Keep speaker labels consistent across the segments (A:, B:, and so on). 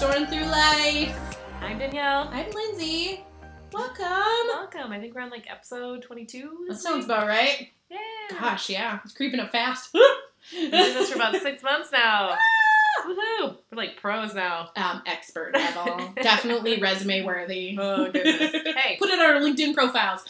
A: going through life.
B: I'm Danielle.
A: I'm Lindsay. Welcome.
B: Welcome. I think we're on like episode 22.
A: That
B: this
A: sounds
B: week.
A: about right.
B: Yeah.
A: Gosh, yeah, it's creeping up fast.
B: We've been doing this for about six months now. Woohoo! We're like pros now.
A: um, expert level, definitely resume worthy.
B: Oh goodness. Hey,
A: Put it on our LinkedIn profiles.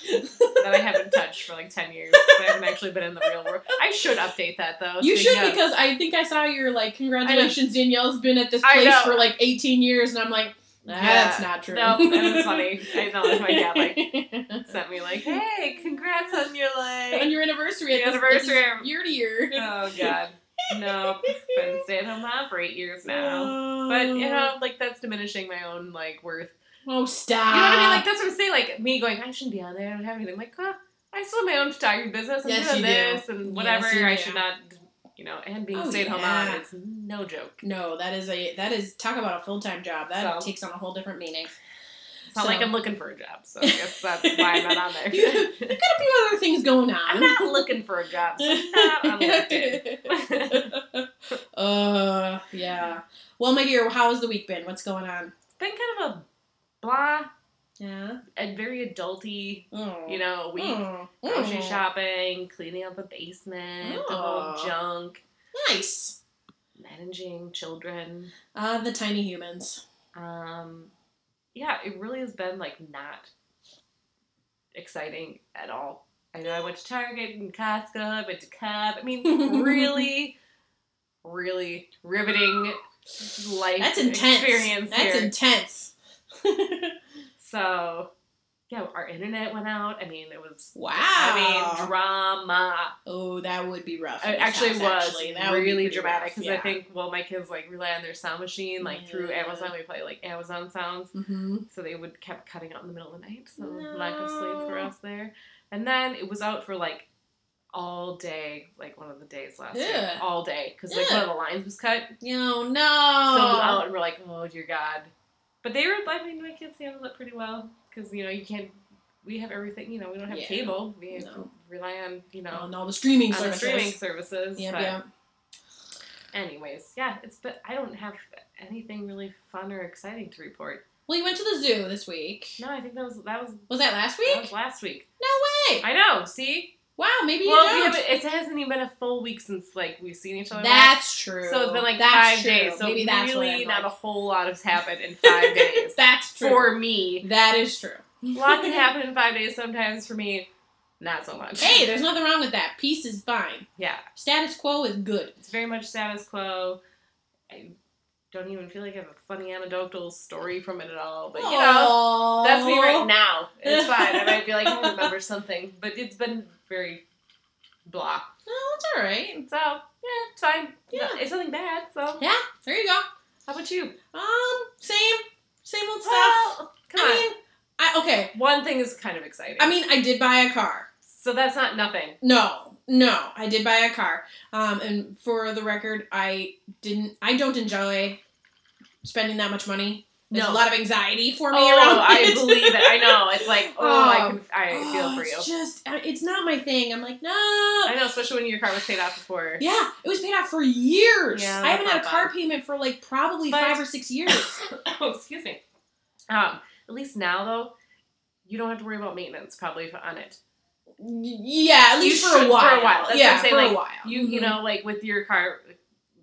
B: that I haven't touched for like 10 years. 'cause I haven't actually been in the real world. I should update that though.
A: You
B: speaking
A: should
B: of-
A: because I think I saw your like congratulations. Danielle's been at this
B: I
A: place
B: know.
A: for like 18 years, and I'm like, nah,
B: Yeah.
A: that's not true.
B: No, that was funny. I acknowledged my dad like sent me like, hey, congrats on your
A: on
B: like
A: your anniversary,
B: Your
A: at this- at this
B: anniversary.
A: year to year.
B: Oh god. No. Been stay at home mom for eight years now. But you know, like that's diminishing my own like worth.
A: oh stop!
B: You know what I mean? Like that's what I'm saying. Like me going, I shouldn't be on there. I don't have anything. like, huh, I still have my own photography business. I'm
A: Yes,
B: doing
A: you do.
B: this and whatever.
A: Yes, you
B: I
A: do.
B: should not, you know. And being
A: Oh,
B: a stay-at-home
A: yeah.
B: mom is no joke.
A: no, that is a that is talk about a full time job. That
B: So.
A: takes on a whole different meaning.
B: It's not
A: So-
B: like I'm looking for a job, so I guess that's why I'm not on
A: You-
B: there.
A: Got a few other things going on.
B: I'm not looking for a job. So I'm not on LinkedIn.
A: uh, yeah. Well, my dear, how has the week been? What's going on?
B: been kind of a blah,
A: Yeah.
B: a very adulty,
A: Mm.
B: you know, week.
A: Mm.
B: Grocery
A: Mm.
B: shopping, cleaning out the basement, the
A: Oh.
B: whole junk.
A: Nice.
B: managing children.
A: Uh, the tiny humans.
B: Um, yeah, it really has been like not exciting at all. I know I went to Target and Costco, I went to Cub. I mean, really, really riveting life
A: That's intense.
B: experience
A: That's
B: here.
A: intense.
B: so, yeah, our internet went out. I mean, it was.
A: Wow.
B: I mean, drama.
A: oh, that would be rough.
B: It
A: in this
B: actually
A: house,
B: was
A: actually. That would be
B: really
A: pretty
B: dramatic
A: rough,
B: because I
A: yeah.
B: think well my kids like rely on their sound machine like through
A: Yeah.
B: Amazon we play like Amazon sounds
A: Mhm.
B: so they would kept cutting out in the middle of the night so lack of sleep for us there and then it was out for like all day like one of the days last year
A: Yeah.
B: all day because like one of the lines was cut
A: No,
B: so it was out
A: no.
B: and we're like oh dear God but they were I mean my kids handled it pretty well because you know you can't we have everything you know we don't have
A: Yeah.
B: cable we
A: No.
B: rely on you know
A: On all the streaming
B: on the
A: services.
B: streaming services.
A: Yep,
B: but
A: yep.
B: Anyways, yeah, it's but I don't have anything really fun or exciting to report.
A: Well, you went to the zoo this week.
B: No, I think that was that was
A: Was that last
B: that
A: week?
B: was last week.
A: No way.
B: I know. See,
A: wow, maybe
B: well, we
A: you don't.
B: haven't, it hasn't even been a full week since like we've seen each other. last.
A: that's true.
B: So it's been like
A: That's
B: five
A: true.
B: days. So
A: maybe that's what
B: really,
A: I'm
B: not a
A: like.
B: whole lot has happened in five days
A: That's true.
B: for me.
A: That is true.
B: A lot can happen in five days. Sometimes for me, not so much.
A: Hey, there's nothing wrong with that. Peace is fine.
B: yeah,
A: Status quo is good.
B: it's very much status quo. I don't even feel like I have a funny anecdotal story from it at all, but you know,
A: Aww.
B: that's me right now. It's fine. I might be like, I remember something, but it's been very blah.
A: No, it's Oh, all right.
B: So yeah, it's fine.
A: Yeah.
B: No, it's nothing bad. So
A: Yeah, there you go.
B: how about you?
A: Um, same, same old stuff.
B: Well, come
A: I mean, I okay.
B: on. One thing is kind of exciting.
A: I mean, I did buy a car.
B: so that's not nothing.
A: No, no, I did buy a car. Um, and for the record, I didn't. I don't enjoy spending that much money. There's
B: No.
A: a lot of anxiety for me around.
B: Oh, I
A: it.
B: believe it. I know. It's like, oh, I,
A: Oh.
B: can, I feel
A: Oh,
B: for you.
A: It's just, I- it's not my thing. I'm like, no.
B: I know, especially when your car was paid off before.
A: Yeah, it was paid off for years.
B: Yeah,
A: I haven't had a
B: that's not
A: car
B: bad.
A: payment for like probably
B: But-
A: five or six years.
B: oh, excuse me. Um, at least now though, you don't have to worry about maintenance probably if- on it.
A: Y- yeah, at
B: You
A: least
B: should
A: for a while.
B: That's what
A: yeah,
B: I'm saying.
A: for
B: like
A: a while. Mm-hmm.
B: you, you know, like with your car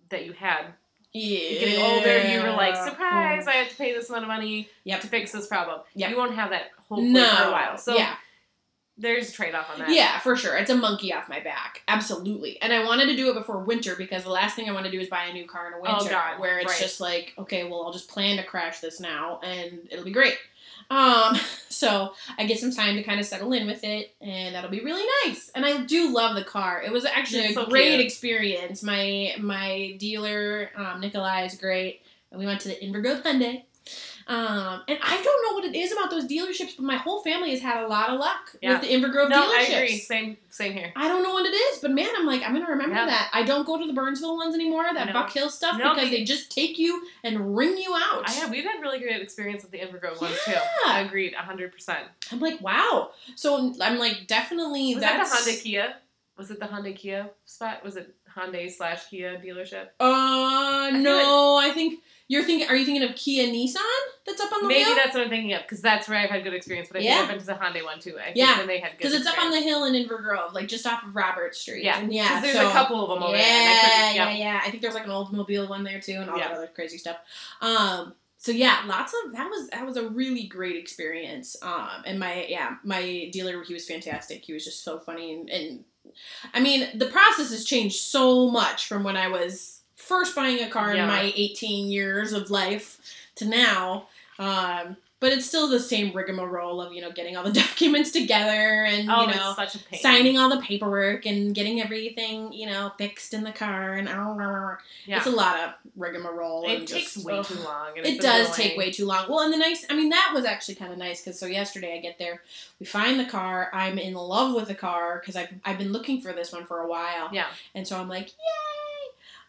B: that you had
A: yeah.
B: getting older, you were like, surprise, I have to pay this amount of money
A: Mm. Yep.
B: to fix this problem.
A: Yep.
B: You won't have that hopefully
A: No.
B: for a while. So
A: yeah,
B: there's trade off on that.
A: yeah, for sure. It's a monkey off my back, absolutely. And I wanted to do it before winter because the last thing I want to do is buy a new car in a
B: Oh,
A: winter,
B: God,
A: where it's
B: right.
A: just like, okay, well, I'll just plan to crash this now, and it'll be great. Um, so I get some time to kind of settle in with it, and that'll be really nice. And I do love the car. It was actually
B: It's
A: a
B: so
A: great
B: cute.
A: experience. My my dealer, um, Nikolai, is great, and we went to the Invergrove Hyundai. Um, and I don't know what it is about those dealerships, but my whole family has had a lot of luck
B: Yeah.
A: with the Invergrove
B: No, I
A: dealerships.
B: agree. Same same here.
A: I don't know what it is, but man, I'm like, I'm gonna remember
B: Yeah.
A: that. I don't go to the Burnsville ones anymore, that
B: No.
A: Buck Hill stuff,
B: No,
A: because
B: they-
A: they just take you and wring you out.
B: I have we've had really great experience with the Invergrove ones
A: Yeah.
B: too. Agreed, hundred percent.
A: I'm like, wow. So I'm like, definitely
B: Was that
A: that's
B: the Honda Kia? Was it the Honda Kia spot? Was it Hyundai slash Kia dealership?
A: Uh, no, I think you're thinking. Are you thinking of Kia Nissan? That's up on the
B: Maybe
A: hill.
B: that's what I'm thinking of because that's where I've had good experience. But I
A: Oh, Yeah.
B: think I've been to the Hyundai one too. I think
A: Yeah,
B: when they had good
A: Because it's up on
B: experience.
A: the hill in Inver Grove, like just off of Robert Street.
B: Yeah,
A: and yeah.
B: 'Cause there's
A: so,
B: a couple of them over
A: yeah,
B: there. and I couldn't-
A: yeah, yeah. I think there's like an Oldsmobile one there too, and all that
B: Yeah.
A: other crazy stuff. Um, so yeah, lots of that was that was a really great experience. Um, and my yeah, my dealer he was fantastic. He was just so funny, and, and I mean the process has changed so much from when I was first buying a car
B: Yeah.
A: in my 18 years of life to now. Um, but it's still the same rigmarole of you know getting all the documents together and
B: Oh,
A: you know
B: it's such a pain.
A: signing all the paperwork and getting everything, you know, fixed in the car and oh,
B: Yeah.
A: it's a lot of rigmarole.
B: it
A: and
B: takes
A: just,
B: way
A: ugh.
B: too long. and
A: It
B: it's
A: does
B: annoying.
A: take way too long. Well, and the nice, I mean, that was actually kind of nice because so yesterday I get there, we find the car. I'm in love with the car because I've, I've been looking for this one for a while.
B: Yeah.
A: And so I'm like,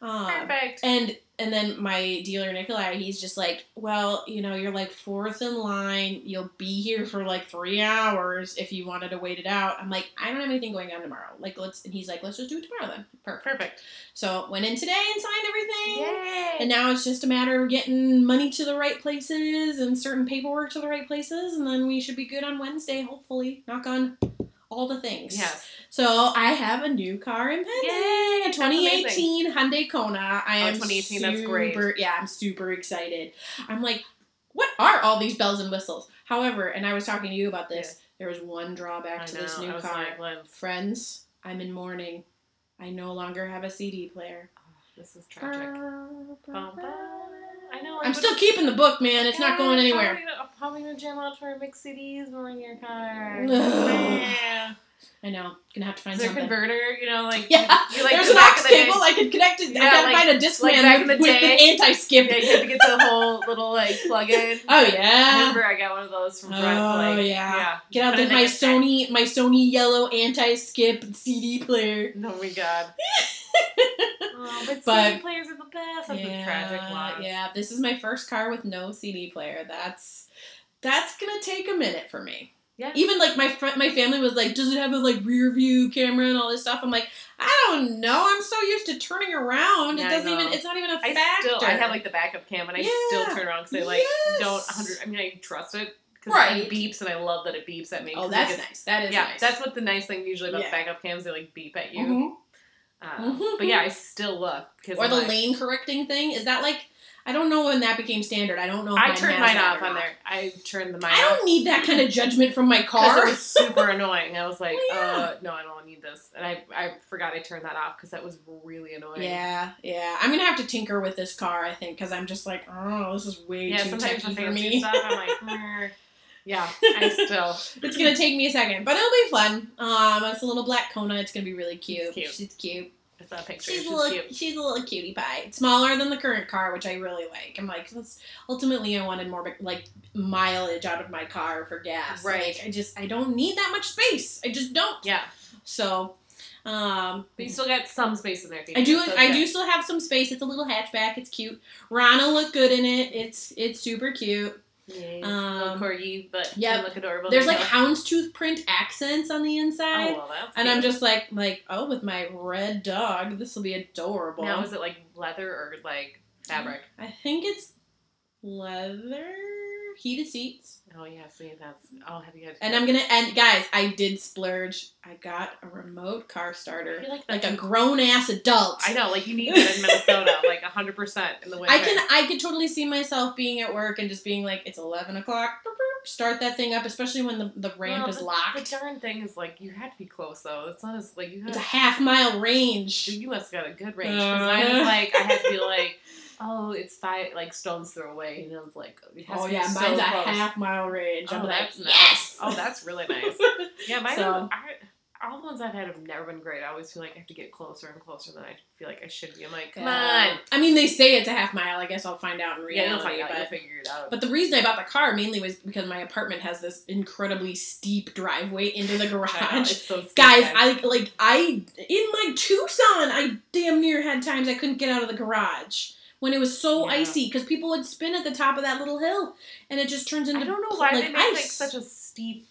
A: yay! Um,
B: Perfect.
A: and and then my dealer Nikolai, he's just like, well, you know, you're like fourth in line. You'll be here for like three hours if you wanted to wait it out. I'm like, I don't have anything going on tomorrow. Like, let's. And he's like, let's just do it tomorrow then. Perfect.
B: Perfect.
A: So went in today and signed everything.
B: Yay.
A: And now it's just a matter of getting money to the right places and certain paperwork to the right places, and then we should be good on Wednesday, hopefully. Knock on all the things.
B: yes.
A: So I have a new car impending.
B: Yay,
A: A
B: that's amazing.
A: 2018 Hyundai Kona. I
B: Oh,
A: am
B: 2018,
A: super,
B: that's great.
A: Yeah, I'm super excited. I'm like, what are all these bells and whistles? However, and I was talking to you about this. There was one drawback
B: I
A: to this
B: know,
A: new
B: I was
A: car.
B: like, well,
A: Friends, I'm in mourning. I no longer have a CD player.
B: Ah, this is tragic. Bum, bum. I know. I
A: I'm
B: would-
A: still keeping the book, man. It's not
B: Yeah,
A: going anywhere.
B: Probably gonna, probably gonna jam out to our big cities when we're in your car.
A: Ugh.
B: Yeah.
A: I know. Gonna have to find
B: Is there a
A: something.
B: converter? You know, like
A: Yeah,
B: you, you like
A: There's
B: the
A: an
B: back
A: aux
B: of the day-
A: cable I can connect it. I
B: Yeah,
A: gotta
B: like-
A: find a disc
B: like
A: man
B: back in the
A: with
B: day.
A: an anti-skip.
B: Yeah, you have to get the whole little like plug-in.
A: Oh
B: I
A: yeah.
B: remember I got one of those from Brett.
A: Oh,
B: like,
A: yeah.
B: yeah.
A: Get out
B: Put
A: there,
B: it
A: my
B: next time.
A: Sony, my Sony yellow anti-skip CD player.
B: Oh my god. oh, but,
A: But-
B: CD players are the best. That's a tragic loss.
A: yeah. This is my first car with no CD player. That's that's gonna take a minute for me.
B: Yeah.
A: Even like my fr- my family was like, does it have a like rear view camera and all this stuff? I'm like, I don't know. I'm so used to turning around.
B: Yeah,
A: it
B: I
A: doesn't even.
B: know.
A: It's not even a
B: I
A: factor.
B: still I have like the backup cam and I
A: Yeah.
B: still turn around because I like
A: Yes.
B: don't hundred. I mean I trust it because
A: Right.
B: it beeps and I love that it beeps at me.
A: Oh,
B: 'cause,
A: that's
B: like, it's-
A: nice. That is
B: yeah,
A: nice.
B: that's what the nice thing usually about
A: Yeah.
B: backup cams they like beep at you.
A: Mhm.
B: Um,
A: Mhm.
B: But yeah, I still look because
A: or
B: I'm
A: the
B: like,
A: lane correcting thing is that like I don't know when that became standard. I don't know. If
B: I
A: mine
B: turned
A: has
B: mine
A: that
B: off
A: or
B: on
A: not.
B: there. I turned the mine
A: I
B: off.
A: don't need that kind of judgment from my
B: Because
A: car.
B: it was super annoying. I was like,
A: Oh, yeah.
B: uh, no, I don't need this. And I, I forgot I turned that off because that was really annoying.
A: Yeah, yeah. I'm gonna have to tinker with this car, I think, because I'm just like, oh, this is way
B: Yeah,
A: too
B: sometimes the
A: techy for
B: fancy
A: me.
B: stuff, I'm like, "Meh." yeah, I still.
A: it's gonna take me a second, but it'll be fun. Um, it's a little black Kona. It's gonna be really cute.
B: cute.
A: She's cute.
B: I saw a picture.
A: She's,
B: She's
A: a little.
B: cute.
A: She's a little cutie pie. Smaller than the current car, which I really like. I'm like, that's ultimately I wanted more like mileage out of my car for gas.
B: Right.
A: Like, I just I don't need that much space. I just don't.
B: Yeah,
A: So, um,
B: but you still got some space in there. if you
A: I
B: need
A: do.
B: it, so
A: I
B: it's
A: do
B: good.
A: still have some space. It's a little hatchback. It's cute. Rana looked good in it. It's it's super cute.
B: Yeah, it's a
A: Um,
B: little corgi, but
A: yep.
B: can look adorable.
A: There's
B: They
A: like
B: go,
A: houndstooth print accents on the
B: oh,
A: inside,
B: well, that's
A: and I'm
B: cute.
A: just like like oh, with my red dog, this will be adorable.
B: Now is it like leather or like fabric?
A: I think it's leather heated seats.
B: Oh yeah, see that's. Oh, have you had?
A: Mm-hmm. And I'm gonna and guys, I did splurge. I got a remote car
B: I
A: starter,
B: feel like
A: like
B: that's
A: a grown ass adult.
B: I know, like you need that in Minnesota, like hundred percent in the winter.
A: I can I could totally see myself being at work and just being like, it's eleven o'clock. boop, boop, Start that thing up, especially when the, the ramp
B: Well,
A: is
B: the-
A: locked.
B: The darn thing is like you had to be close though. It's not as like you had.
A: it's a half mile range.
B: you must have got a good range because mine
A: Uh.
B: was like I had to be like, oh, it's five like stones throw away, and I was like, it has
A: Oh
B: to be
A: yeah,
B: so
A: mine's a
B: close.
A: half mile range.
B: Oh,
A: I'm like,
B: that's nice.
A: yes.
B: Oh, that's really nice. Yeah, mine.
A: So-
B: are- I, all the ones I've had have never been great. I always feel like I have to get closer and closer than I feel like I should be. I'm like, come
A: Yeah.
B: on.
A: I mean, they say it's a half mile. I guess I'll find out in
B: Yeah,
A: reality.
B: you'll find out.
A: but-
B: You'll figure it out.
A: But the reason I bought the car mainly was because my apartment has this incredibly steep driveway into the
B: I know,
A: garage.
B: it's so steep,
A: Guys, I like I in my Tucson, I damn near had times I couldn't get out of the garage when it was so
B: Yeah.
A: icy because people would spin at the top of that little hill, and it just turns into
B: I don't know
A: pl-
B: why
A: like
B: they make like
A: ice.
B: such a steep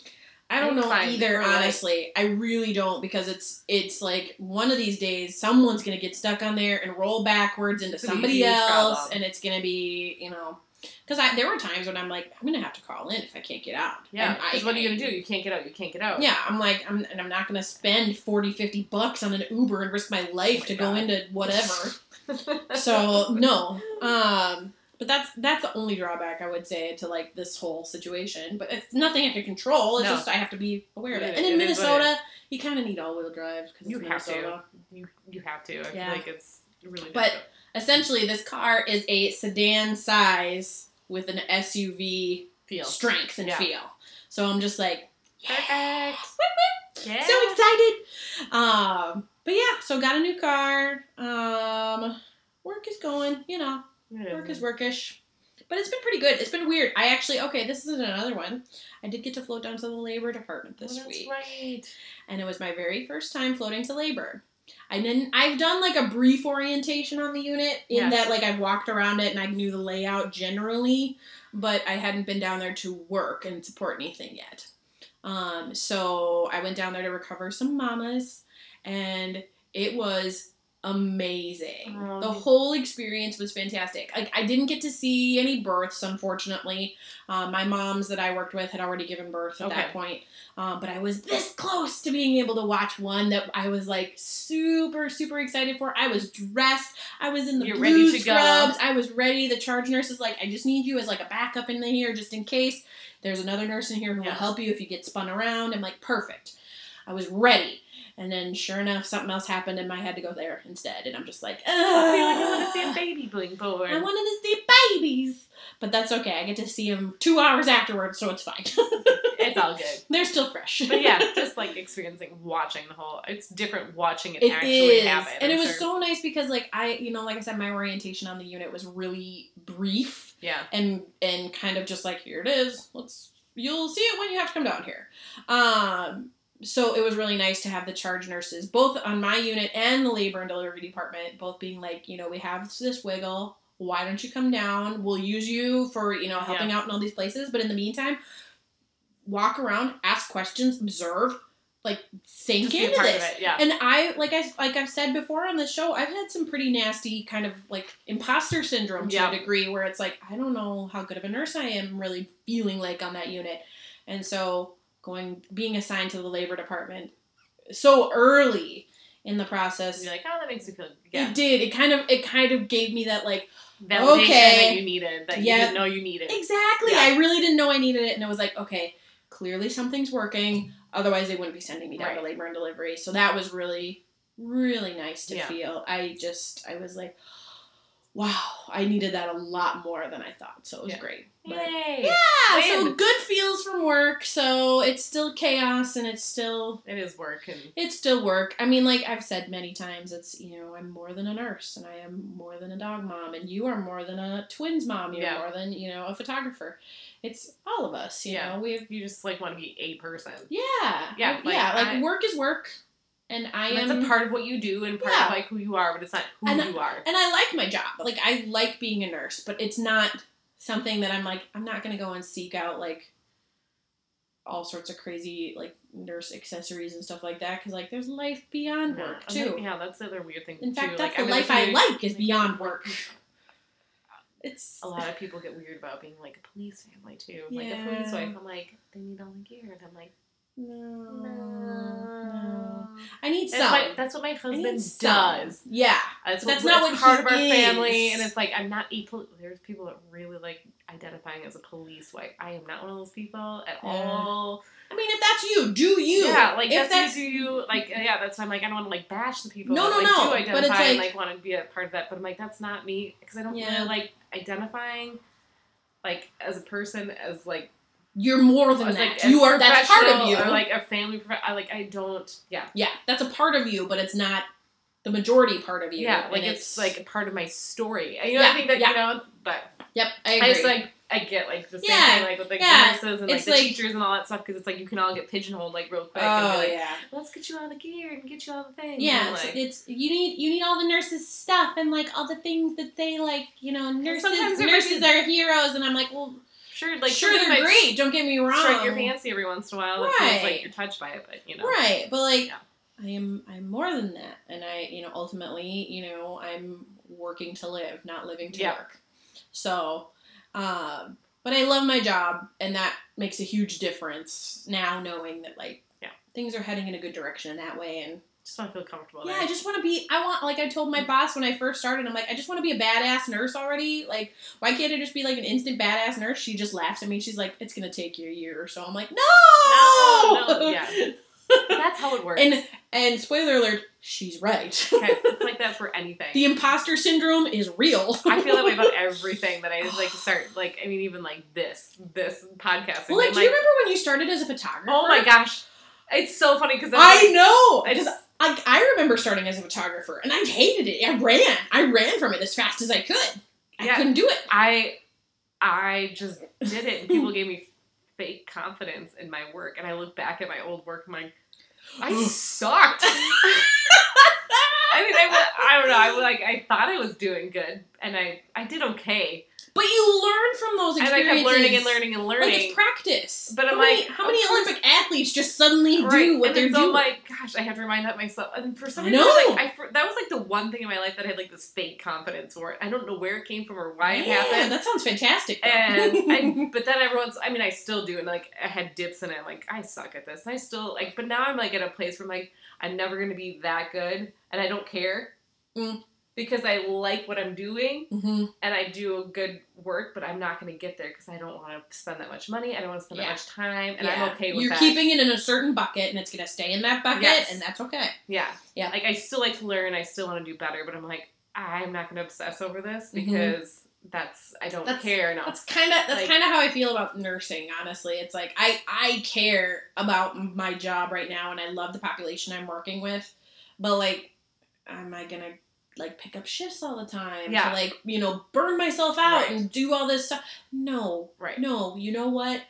A: I don't know
B: Inclined
A: either,
B: for, like-
A: honestly. I really don't because it's it's like one of these days someone's gonna get stuck on there and roll backwards into
B: It's gonna be a huge
A: somebody else,
B: problem.
A: and it's gonna be you know. Because I there were times when I'm like I'm gonna have to call in if I can't get out.
B: Yeah,
A: And I-
B: because what are you gonna do? You can't get out. You can't get out.
A: Yeah, I'm like I'm and I'm not gonna spend 40, 50 bucks on an Uber and risk my life
B: Oh my
A: to go
B: God.
A: into whatever. so no, um, but that's that's the only drawback I would say to like this whole situation. But it's nothing I can control. It's
B: No.
A: just I have to be aware of
B: Yeah,
A: it. And in
B: it is what it
A: Minnesota, you kind of need all wheel drive because
B: You have to.
A: Minnesota.
B: you you have to. I
A: Yeah.
B: feel like it's really.
A: But-
B: difficult.
A: Essentially, this car is a sedan size with an SUV
B: feel
A: strength and
B: Yeah.
A: feel. So I'm just like.
B: perfect. yeah.
A: so excited. Um, but yeah, so got a new car. Um, work is going, you know, work is workish. But it's been pretty good. It's been weird. I actually okay, this is another one. I did get to float down to the labor department
B: Oh,
A: this
B: that's
A: week.
B: right.
A: And it was my very first time floating to labor. I didn't I've done like a brief orientation on the unit in
B: Yes.
A: that like I've walked around it and I knew the layout generally, but I hadn't been down there to work and support anything yet. Um, so I went down there to recover some mamas and it was amazing.
B: Oh,
A: the
B: you-
A: whole experience was fantastic. Like I didn't get to see any births unfortunately. Um, my moms that I worked with had already given birth at
B: Okay.
A: that point. Um, but I was this close to being able to watch one that I was like super, super excited for. I was dressed. I was in the
B: You're ready
A: blue
B: to go.
A: scrubs. I was ready. The charge nurse is like, I just need you as like a backup in here just in case. There's another nurse in here who will
B: Yeah.
A: help you if you get spun around. I'm like, perfect. I was ready. And then sure enough, something else happened and I had to go there instead. And I'm just like,
B: I feel like I want to see a
A: "Ugh."
B: baby being born.
A: I wanted to see babies. But that's okay. I get to see them two hours afterwards, so it's fine.
B: it's all good.
A: They're still fresh.
B: But yeah, just like experiencing watching the whole. It's different watching it,
A: It
B: actually
A: is,
B: happen.
A: and
B: I'm
A: it was
B: sure.
A: so nice because, like, I, you know, like I said, my orientation on the unit was really brief
B: yeah.
A: and and kind of just like, here it is. Let's you'll see it when you have to come down here. Um, so it was really nice to have the charge nurses both on my unit and the labor and delivery department both being like, you know, we have this wiggle. Why don't you come down? We'll use you for you know helping out in all these places, but in the meantime, walk around, ask questions, observe, like sink
B: Just be a
A: into
B: part
A: this.
B: of it. Yeah.
A: And I like I like I've said before on the show, I've had some pretty nasty kind of like imposter syndrome to
B: Yeah.
A: a degree where it's like I don't know how good of a nurse I am really feeling like on that unit. And so going being assigned to the labor department so early in the process
B: You're like, oh, that makes me feel. Yeah.
A: it did. It kind of it kind of gave me that like
B: validation
A: Okay.
B: that you needed that
A: Yeah.
B: you didn't know you needed.
A: exactly.
B: Yeah.
A: I really didn't know I needed it and it was like, okay, clearly something's working. Otherwise they wouldn't be sending me down to
B: Right.
A: labor and delivery. So that was really, really nice to
B: Yeah.
A: feel. I just I was like, wow, I needed that a lot more than I thought. So it was
B: Yeah.
A: great. But-
B: Yay!
A: yeah, so
B: Win.
A: good feels from work. So it's still chaos and it's still
B: It is work and
A: it's still work. I mean, like I've said many times, it's you know I'm more than a nurse, and I am more than a dog mom, and you are more than a twins mom. You're
B: Yeah.
A: more than you know a photographer. It's all of us. You
B: Yeah.
A: know we have
B: you just like want to be a person.
A: yeah
B: Yeah,
A: I-
B: like,
A: yeah like
B: I-
A: work is work, and I
B: And
A: am
B: it's a part of what you do and part
A: Yeah.
B: of like who you are, but it's not who
A: And
B: you are.
A: and I like my job. Like I like being a nurse, but it's not something that I'm like I'm not gonna go and seek out like all sorts of crazy like nurse accessories and stuff like that because like there's life beyond
B: Yeah.
A: work
B: And then-
A: too.
B: yeah, that's the other weird thing.
A: In fact,
B: too.
A: that's
B: like,
A: the
B: I'm in
A: life I
B: community-
A: like is beyond work. It's
B: A lot of people get weird about being like a police family too. Like a
A: Yeah.
B: police wife. I'm like, they need all the gear. And I'm like,
A: no,
B: no.
A: no. I need
B: That's,
A: some.
B: my, that's what my
A: I need
B: husband does.
A: some. Yeah,
B: That's,
A: That's
B: what,
A: not
B: that's
A: what
B: part
A: he
B: of our family,
A: is.
B: and it's like I'm not a pol- There's people that really like identifying as a police wife. I am not one of those people at
A: Yeah.
B: all.
A: I mean, if that's you, do you?
B: Yeah, like
A: if
B: that's,
A: that's,
B: that's do you like yeah. That's why I'm like I don't want to like bash the people.
A: No,
B: that,
A: no,
B: like, Do
A: no, but
B: identify
A: it's
B: and
A: like-
B: like want to be a part of that, but I'm like that's not me because I don't
A: Yeah.
B: really like identifying like as a person as like
A: you're more than
B: as,
A: that.
B: like as
A: you are. That's part of
B: professional
A: you.
B: or like a family. Prof- I like I don't yeah.
A: yeah, that's a part of you, but it's not the majority part of you.
B: Yeah, like
A: and
B: it's, like a part of my story. You know,
A: Yeah,
B: I think that
A: yeah.
B: you know, but
A: Yep, I agree.
B: I just like I get like the same
A: Yeah,
B: thing like with like
A: yeah.
B: the nurses and like
A: It's
B: the
A: like-
B: teachers and all that stuff because it's like you can all get pigeonholed like real quick and
A: oh
B: be like,
A: yeah,
B: let's get you all the gear and get you all the things.
A: yeah.
B: and,
A: It's,
B: like,
A: it's you need you need all the nurses stuff and like all the things that they like. You know, nurses
B: sometimes
A: nurses
B: everything-
A: are heroes, and I'm like, well,
B: sure, like
A: sure,
B: something
A: they're
B: might
A: great. Don't get me wrong.
B: Strike your fancy every once in a while. It feels
A: Right.
B: like you're touched by it, but you know.
A: Right, but like
B: Yeah.
A: I am I'm more than that and I, you know, ultimately, you know, I'm working to live, not living to
B: Yeah.
A: work. So, um but I love my job and that makes a huge difference now knowing that like
B: Yeah.
A: things are heading in a good direction in that way and
B: Just want to feel comfortable.
A: yeah,
B: there.
A: I just want to be I want like I told my boss when I first started, I'm like I just want to be a badass nurse already. Like why can't I just be like an instant badass nurse? She just laughs at me. She's like it's going to take you a year or so. I'm like no.
B: No, no, yeah. that's how it works.
A: And and spoiler alert, she's right.
B: Okay, it's like that for anything.
A: the imposter syndrome is real.
B: I feel that way about everything that I just like start like I mean even like this this podcast.
A: well, like,
B: I'm
A: do you remember when you started as a photographer?
B: oh my gosh, it's so funny because
A: I know.
B: I
A: Because
B: just
A: like I remember starting as a photographer and I hated it. I ran. I ran from it as fast as I could. I
B: Yeah.
A: couldn't do it.
B: I I just did it. and People gave me fake confidence in my work, and I look back at my old work. I'm like, I sucked. I mean, I, wa- I don't know. I was like I thought I was doing good, and I I did okay,
A: But you learn from those
B: and
A: experiences.
B: I kept learning and learning and
A: Like
B: learning.
A: it's practice.
B: But
A: how
B: I'm
A: many,
B: like,
A: how
B: of
A: many
B: course-
A: Olympic athletes just suddenly do what
B: and
A: they're
B: then so
A: doing?
B: I'm like, gosh, I had to remind that myself. And for some
A: I
B: reason,
A: know.
B: like, I for, that was like the one thing in my life that I had like this fake confidence for. I don't know where it came from or why it
A: yeah,
B: happened.
A: that sounds fantastic. though.
B: And I, but then everyone's, I mean, I still do, and like I had dips, and I'm like, I suck at this. And I still like, but now I'm like at a place where I'm like, I'm never gonna be that good, and I don't care
A: Mm.
B: because I like what I'm doing
A: Mhm.
B: and I do good work, but I'm not gonna get there because I don't want to spend that much money. I don't want to spend
A: Yeah.
B: that much time, and
A: Yeah.
B: I'm okay with
A: You're
B: that.
A: keeping it in a certain bucket, and it's gonna stay in that bucket,
B: Yes.
A: and that's okay.
B: Yeah.
A: Yeah.
B: Like I still like to learn, I still want to do better, but I'm like, I'm not gonna obsess over this because that's I don't
A: Mm-hmm. That's-
B: care enough.
A: That's kind of that's
B: Like-
A: kind of how I feel about nursing. Honestly, it's like I I care about my job right now, and I love the population I'm working with, but like, am I gonna like pick up shifts all the time?
B: Yeah.
A: To, like you know, burn myself out
B: Right.
A: and do all this stuff. No,
B: Right.
A: no. You know what?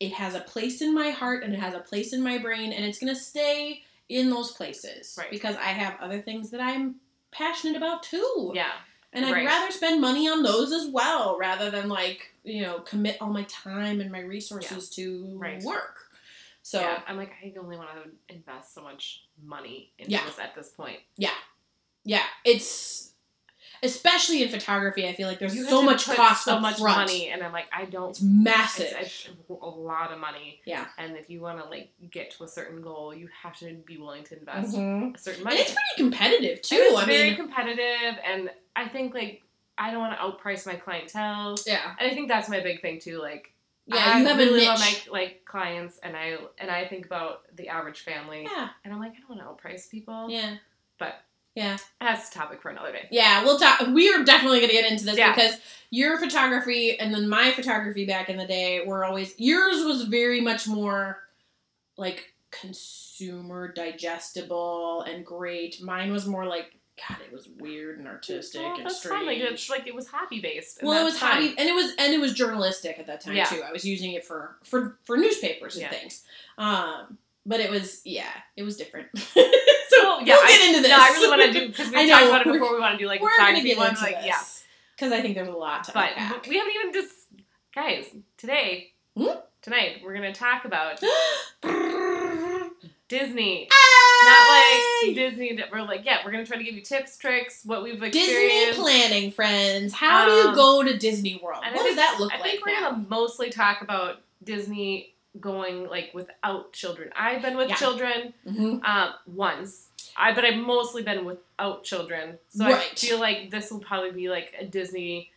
A: It has a place in my heart, and it has a place in my brain, and it's gonna stay in those places
B: Right.
A: because I have other things that I'm passionate about too.
B: Yeah.
A: And I'd
B: Right.
A: rather spend money on those as well rather than like, you know, commit all my time and my resources to
B: Right.
A: work. So,
B: yeah. I'm like, I only want to invest so much money into
A: Yeah.
B: this at this point.
A: yeah, it's especially in photography, I feel like there's
B: You have
A: so
B: to
A: much
B: put
A: cost
B: so
A: up
B: much
A: front.
B: money, and I'm like, I don't.
A: It's massive.
B: It's, it's a lot of money.
A: Yeah.
B: And if you want to like get to a certain goal, you have to be willing to invest
A: Mhm.
B: a certain
A: And
B: money.
A: it's pretty competitive too.
B: And it's
A: I
B: very
A: mean,
B: competitive, and I think like I don't want to outprice my clientele,
A: yeah.
B: and I think that's my big thing too. Like
A: Yeah,
B: I
A: you have
B: really
A: a
B: love
A: niche.
B: my like clients, and I and I think about the average family,
A: Yeah.
B: and I'm like, I don't want to outprice people,
A: Yeah.
B: but
A: Yeah.
B: that's a topic for another day.
A: Yeah, we'll talk. We are definitely going to get into this
B: Yeah.
A: because your photography and then my photography back in the day were always yours was very much more like consumer digestible and great. Mine was more like God, it was weird and artistic
B: Well,
A: and
B: that's fun. Like
A: strange.
B: it's like it was hobby based.
A: well, it was hobby, and it was and it was journalistic at that time
B: Yeah.
A: too. I was using it for for for newspapers and
B: Yeah.
A: things. Um, but it was yeah, it was different. so
B: Well, yeah,
A: yeah, we'll get into this.
B: No, I really want to do because
A: I
B: we
A: know,
B: talked about it
A: we're-
B: before. We want to do like
A: we're gonna
B: photography
A: get
B: ones,
A: into
B: like
A: this.
B: yeah.
A: Because I think there's a lot to
B: But
A: unpack.
B: we haven't even just guys today.
A: Hmm?
B: Tonight we're gonna talk about Disney. Not
A: Not
B: like Disney. that We're like, yeah, we're gonna try to give you tips, tricks, what we've experienced.
A: Disney planning, friends. How do you
B: Um,
A: go to Disney World?
B: and I
A: What does
B: think-
A: that look
B: I
A: like?
B: think we're
A: now?
B: gonna mostly talk about Disney going like without children. I've been with
A: Yeah.
B: children
A: Mhm.
B: um, once, I but I've mostly been without children, so I
A: Right.
B: feel like this will probably be like a Disney.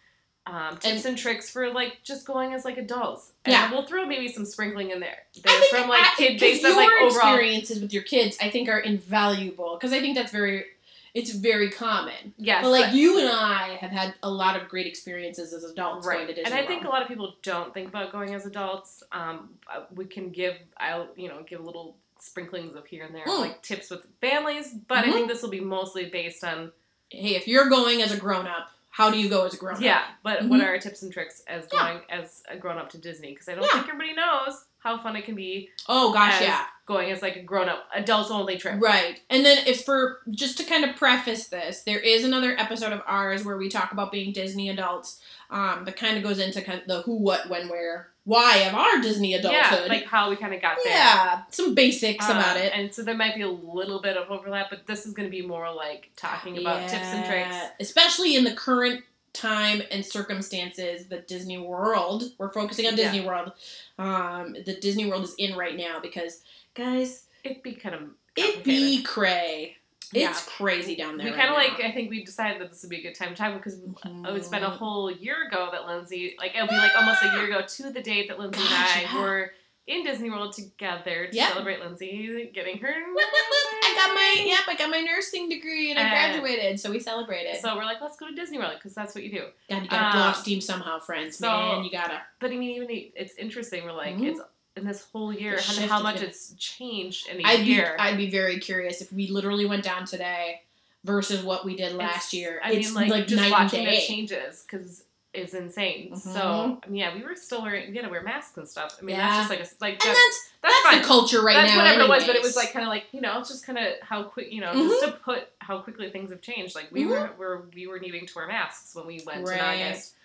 B: Um, tips and, tricks for like just going as like adults, and
A: Yeah.
B: we'll throw maybe some sprinkling in there.
A: I
B: They're
A: think
B: from like
A: I-
B: kid
A: 'cause
B: based
A: your
B: on like overall.
A: experiences with your kids, I think, are invaluable because I think that's very, it's very common.
B: Yes,
A: But like you and I have had a lot of great experiences as adults going to Disney
B: and I think a
A: World.
B: lot of people don't think about going as adults. Um, uh, we can give I'll you know give little sprinklings of here and there
A: Mm.
B: like tips with families, but
A: Mhm.
B: I think this will be mostly based on
A: hey, if you're going as a grown up, how do you go as a grown up?
B: yeah. But
A: Mhm.
B: what are our tips and tricks as
A: Yeah.
B: going as a grown up to Disney? Because I don't
A: Yeah.
B: think everybody knows how fun it can be.
A: Oh gosh,
B: as
A: yeah.
B: Going as like a grown up, adults only trip.
A: Right. And then it's for just to kind of preface this, there is another episode of ours where we talk about being Disney adults. Um, that kind of goes into kind of the who, what, when, where, why of our Disney adulthood.
B: Yeah, like how we kind of got there.
A: yeah, some basics
B: Um,
A: about it.
B: And so there might be a little bit of overlap, but this is going to be more like talking about tips and
A: Yeah,
B: tricks.
A: especially in the current time and circumstances that Disney World. We're focusing on
B: Yeah.
A: Disney World. Um, that Disney World is in right now because guys,
B: It'd be kind of
A: it be cray. It's crazy down there.
B: We
A: right
B: kind of
A: now.
B: like. I think we decided that this would be a good time to talk because
A: Mhm.
B: oh, it's been a whole year ago that Lindsay, like it'll be like almost a year ago to the date that Lindsay
A: Gosh,
B: and I
A: yeah.
B: were in Disney World together to
A: Yep.
B: celebrate Lindsay getting her.
A: Whoop, whoop, whoop. I got my yep, I got my nursing degree and I
B: Uh,
A: graduated, so we celebrated.
B: So we're like, let's go to Disney World because that's what you do.
A: God, you gotta blow
B: uh,
A: off steam somehow, friends.
B: so-
A: Man, you gotta.
B: But I mean, even i- it's interesting. We're like,
A: Mhm.
B: it's in this whole year
A: The
B: and
A: shift
B: how
A: has
B: much
A: been-
B: it's changed in a
A: I'd be
B: year.
A: I'd be very curious if we literally went down today versus what we did
B: It's-
A: last year.
B: I
A: it's
B: mean, like, just
A: night and
B: watching
A: day.
B: the changes because it's insane. So
A: Mhm.
B: I mean, yeah, we were still wearing. We had to wear masks and stuff. I mean,
A: Yeah.
B: that's just like a, like that-
A: and that's
B: that's,
A: that's,
B: fine.
A: the culture right
B: that's
A: now.
B: whatever it was, but it
A: anyways. Mm-hmm.
B: was like kind of like you know, it's just kind of how quick you know, just to put how quickly things have changed. Like we were, were we were needing to wear masks when we went in
A: Right.
B: August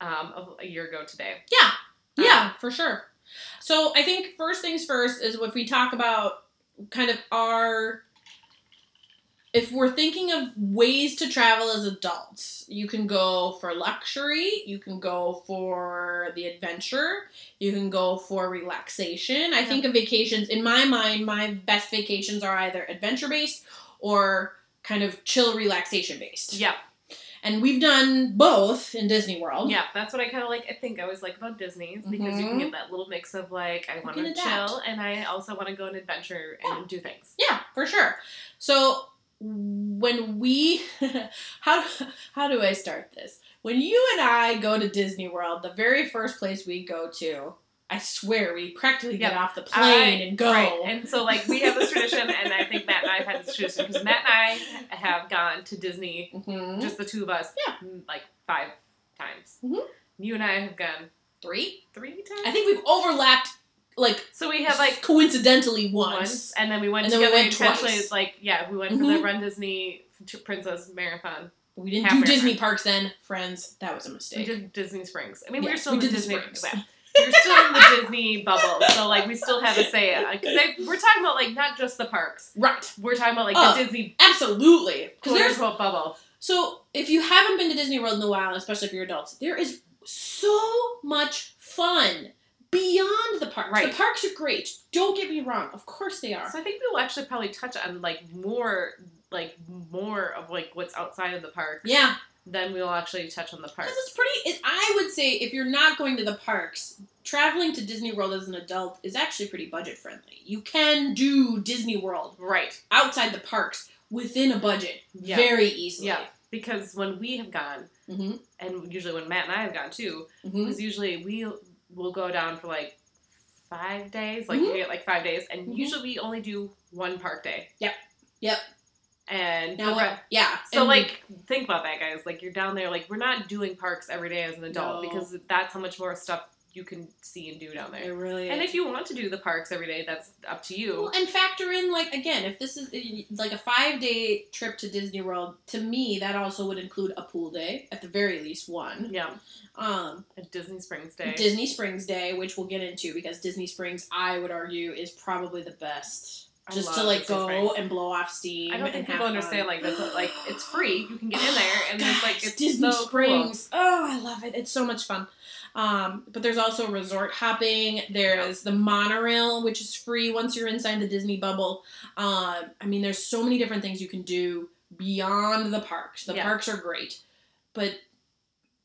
B: um, of a year ago today. Um,
A: yeah, yeah, for sure. So I think first things first is if we talk about kind of our if we're thinking of ways to travel as adults, you can go for luxury, you can go for the adventure, you can go for relaxation. I
B: Yeah.
A: think of vacations, in my mind, my best vacations are either adventure based or kind of chill relaxation based.
B: Yeah,
A: And we've done both in Disney World.
B: yeah, that's what I kind of like. I think I always like about Disney is because you can
A: Mhm.
B: get that little mix of like I want
A: can
B: to
A: adapt.
B: chill and I also want to go on adventure and do things.
A: Yeah, for sure. So when we how how do I start this? When you and I go to Disney World, the very first place we go to, I swear we practically get
B: Yep.
A: off the plane and go.
B: Right. And so, like, we have this tradition, and I think Matt and I have had this tradition because Matt and I have gone to Disney,
A: Mhm.
B: just the two of us,
A: Yeah.
B: m- like five times.
A: Mhm.
B: You and I have gone
A: Three.
B: three times.
A: I think we've overlapped like
B: so. We had like
A: coincidentally
B: once,
A: once.
B: and then we went
A: And then we
B: together.
A: went
B: intentionally,
A: twice.
B: It's like, yeah, we went for the
A: Mhm.
B: Run Disney to Princess Marathon.
A: We didn't
B: Half
A: do Disney
B: marathon.
A: parks then, friends. That was a mistake.
B: We did Disney Springs. I mean, we
A: Yes,
B: were still
A: we
B: in the
A: did the
B: Disney.
A: Springs.
B: yeah. We were still in the Disney bubble, so like we still have a say. Because we're talking about like not just the parks.
A: Right.
B: We're talking about like
A: Oh,
B: the Disney
A: Absolutely. Because
B: quote
A: there's
B: unquote bubble.
A: So, if you haven't been to Disney World in a while, especially if you're adults, there is so much fun beyond the parks.
B: Right.
A: The parks are great. Don't get me wrong. Of course they are.
B: So I think we'll actually probably touch on like more, like more of like what's outside of the park.
A: yeah,
B: Then we'll actually touch on the park.
A: because it's pretty. It, I would say if you're not going to the parks, traveling to Disney World as an adult is actually pretty budget friendly. You can do Disney World
B: Right.
A: outside the parks within a budget
B: Yeah.
A: very easily.
B: Yeah. Because when we have gone,
A: Mhm.
B: and usually when Matt and I have gone too,
A: Mhm.
B: because usually we will go down for like five days, like
A: Mhm.
B: we get like five days, and
A: Mhm.
B: usually we only do one park day.
A: Yep. Yep.
B: And
A: Now,
B: the re-
A: yeah.
B: So
A: and-
B: like think about that guys. Like you're down there like we're not doing parks every day as an adult
A: No.
B: because that's how much more stuff you can see and do down
A: it
B: there.
A: really.
B: And
A: is.
B: if you want to do the parks every day, that's up to you.
A: Well, and factor in like again, if this is uh, like a five day trip to Disney World, to me that also would include a pool day at the very least one,
B: yeah,
A: um,
B: a Disney Springs day.
A: Disney Springs Day, which we'll get into because Disney Springs, I would argue, is probably the best.
B: I
A: Just
B: love
A: to like
B: Disney
A: go
B: Springs.
A: and blow off steam.
B: I don't think
A: and have
B: people understand
A: fun.
B: like that's like it's free. You can get in there and there's like
A: Guys,
B: it's
A: Disney
B: so cool.
A: Springs. Oh, I love it. It's so much fun. Um, but there's also resort hopping. There's the monorail, which is free once you're inside the Disney bubble. Um, I mean, there's so many different things you can do beyond the parks. The
B: Yeah.
A: parks are great, but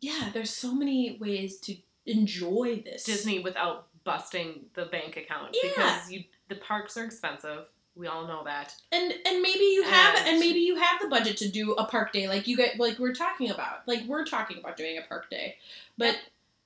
A: yeah, there's so many ways to enjoy this.
B: Disney without busting the bank account
A: Yeah.
B: because you the parks are expensive. We all know that.
A: and and maybe you have
B: And-
A: and, maybe you have the budget to do a park day like you guys like we're talking about like we're talking about doing a park day but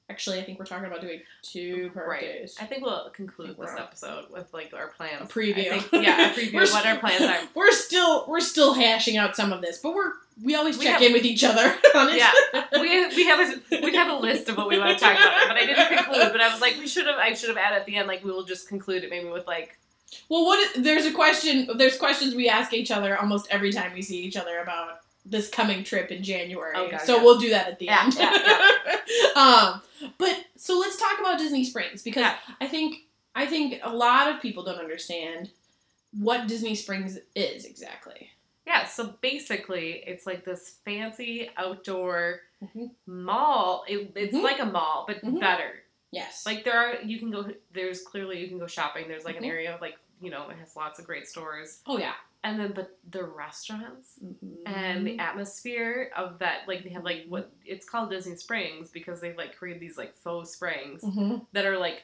A: Actually, I think we're talking about doing two per
B: Right.
A: days.
B: I think we'll conclude this
A: Wow.
B: episode with like our plans.
A: A preview.
B: I think- yeah, a preview
A: We're
B: of what our plans are.
A: We're still we're still hashing out some of this, but we're we always
B: We
A: check
B: have-
A: in with each other on it.
B: Yeah, we, we have a we have a list of what we want to talk about, but I didn't conclude. But I was like, we should have. I should have added at the end, like we will just conclude it maybe with like
A: Well, what there's a question there's questions we ask each other almost every time we see each other about this coming trip in January.
B: Oh, God,
A: so
B: yeah.
A: we'll do that at the
B: Yeah,
A: end.
B: yeah,
A: um, but so let's talk about Disney Springs because
B: Yeah.
A: I think I think a lot of people don't understand what Disney Springs is exactly.
B: yeah. So basically, it's like this fancy outdoor
A: Mhm.
B: mall. It, it's
A: Mhm.
B: like a mall, but
A: Mhm.
B: better.
A: Yes.
B: Like there are you can go. There's clearly you can go shopping. There's like an
A: Mhm.
B: area of like you know it has lots of great stores,
A: oh yeah. Mm-hmm.
B: and then but the restaurants. and the atmosphere of that like they have like what it's called disney springs because they've like created these like faux springs
A: hmm
B: that are like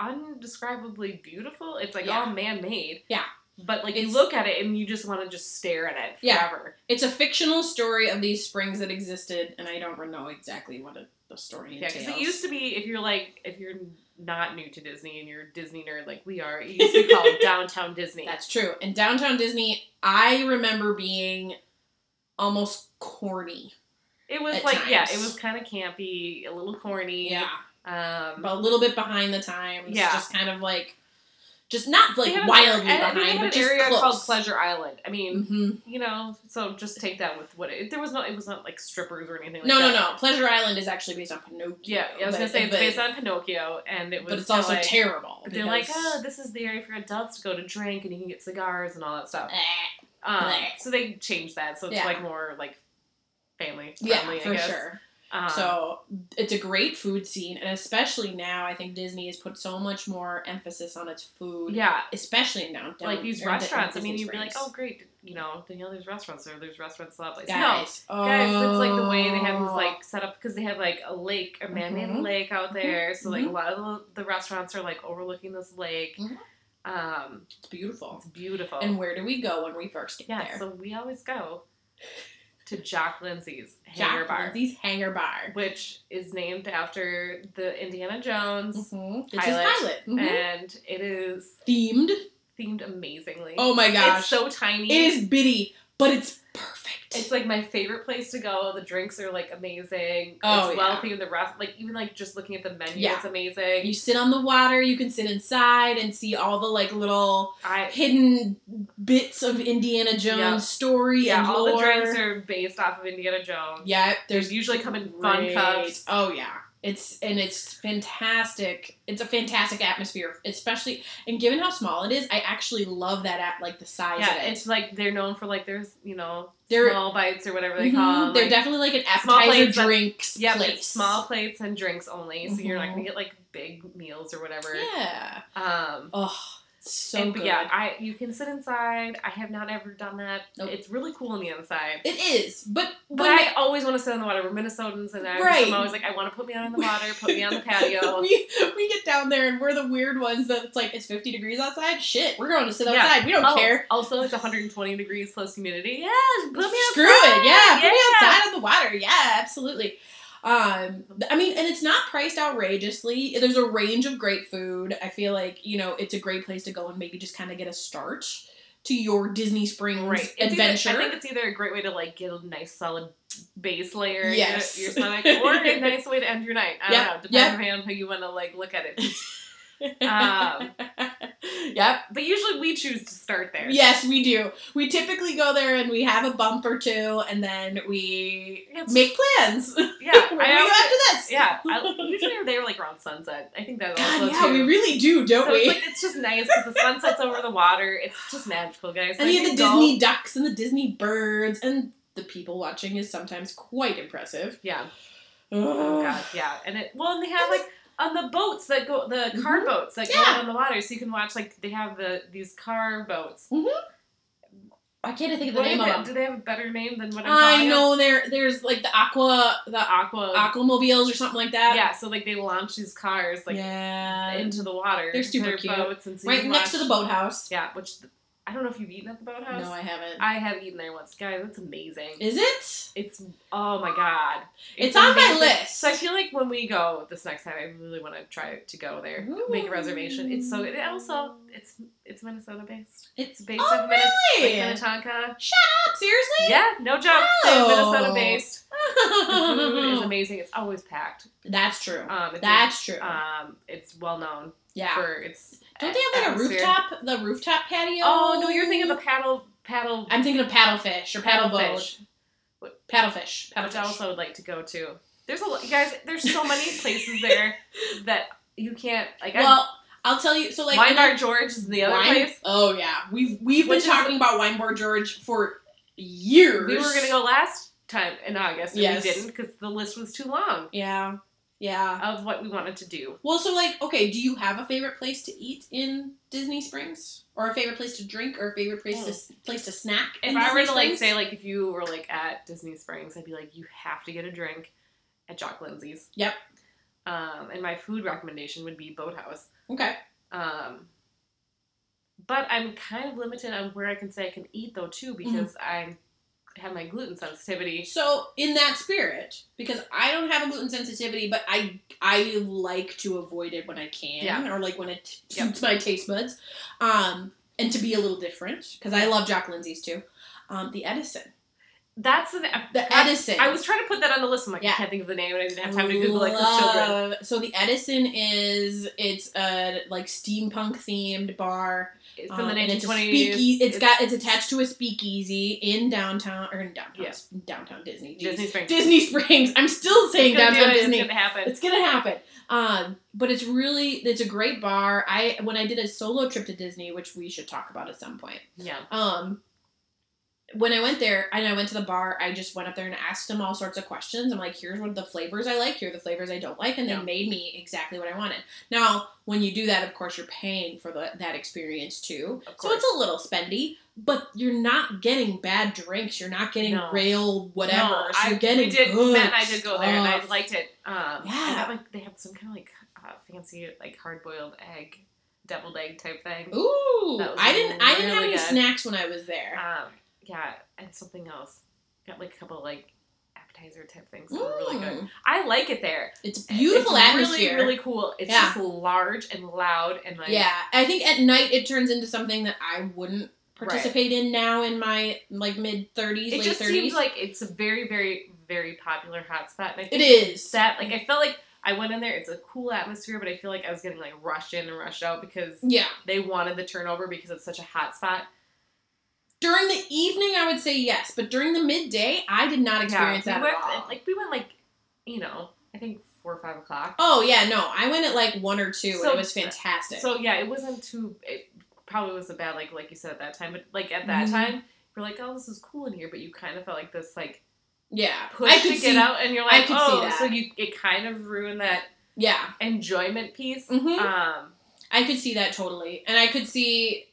B: undescribably beautiful it's like all
A: Yeah.
B: man-made
A: Yeah.
B: but like
A: It's-
B: you look at it and you just want to just stare at it
A: Yeah.
B: forever
A: It's a fictional story of these springs that existed, and I don't know exactly what it, the story
B: yeah
A: entails.
B: because it used to be if you're like if you're not new to disney and you're a disney nerd like we are it used to be called downtown disney
A: That's true. And downtown Disney, I remember being almost corny.
B: it was
A: at
B: like yeah it
A: times.
B: was kind of campy a little corny um
A: But a little bit behind the times.
B: Yeah.
A: Just kind of like, just not like
B: they had an-
A: wildly
B: and they
A: behind,
B: had
A: but
B: an
A: just
B: area
A: close.
B: called Pleasure Island. I mean,
A: hmm
B: you know, so just take that with what it. There was no, it was not like strippers or anything. like
A: no, no,
B: that.
A: no. Pleasure Island is actually based on Pinocchio.
B: Yeah, I was gonna
A: but-
B: say it's
A: but-
B: based on Pinocchio, and it was.
A: But it's also
B: like,
A: terrible.
B: They're like,
A: because-
B: oh, this is the area for adults to go to drink, and you can get cigars and all that stuff.
A: Eh,
B: Um,
A: bleh.
B: so they changed that, so it's
A: Yeah.
B: like more like family friendly,
A: yeah,
B: I
A: for
B: guess.
A: sure.
B: Um,
A: So it's a great food scene, and especially now, I think Disney has put so much more emphasis on its food,
B: yeah,
A: especially in downtown.
B: like these
A: or in the- in
B: restaurants. I
A: Disney
B: mean, you'd be like,
A: Springs.
B: oh, great, you know, Danielle, there's restaurants there. There's restaurants a lot of places. No,
A: guys, oh.
B: Guys, it's like the way they have these like set up because they have like a lake, a man-made
A: Mhm.
B: lake out there. So like
A: Mhm.
B: a lot of the, the restaurants are like overlooking this lake.
A: Mhm.
B: Um,
A: it's beautiful.
B: it's beautiful.
A: And where do we go when we first get
B: yeah,
A: there?
B: so we always go to Jack Lindsay's
A: Jack
B: Hanger Bar,
A: Lindsay's Hangar Bar.
B: which is named after the Indiana Jones,
A: Mm-hmm. It's
B: Pilot.
A: his pilot. Mhm.
B: and it is
A: Themed.
B: themed amazingly.
A: Oh my gosh,
B: it's so tiny.
A: it is bitty, but it's perfect.
B: It's like my favorite place to go. The drinks are like amazing.
A: Oh,
B: it's
A: yeah.
B: well themed. The rest, like even like just looking at the menu,
A: Yeah.
B: it's amazing.
A: you sit on the water. You can sit inside and see all the like little
B: I
A: hidden bits of Indiana Jones
B: Yeah.
A: story
B: yeah,
A: and
B: all the
A: lore.
B: drinks are based off of Indiana Jones.
A: yeah,
B: There's
A: there's
B: usually come in fun
A: great-
B: cups.
A: Oh yeah. It's and it's fantastic. It's a fantastic atmosphere, especially and given how small it is, I actually love that at like the size
B: Yeah,
A: of it.
B: it's like they're known for like there's you know
A: They're-
B: small bites or whatever they
A: Mhm.
B: call. them.
A: They're
B: like,
A: definitely like an
B: small
A: appetizer
B: plates, but-
A: drinks
B: yeah, but
A: place.
B: it's small plates and drinks only, so you're not
A: Mhm.
B: gonna get like big meals or whatever.
A: Yeah.
B: Um,
A: Oh, so
B: and- but
A: good.
B: yeah, I you can sit inside. I have not ever done that.
A: Nope.
B: It's really cool on the inside.
A: it is, but
B: But
A: when-
B: I always want to sit on the water. We're Minnesotans, and I'm, just-
A: Right.
B: I'm always like, I want to put me out on the water, put me on the patio.
A: we we get down there and we're the weird ones that it's like it's 50 degrees outside. Shit, we're going to sit
B: Yeah.
A: outside. We don't
B: Oh,
A: care.
B: Also, it's 120 degrees plus humidity. Yeah, put me
A: Screw
B: outside.
A: it. Yeah, put me
B: yeah.
A: outside on the water. Yeah, absolutely. Um, I mean, and it's not priced outrageously. There's a range of great food. I feel like you know it's a great place to go and maybe just kind of get a start to your Disney Springs
B: Right. It's either-
A: adventure.
B: I think it's either a great way to like get a nice solid base layer in
A: Yes.
B: your, your stomach, or a nice way to end your night. I don't
A: Yep,
B: know, depending on how you want to like look at it. Um,
A: yep.
B: but usually we choose to start there.
A: Yes, we do. We typically go there and we have a bump or two, and then we
B: It's-
A: make plans.
B: Yeah.
A: Where we go
B: I also,
A: after this.
B: yeah. I, usually they're like around sunset. I think that also
A: God, yeah,
B: too.
A: we really do, don't
B: so
A: we?
B: it's like it's just nice because the sunset's over the water. It's just magical, guys.
A: and
B: I
A: you have
B: think
A: the
B: go-
A: Disney ducks and the Disney birds, and the people watching is sometimes quite impressive.
B: Yeah. Oh
A: Ugh.
B: god, yeah. And it well and they have like on the boats that go the car
A: Mhm.
B: boats that go
A: Yeah.
B: out on the water, so you can watch like they have the these car boats.
A: Why can't I think of the
B: What
A: name
B: is it?
A: of
B: Do
A: them?
B: they have a better name than what I'm calling
A: I
B: it?
A: know there. There's like the aqua, the
B: Aqua.
A: aquamobiles or something like that.
B: Yeah, so like they launch these cars like
A: yeah.
B: into the water.
A: They're super
B: their
A: cute.
B: boats and so you
A: right
B: can
A: next to
B: watch-
A: the boathouse.
B: Yeah, which I I don't know if you've eaten at the boathouse.
A: No, I haven't.
B: I have eaten there once, guys. It's amazing.
A: Is it?
B: It's oh my god.
A: It's on my
B: amazing.
A: list.
B: So I feel like when we go this next time, I really want to try to go there, make a reservation. It's so good. It also it's it's Minnesota based. It's based
A: Oh,
B: in Minnesota,
A: really?
B: Minnetonka.
A: Stop, seriously?
B: Yeah, no joke.
A: Oh.
B: It's Minnesota based. The food is amazing. It's always packed.
A: That's true.
B: Um, it's
A: That's true.
B: um, it's well known
A: yeah.
B: for its.
A: Don't they have like a
B: atmosphere.
A: rooftop? The rooftop patio?
B: Oh no, you're thinking of the paddle paddle
A: I'm thinking of paddlefish or paddle boat.
B: fish.
A: Paddlefish.
B: which I
A: Paddlefish.
B: also would like to go to. There's a lot, guys. There's so many places there that you can't like. I-
A: well, I'll tell you. So like
B: Wine Bar George is the other
A: Wine-
B: place.
A: Oh yeah, we've we've
B: Which
A: been
B: is-
A: talking about Wine Bar George for years.
B: We were gonna go last time in August, and
A: Yes.
B: we didn't because the list was too long
A: Yeah, yeah.
B: of what we wanted to do.
A: Well, so like, okay, do you have a favorite place to eat in Disney Springs, or a favorite place to drink, or a favorite place to place to snack?
B: Mm. If
A: in
B: I
A: Disney
B: were to like
A: Springs?
B: say like if you were like at Disney Springs, I'd be like you have to get a drink at Jock Lindsay's.
A: Yep.
B: Um, and my food recommendation would be Boathouse.
A: okay,
B: Um, but I'm kind of limited on where I can say I can eat though too
A: Mm-hmm.
B: because I'm have my gluten sensitivity.
A: so in that spirit, because I don't have a gluten sensitivity, but I I like to avoid it when I can,
B: Yeah.
A: or like when it t-
B: Yep.
A: suits my taste buds, um, and to be a little different because I love Jack Lindsay's too. Um, the Edison.
B: That's an
A: The
B: God,
A: Edison.
B: I was trying to put that on the list. I'm like,
A: Yeah.
B: I can't think of the name, and I didn't have time to Google like those children.
A: Love- So the Edison is it's a like steampunk themed bar.
B: It's
A: um,
B: from the
A: and it's
B: 1920s.
A: a speakeasy. it's got it's attached to a speakeasy in downtown or in downtown
B: Yeah.
A: downtown Disney. Jeez.
B: Disney Springs.
A: Disney Springs. I'm still saying
B: It's gonna do
A: downtown
B: it,
A: Disney.
B: It's gonna happen.
A: It's gonna happen. Um, but it's really it's a great bar. I when I did a solo trip to Disney, which we should talk about at some point.
B: Yeah.
A: Um, when I went there and I went to the bar, I just went up there and asked them all sorts of questions. I'm like, here's what the flavors I like, here are the flavors I don't like, and
B: Yeah.
A: they made me exactly what I wanted. Now, when you do that, of course, you're paying for the, that experience too.
B: Of
A: So it's a little spendy, but you're not getting bad drinks. You're not getting
B: No.
A: rail whatever.
B: No,
A: so
B: I,
A: you're getting
B: we did.
A: good
B: Matt and I did go there, and I
A: stuff.
B: liked it. Um,
A: Yeah.
B: I got, like they have some kind of like uh, fancy like hard boiled egg, deviled egg type thing.
A: Ooh,
B: That was
A: I didn't. I didn't have
B: really
A: any
B: good.
A: snacks when I was there.
B: Um, yeah, and something else. Got like a couple like appetizer type things. that were really good.
A: Mm.
B: I like it there.
A: It's beautiful
B: it's
A: atmosphere.
B: Really, really cool. It's
A: Yeah.
B: just large and loud and like
A: yeah, I think at night it turns into something that I wouldn't participate in now in my like mid thirties,
B: It
A: late
B: just seems
A: thirties.
B: like it's a very, very, very popular hotspot. And I
A: it
B: think
A: is
B: that like I felt like I went in there. It's a cool atmosphere, but I feel like I was getting like rushed in and rushed out because
A: Yeah,
B: they wanted the turnover because it's such a hot spot.
A: during the evening I would say yes, but during the midday I did not experience
B: yeah, we
A: that at
B: went-
A: all.
B: Like we went like you know I think four or five o'clock.
A: oh yeah, no, I went at like one or two
B: So-
A: and it was fantastic.
B: So yeah, it wasn't too. It probably was a bad like like you said at that time, but like at that
A: Mhm.
B: time you're like oh this is cool in here, but you kind of felt like this like
A: yeah,
B: push
A: I could
B: to
A: see.
B: get out, and you're
A: I
B: like,
A: could see
B: oh,
A: that.
B: so you it kind of ruined that
A: Yeah,
B: enjoyment piece.
A: Mhm.
B: Um,
A: I could see that totally, and I could see.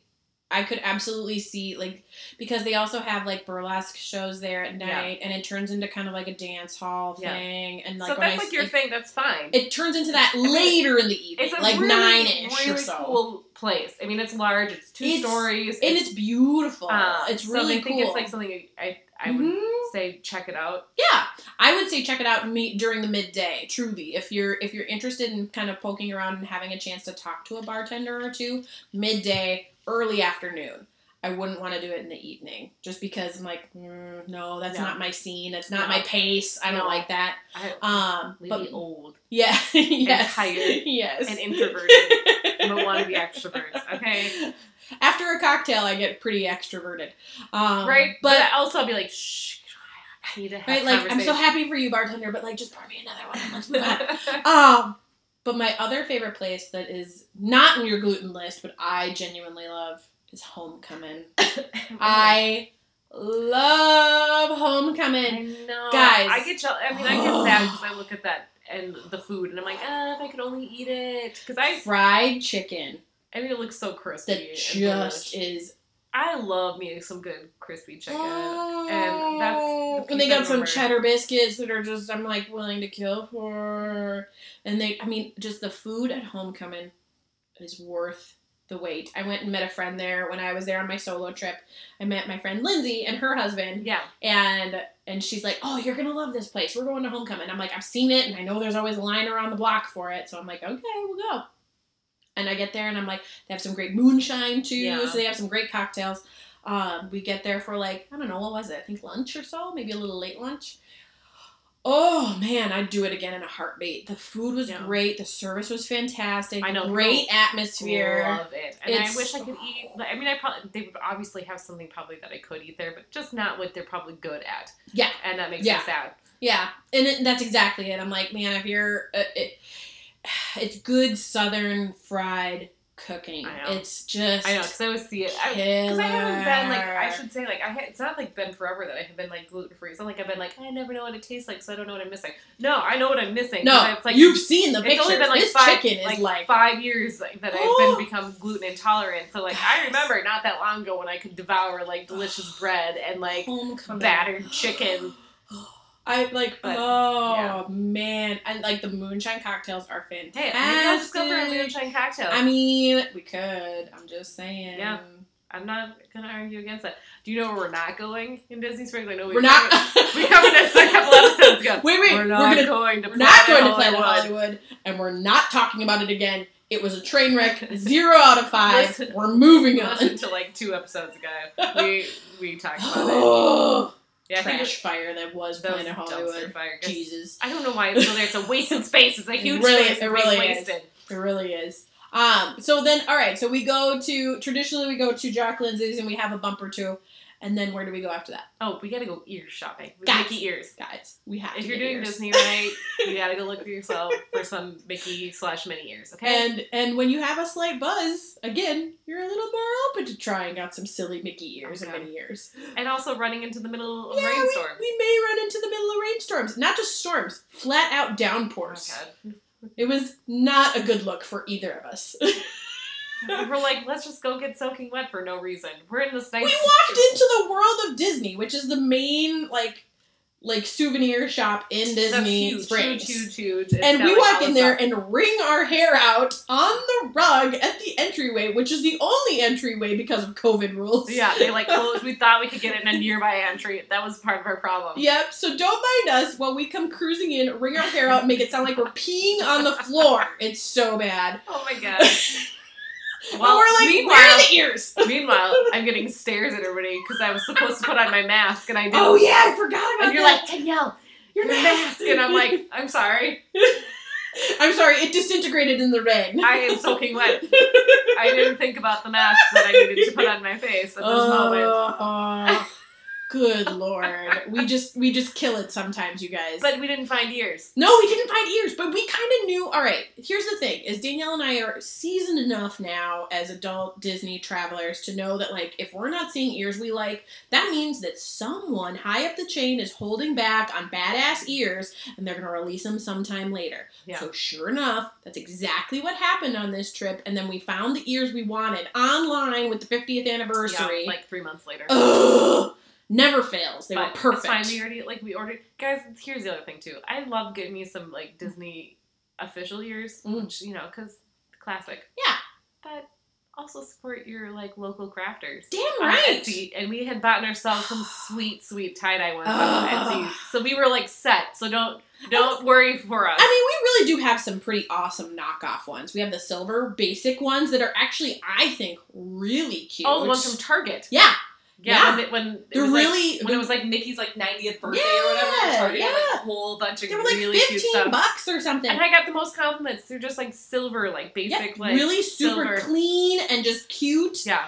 A: I could absolutely see like because they also have like burlesque shows there at
B: Yeah.
A: night, and it turns into kind of like a dance hall
B: Yeah.
A: thing, and like
B: so if
A: when I
B: that's like
A: s-
B: your
A: it-
B: thing. That's fine.
A: It turns into that
B: I mean,
A: later in the evening,
B: it's a
A: like
B: really,
A: nine ish
B: really
A: or so,
B: cool place. I mean, it's large. It's two
A: It's-
B: stories.
A: and it's beautiful.
B: um,
A: it's
B: so
A: really
B: I think
A: cool.
B: it's like something I I would
A: Mhm.
B: say check it out.
A: yeah, I would say check it out me during the midday. Truly, if you're if you're interested in kind of poking around and having a chance to talk to a bartender or two, midday, early afternoon. I wouldn't want to do it in the evening, just because I'm like, mm, no, that's
B: No.
A: not my scene. That's not
B: No.
A: my pace. I don't
B: No.
A: like that.
B: I,
A: Um,
B: leave
A: but
B: me old
A: yeah, yes,
B: tired
A: yes,
B: and introverted. I'm a wannabe extrovert. Okay,
A: After a cocktail, I get pretty extroverted. Um,
B: right. But,
A: But,
B: I also I'll be like, shh. I need to have
A: right, like, I'm so
B: conversation."
A: happy for you, bartender, but, like, just pour me another one and let's move on. Um, but my other favorite place that is not in your gluten list, but I genuinely love is Homecoming. I love Homecoming.
B: I know.
A: Guys.
B: I get jealous. I mean, I get sad because I look at that and the food, and I'm like, ah, if I could only eat it, because I,
A: Fried chicken
B: I mean, it looks so crispy.
A: that
B: and
A: just
B: delicious.
A: is.
B: I love me some good crispy chicken.
A: Ah, And
B: that's the
A: oh. and they
B: piece I
A: got some
B: remember.
A: cheddar biscuits that are just I'm like willing to kill for. And they, I mean, just the food at homecoming is worth the wait. I went and met a friend there when I was there on my solo trip. I met my friend Lindsay and her husband,
B: Yeah.
A: and and she's like, "Oh, you're gonna love this place. We're going to homecoming." I'm like, "I've seen it, and I know there's always a line around the block for it." So I'm like, "Okay, we'll go." And I get there, and I'm like, "They have some great moonshine too.
B: Yeah.
A: So they have some great cocktails." Um, we get there for like I don't know what was it? I think lunch or so, maybe a little late lunch. Oh man, I'd do it again in a heartbeat. The food was
B: Yeah.
A: great. The service was fantastic.
B: I know,
A: Great atmosphere.
B: Love it. And
A: It's-
B: I wish I could eat. like, I mean, I probably they would obviously have something probably that I could eat there, but just not what they're probably good at.
A: Yeah.
B: And that makes
A: Yeah.
B: me sad.
A: Yeah, and it, that's exactly it. I'm like, man, if you're, uh, it, it's good Southern fried cooking.
B: I know.
A: It's just,
B: I know because I always see it. I, Because I haven't been like I
A: killer.
B: should say like I ha- it's not like been forever that I have been like gluten free. It's not like I've been like I never know what it tastes like, so I don't know what I'm missing. No, I know what I'm missing.
A: No,
B: but it's like
A: you've seen the
B: it's
A: pictures.
B: only been like
A: this
B: five
A: chicken
B: like,
A: is like,
B: five years like, that
A: Oh.
B: I've been become gluten intolerant. So like I remember not that long ago when I could devour like delicious bread and like
A: homecoming.
B: battered chicken.
A: I like,
B: But,
A: oh
B: yeah.
A: man, and like the moonshine cocktails are fantastic.
B: Hey, maybe I'll just go for a moonshine cocktail.
A: I mean, we could. I'm just saying.
B: Yeah. I'm not gonna argue against that. Do you know where we're not going in Disney Springs? I know we
A: We're not.
B: covered- we covered this a couple episodes ago.
A: Wait, wait.
B: We're not
A: gonna
B: going to
A: We're not
B: Planet
A: going to Planet
B: Hollywood.
A: Hollywood, and we're not talking about it again. It was a train wreck. Zero out of five.
B: Listen-
A: we're moving on.
B: Listen to like two episodes ago. We we talked about it.
A: Oh,
B: Yeah, I think
A: trash fire that was
B: it's those
A: Planet
B: dumpster
A: Hollywood.
B: fire. 'cause
A: Jesus,
B: I don't know why it's still there. It's a wasted space. It's a
A: It
B: huge
A: really-
B: space.
A: it
B: It's
A: really
B: being
A: is.
B: wasted.
A: it really is. Um. So then, all right. So we go to traditionally we go to Jock Lindsay's and we have a bump or two, and then where do we go after that,
B: Oh, we gotta go ear shopping. We
A: Guys.
B: Mickey ears.
A: guys? We have.
B: If
A: to
B: you're
A: get
B: doing
A: ears.
B: Disney right, you gotta go look for yourself for some Mickey slash mini ears. Okay.
A: And and when you have a slight buzz, again, you're a little more open to trying out some silly Mickey ears and
B: Okay.
A: mini ears.
B: And also running into the middle of
A: Yeah,
B: rainstorm.
A: We may run into the middle of rainstorms. Not just storms, flat out downpours.
B: Oh, God.
A: It was not a good look for either of us. we
B: We're like, let's just go get soaking wet for no reason. We're in this nice.
A: walked into the world of Disney, which is the main like like souvenir shop in
B: That's
A: Disney
B: huge,
A: Springs.
B: huge, huge, huge. It's
A: And
B: got,
A: we
B: like,
A: walk
B: all
A: in
B: this
A: there
B: stuff.
A: and wring our hair out on the rug at the entryway, which is the only entryway because of COVID rules.
B: Yeah, they like closed. We thought we could get in a nearby entry. That was part of our problem.
A: Yep, so don't mind us while we come cruising in, wring our hair out, and make it sound like we're peeing on the floor. It's so bad.
B: Oh my god. Well,
A: Well, we're like,
B: meanwhile,
A: where are the ears?
B: meanwhile, I'm getting stares at everybody because I was supposed to put on my mask and I didn't.
A: Oh yeah, I forgot about
B: And you're
A: that.
B: like Danielle,
A: You're
B: your mask, and I'm like, I'm sorry,
A: I'm sorry, it disintegrated in the rain.
B: I am soaking wet. I didn't think about the mask that I needed to put on my face at this moment.
A: oh, good lord, we just we just kill it sometimes, you guys.
B: But we didn't find ears.
A: no, we didn't find ears, but we kind of knew. All right, here's the thing: is Danielle and I are seasoned enough now as adult Disney travelers to know that like if we're not seeing ears we like, that means that someone high up the chain is holding back on badass ears, and they're gonna release them sometime later.
B: Yeah.
A: So sure enough, that's exactly what happened on this trip, and then we found the ears we wanted online with the 50th anniversary.
B: Yeah, like three months later.
A: Oh, Ugh, never fails. They
B: But
A: were
B: It's fine. We
A: perfect.
B: already like we ordered. Guys, here's the other thing too. I love getting me some like Disney official ears,
A: Mm.
B: which you know, cause classic.
A: Yeah.
B: But also support your like local crafters.
A: Damn
B: on
A: right.
B: Etsy, and we had gotten ourselves some sweet, sweet tie dye ones on
A: Ugh.
B: Etsy, so we were like set. So don't don't worry for us.
A: I mean, we really do have some pretty awesome knockoff ones. We have the silver basic ones that are actually, I think, really cute.
B: All Oh, the ones from Target.
A: yeah,
B: Yeah, when, it, when it
A: they're
B: was, like,
A: really.
B: when it was like Nikki's like 90th birthday or
A: Yeah,
B: whatever. Target had, like
A: yeah.
B: a whole bunch of
A: they were like
B: really cute
A: fifteen
B: stuff.
A: bucks or something.
B: And I got the most compliments. They're just like silver, like
A: Yeah,
B: basic, like
A: really super
B: silver.
A: clean and just cute,
B: yeah.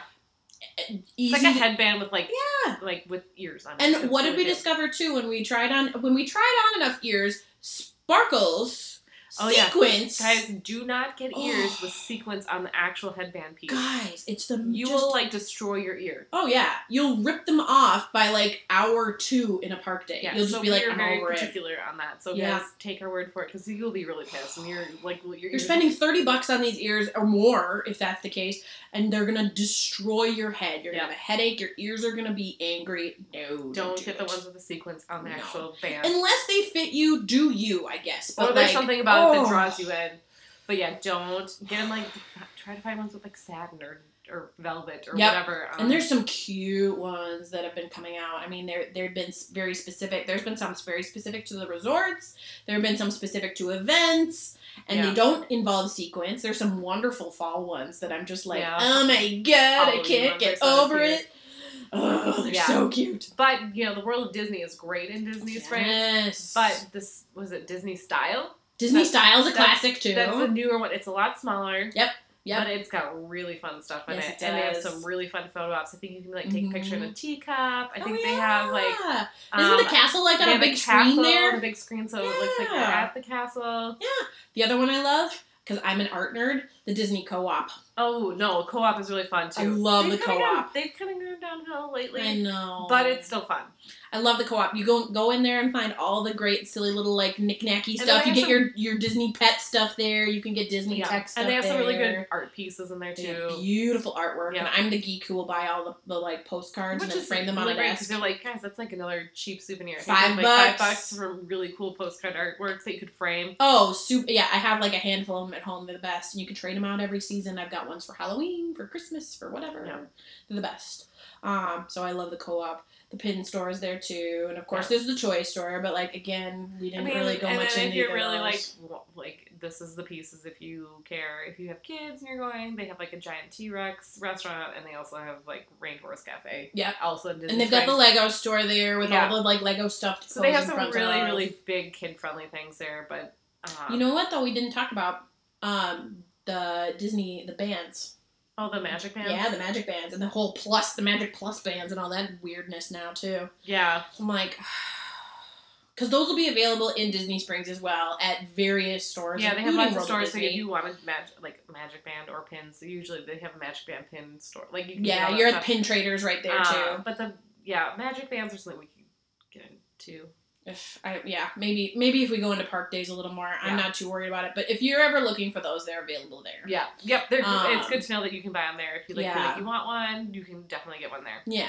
B: It's
A: easy.
B: like a
A: to-
B: headband with like
A: Yeah.
B: like with ears on. it.
A: And
B: It's
A: what did
B: really
A: we
B: cute.
A: discover too when we tried on when we tried on enough ears? Sparkles,
B: Oh, yeah.
A: sequins,
B: Guys, do not get ears
A: Oh.
B: with sequins on the actual headband piece.
A: Guys, it's the
B: You
A: just-
B: will like destroy your ear.
A: Oh yeah, you'll rip them off by like hour two in a park day.
B: Yeah,
A: you'll just
B: so
A: be like,
B: we're
A: I'm
B: very
A: over it.
B: particular on that. So
A: Yeah.
B: guys, take our word for it because you'll be really pissed, and you're like, well, your
A: You're
B: ears-
A: spending thirty bucks on these ears or more, if that's the case, and they're gonna destroy your head. You're
B: Yeah.
A: gonna have a headache. Your ears are gonna be angry. No,
B: Don't
A: do
B: get the
A: it.
B: ones with the sequins on the
A: No.
B: actual band.
A: Unless they fit you, do you? I guess. But
B: or there's
A: like,
B: something about it
A: oh.
B: that draws you in. But yeah, don't get them like try to find ones with like satin or or velvet or
A: Yep.
B: whatever. um,
A: And there's some cute ones that have been coming out. I mean, there there've been s- very specific. There's been some very specific to the resorts. There have been some specific to events, and
B: Yeah.
A: they don't involve sequins. There's some wonderful fall ones that I'm just like,
B: Yeah.
A: oh my god, I
B: Halloween
A: can't
B: ones are
A: get
B: so
A: over
B: cute.
A: it. Oh, they're
B: Yeah.
A: so cute.
B: but you know the world of Disney is great in Disney springs.
A: Yes,
B: But this was it Disney style.
A: Disney
B: that's-
A: Style's a
B: that's-
A: classic too.
B: That's the newer one. It's a lot smaller.
A: Yep. Yep.
B: But it's got really fun stuff in
A: Yes,
B: it,
A: it
B: and they have
A: does.
B: some really fun photo ops. I think you can like take a picture in a teacup. I
A: Oh,
B: think they have like
A: yeah.
B: um,
A: isn't the castle like
B: they
A: on a
B: have
A: big
B: castle,
A: screen there?
B: a big screen, so it looks like we're
A: Yeah.
B: at the castle.
A: The other one I love because I'm an art nerd. The Disney Co-op.
B: Oh no, co-op is really fun too.
A: I love
B: They've
A: the
B: kinda gone-
A: co-op.
B: they've kind of gone downhill lately,
A: I know,
B: but it's still fun.
A: I love the co-op. You go go in there and find all the great silly little like knickknacky
B: they
A: stuff. You
B: have
A: get
B: some-
A: your your Disney pet stuff there. You can get Disney
B: Yeah.
A: tech stuff
B: and they have some really good
A: there.
B: art pieces in there
A: They have
B: too,
A: beautiful artwork, and
B: Yeah.
A: I'm the geek who will buy all the, the like postcards and then frame them on
B: really
A: a
B: great because
A: desk.
B: they're like, guys, that's like another cheap souvenir. Here's,
A: Five
B: like, Five
A: bucks.
B: bucks for really cool postcard artwork that you could frame.
A: Oh, super! Yeah, I have like a handful of them at home. They're the best, and you can trade them out every season. I've got ones for Halloween, for Christmas, for whatever.
B: Yeah.
A: They're the best. Um, so I love the co-op. The pin store is there too, and of course there's the toy store. But like again, we didn't really go
B: and
A: much
B: then if
A: into
B: you're
A: either
B: really
A: of
B: like,
A: those.
B: wa- like this is the pieces if you care. If you have kids and you're going, they have like a giant T Rex restaurant, and they also have like Rainforest Cafe.
A: Yep.
B: also in Disney
A: And they've got the
B: Springs.
A: Lego store there with
B: Yeah.
A: all the like Lego stuff.
B: so they have some
A: clothes in front
B: really
A: of.
B: really big kid friendly things there, but um,
A: You know what though? We didn't talk about um the Disney the bands.
B: all the magic bands.
A: Yeah, the magic bands and the whole plus the magic plus bands and all that weirdness now too.
B: yeah,
A: I'm like. Because those will be available in Disney Springs as well at various stores.
B: yeah. They have
A: including
B: lots of
A: World
B: stores, so
A: Disney.
B: if you want a magic like magic band or pins, so usually they have a magic band pin store. Like you can get
A: yeah,
B: all that
A: you're at
B: stuff.
A: pin traders right there
B: Uh,
A: too.
B: But the yeah, magic bands are something we can get into.
A: If I, yeah, maybe maybe if we go into park days a little more, I'm
B: Yeah.
A: not too worried about it. But if you're ever looking for those, they're available there.
B: Yeah. Yep. They're,
A: Um,
B: it's good to know that you can buy them there. If you like, feel
A: yeah.
B: like you want one, you can definitely get one there.
A: Yeah.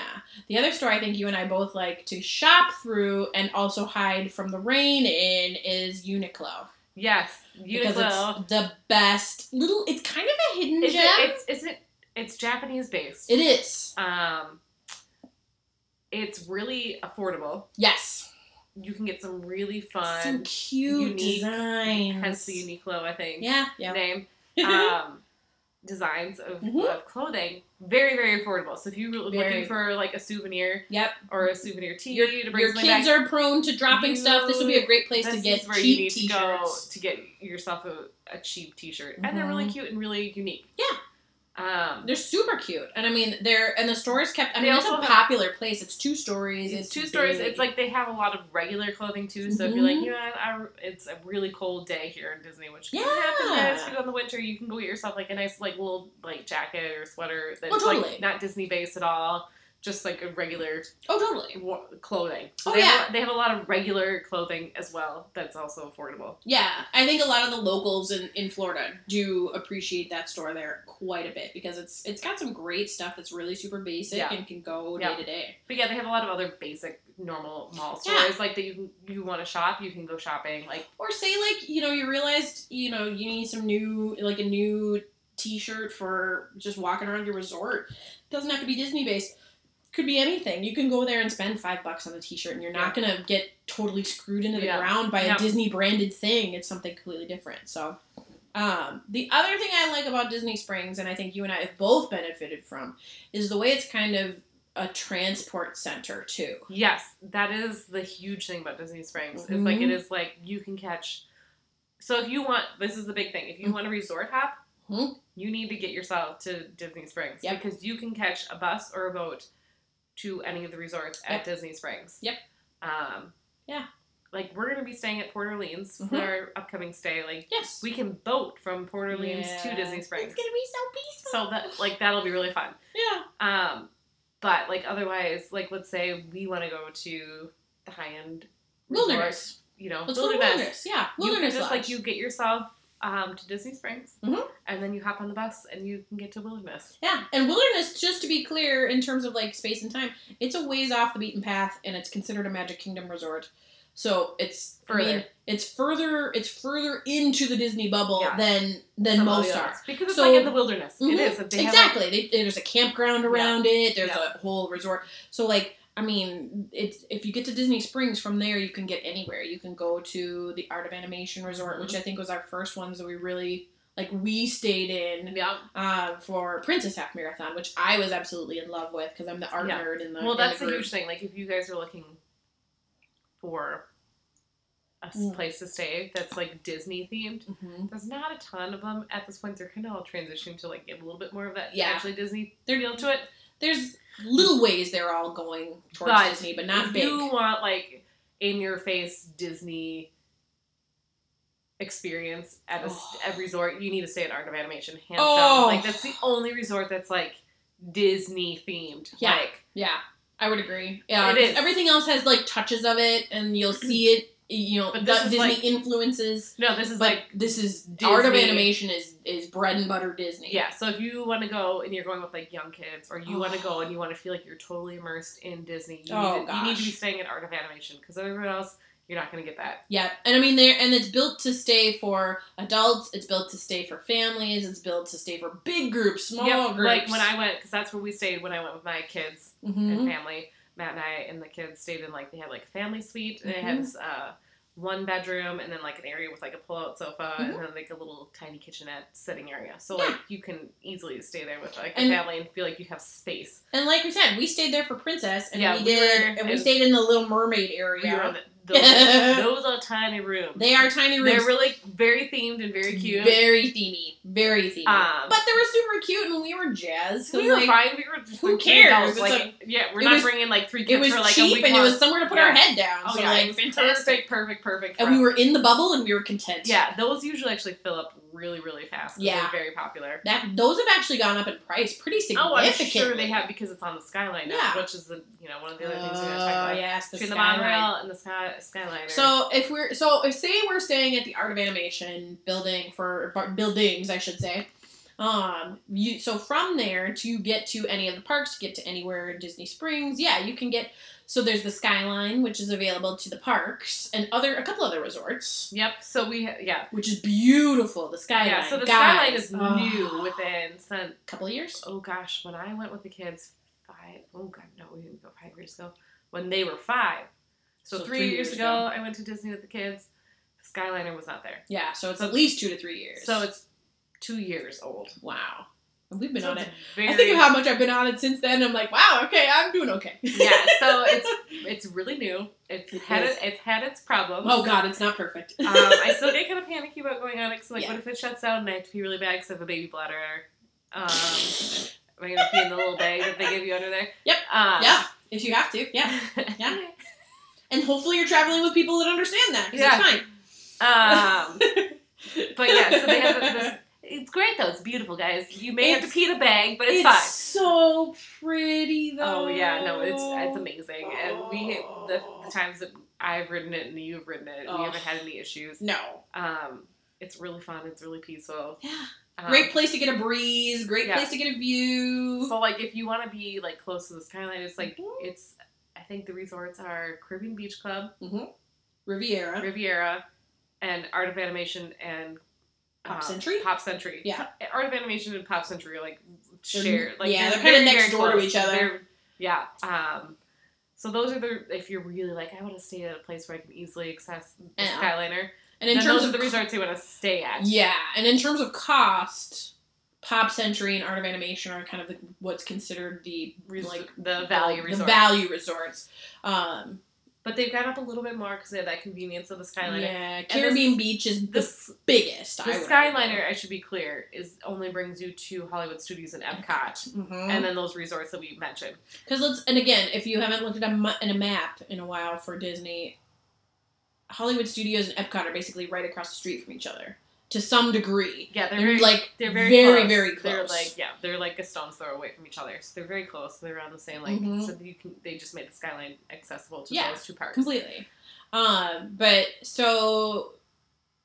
A: The other store I think you and I both like to shop through and also hide from the rain in is Uniqlo.
B: Yes. Uniqlo.
A: Because it's the best little it's kind of a hidden
B: Is it,
A: gem.
B: it's is it it's Japanese based.
A: it is.
B: um, it's really affordable.
A: Yes.
B: You can get some really
A: Some
B: fun,
A: cute
B: unique-
A: designs.
B: hence the Uniqlo, I think
A: Yeah, yeah.
B: name. Um, designs of,
A: Mhm.
B: of clothing very very affordable so if you're
A: Very.
B: looking for like a souvenir
A: yep.
B: or a souvenir tee
A: Your,
B: to bring
A: your
B: something back
A: kids are prone to dropping
B: You-
A: stuff. This would be a great place to
B: This
A: get
B: is where you
A: cheap
B: need to go
A: t-shirts.
B: to get yourself a, a cheap t-shirt and they're really
A: Mhm.
B: cute and really unique
A: Yeah.
B: um
A: They're super cute. And I mean, they're and the store is kept I
B: They
A: mean, it's a
B: also have-
A: popular place. It's two stories.
B: it's two stories
A: big.
B: it's like they have a lot of regular clothing too so if you're like
A: Mhm.
B: you know I, it's a really cold day here in disney which can
A: Yeah.
B: happen if you go in the winter you can go get yourself like a nice like little like jacket or sweater that's
A: Oh, totally.
B: like not disney based at all just like a regular
A: Oh, totally.
B: wa- clothing so
A: Oh,
B: they, have a, they have a lot of regular clothing as well that's also affordable
A: Yeah, I think a lot of the locals in, in Florida do appreciate that store there quite a bit because it's it's got some great stuff that's really super basic
B: Yeah.
A: and can go
B: Yeah.
A: day to day.
B: But yeah, they have a lot of other basic normal mall
A: Yeah.
B: stores like that. You you want to shop, you can go shopping. Like
A: Or say like you know you realized you know you need some new like a new T-shirt for just walking around your resort. Doesn't have to be Disney based. Could be anything. You can go there and spend five bucks on a T-shirt, and you're not gonna get totally screwed into the
B: Yeah.
A: ground by
B: Yeah.
A: a Disney branded thing. It's something completely different. So. Um, the other thing I like about Disney Springs, and I think you and I have both benefited from, is the way it's kind of a transport center too.
B: yes, that is the huge thing about Disney Springs. It's like it
A: Mhm.
B: is like you can catch. So if you want, this is the big thing. If
A: Mm-hmm.
B: you want to resort hop,
A: Mhm.
B: you need to get yourself to Disney Springs
A: Yep.
B: because you can catch a bus or a boat to any of the resorts at Disney Springs.
A: Yep.
B: Um,
A: Yeah.
B: Like we're gonna be staying at Port Orleans for
A: Mhm.
B: our upcoming stay. Like
A: Yes,
B: we can boat from Port Orleans
A: Yeah.
B: to Disney Springs.
A: It's gonna be so peaceful.
B: So that like that'll be really fun.
A: yeah.
B: Um, but like otherwise, like let's say we want to go to the high end
A: Wilderness.
B: you know,
A: Let's
B: wilderness.
A: go to wilderness. Yeah,
B: you can
A: wilderness.
B: just
A: lodge.
B: like you get yourself um, to Disney Springs,
A: Mhm.
B: and then you hop on the bus and you can get to wilderness.
A: Yeah, and wilderness. Just to be clear, in terms of like space and time, it's a ways off the beaten path, and it's considered a Magic Kingdom resort. So it's I
B: Further.
A: mean, it's further. It's further into the Disney bubble
B: Yeah.
A: than than
B: From all the
A: most
B: others.
A: are.
B: Because it's
A: So-
B: like in the wilderness.
A: Mhm.
B: It is. If they have, like-
A: exactly. They, there's a campground around it. There's
B: Yeah.
A: a whole resort. So like, I mean, it's if you get to Disney Springs from there, you can get anywhere. You can go to the Art of Animation Resort,
B: Mm-hmm.
A: which I think was our first ones that we really like. We stayed in
B: yeah.
A: uh, for Princess Half Marathon, which I was absolutely in love with because I'm the art
B: Yeah.
A: nerd in the
B: Well,
A: in the
B: that's a
A: group.
B: huge thing. Like, if you guys are looking for a s-
A: Mm.
B: place to stay that's like Disney themed,
A: Mhm.
B: there's not a ton of them at this point. They're kind of all transitioning to like give a little bit more of that
A: Yeah.
B: actually Disney feel to it.
A: There's little ways they're all going towards
B: But
A: Disney, but not
B: if
A: big.
B: you want like in your face Disney experience at a, s-
A: Oh.
B: a resort, you need to stay at Art of Animation. Hands
A: Oh.
B: down. Like, that's the only resort that's like Disney themed.
A: Yeah.
B: Like,
A: Yeah, I would agree. Yeah,
B: It
A: 'cause
B: is.
A: everything else has like touches of it, and you'll see it. You know,
B: But
A: the
B: this is,
A: Disney
B: like-
A: influences.
B: no, this is
A: But
B: like
A: this is art of
B: Disney-
A: animation is is bread and butter Disney.
B: Yeah, so if you want to go and you're going with like young kids, or you want to go and you want to feel like you're totally immersed in Disney, you,
A: Oh,
B: need, to, you need to be
A: gosh.
B: staying at Art of Animation because everyone else, you're not going to get that.
A: yeah. And I mean, there and it's built to stay for adults. It's built to stay for families. It's built to stay for big groups, small
B: Yep,
A: groups.
B: Like when I went, because that's where we stayed when I went with my kids
A: Mhm.
B: and family. Matt and I and the kids stayed in like they had like a family suite. And
A: Mm-hmm.
B: It has uh, one bedroom and then like an area with like a pull-out sofa and then like a little tiny kitchenette sitting area. So
A: Mm-hmm. Yeah.
B: like you can easily stay there with like a
A: And-
B: family and feel like you have space.
A: and like we said, we stayed there for Princess, and
B: Yeah,
A: we
B: we
A: did,
B: were-
A: and we
B: and-
A: stayed in the Little Mermaid area.
B: We were in the, those, those are tiny rooms.
A: they are tiny rooms.
B: They're really very themed and very cute.
A: Very themey. Very themey.
B: Um,
A: but they were super cute and we were jazzed. 'cause,
B: we were
A: like,
B: fine. We were just
A: who
B: like three
A: cares?
B: adults,
A: It's
B: Like, yeah, we're
A: it
B: not
A: was-
B: bringing like three kids
A: It was
B: for like a
A: cheap
B: week
A: and it
B: long.
A: was somewhere to put our
B: Yeah.
A: head down.
B: oh
A: so
B: yeah, it
A: like
B: was
A: fantastic.
B: perfect, perfect, perfect.
A: And
B: for
A: we
B: us.
A: were in the bubble and we were content.
B: yeah. Those usually actually fill up really really fast. 'cause
A: Yeah.
B: they're very popular.
A: That those have actually gone up in price pretty
B: Oh,
A: significantly.
B: I'm sure they have because it's on the skyline, now,
A: Yeah.
B: which is the you know one of the other things we're gonna talk
A: Oh
B: about.
A: yes, the
B: Between the
A: skyline.
B: monorail and the sky skyliner.
A: So if we're so if say we're staying at the Art of Animation building for bu- buildings, I should say. Um, you so from there to get to any of the parks, get to anywhere in Disney Springs, yeah, you can get. So there's the Skyline, which is available to the parks and other a couple other resorts,
B: yep. So we ha- yeah
A: which is beautiful. The Skyline,
B: yeah. So the skyline
A: Guys,
B: is
A: oh,
B: new within since
A: couple of years.
B: oh gosh, when I went with the kids five, oh god, no, we didn't go five years ago. When they were five. So, three, years, ago, I went to Disney with the kids. Skyliner was not there.
A: Yeah, so it's at least two to three years.
B: So it's two years old.
A: wow, And we've been
B: So
A: on
B: it's
A: it.
B: Very,
A: I think of how much I've been on it since then. I'm like, wow, okay, I'm doing okay.
B: yeah, so it's it's really new. It's
A: It
B: had
A: is.
B: it, it's had its problems.
A: Oh God, it's not perfect.
B: um, I still get kind of panicky about going on it because like,
A: Yeah.
B: what if it shuts down and I have to pee really bad because I have a baby bladder? Um, am I gonna pee in the little bag that they give you under there?
A: Yep.
B: Um,
A: yeah, if you have to, yeah, yeah. And hopefully you're traveling with people that understand that. 'cause
B: Yeah.
A: it's fine.
B: Um, but yeah, so they have this. It's great though. It's beautiful, guys. You may have to
A: It's-
B: pee in a bag, but it's, fine.
A: so pretty though.
B: Oh yeah, no, it's it's amazing. And we the, the times that I've ridden it and you've ridden it,
A: Oh.
B: we haven't had any issues.
A: No.
B: Um, it's really fun. It's really peaceful.
A: Yeah.
B: Um,
A: Great place to get a breeze. Great
B: Yeah.
A: place to get a view.
B: So like, if you want to be like close to the skyline, it's like it's. I think the resorts are Caribbean Beach Club,
A: Riviera.
B: Riviera, and Art of Animation and
A: Pop
B: um,
A: Century?
B: Pop Century.
A: Yeah.
B: Art of Animation and Pop Century are like
A: They're-
B: share. Like
A: yeah, they're
B: very,
A: kinda next
B: very
A: door to
B: close.
A: each other.
B: They're- yeah. Um, so those are the if you're really like I want to stay at a place where I can easily access the
A: Yeah.
B: Skyliner.
A: And in
B: then
A: terms
B: those
A: of
B: are the resorts you want to stay at.
A: Yeah, and in terms of cost, Pop Century and Art of Animation are kind of the, what's considered the
B: Res-
A: like
B: the value
A: the
B: resort.
A: value resorts. Um,
B: but they've gone up a little bit more because they have that convenience of the Skyliner.
A: yeah, Caribbean Beach is the
B: This
A: biggest.
B: The Skyliner, I should be clear, is only brings you to Hollywood Studios and Epcot, and
A: Mm-hmm.
B: then those resorts that we mentioned.
A: Because let's and again, if you haven't looked at a, mu- in a map in a while for Disney, Hollywood Studios and Epcot are basically right across the street from each other to some degree.
B: Yeah, they're
A: They're
B: very,
A: like
B: they're very,
A: very
B: close.
A: very
B: They're
A: close.
B: like, yeah, they're like a stone's throw away from each other, so they're very close. They're on the same like,
A: Mhm.
B: so you can. They just made the Skyline accessible to
A: Yeah,
B: those two parks.
A: completely. Um, but so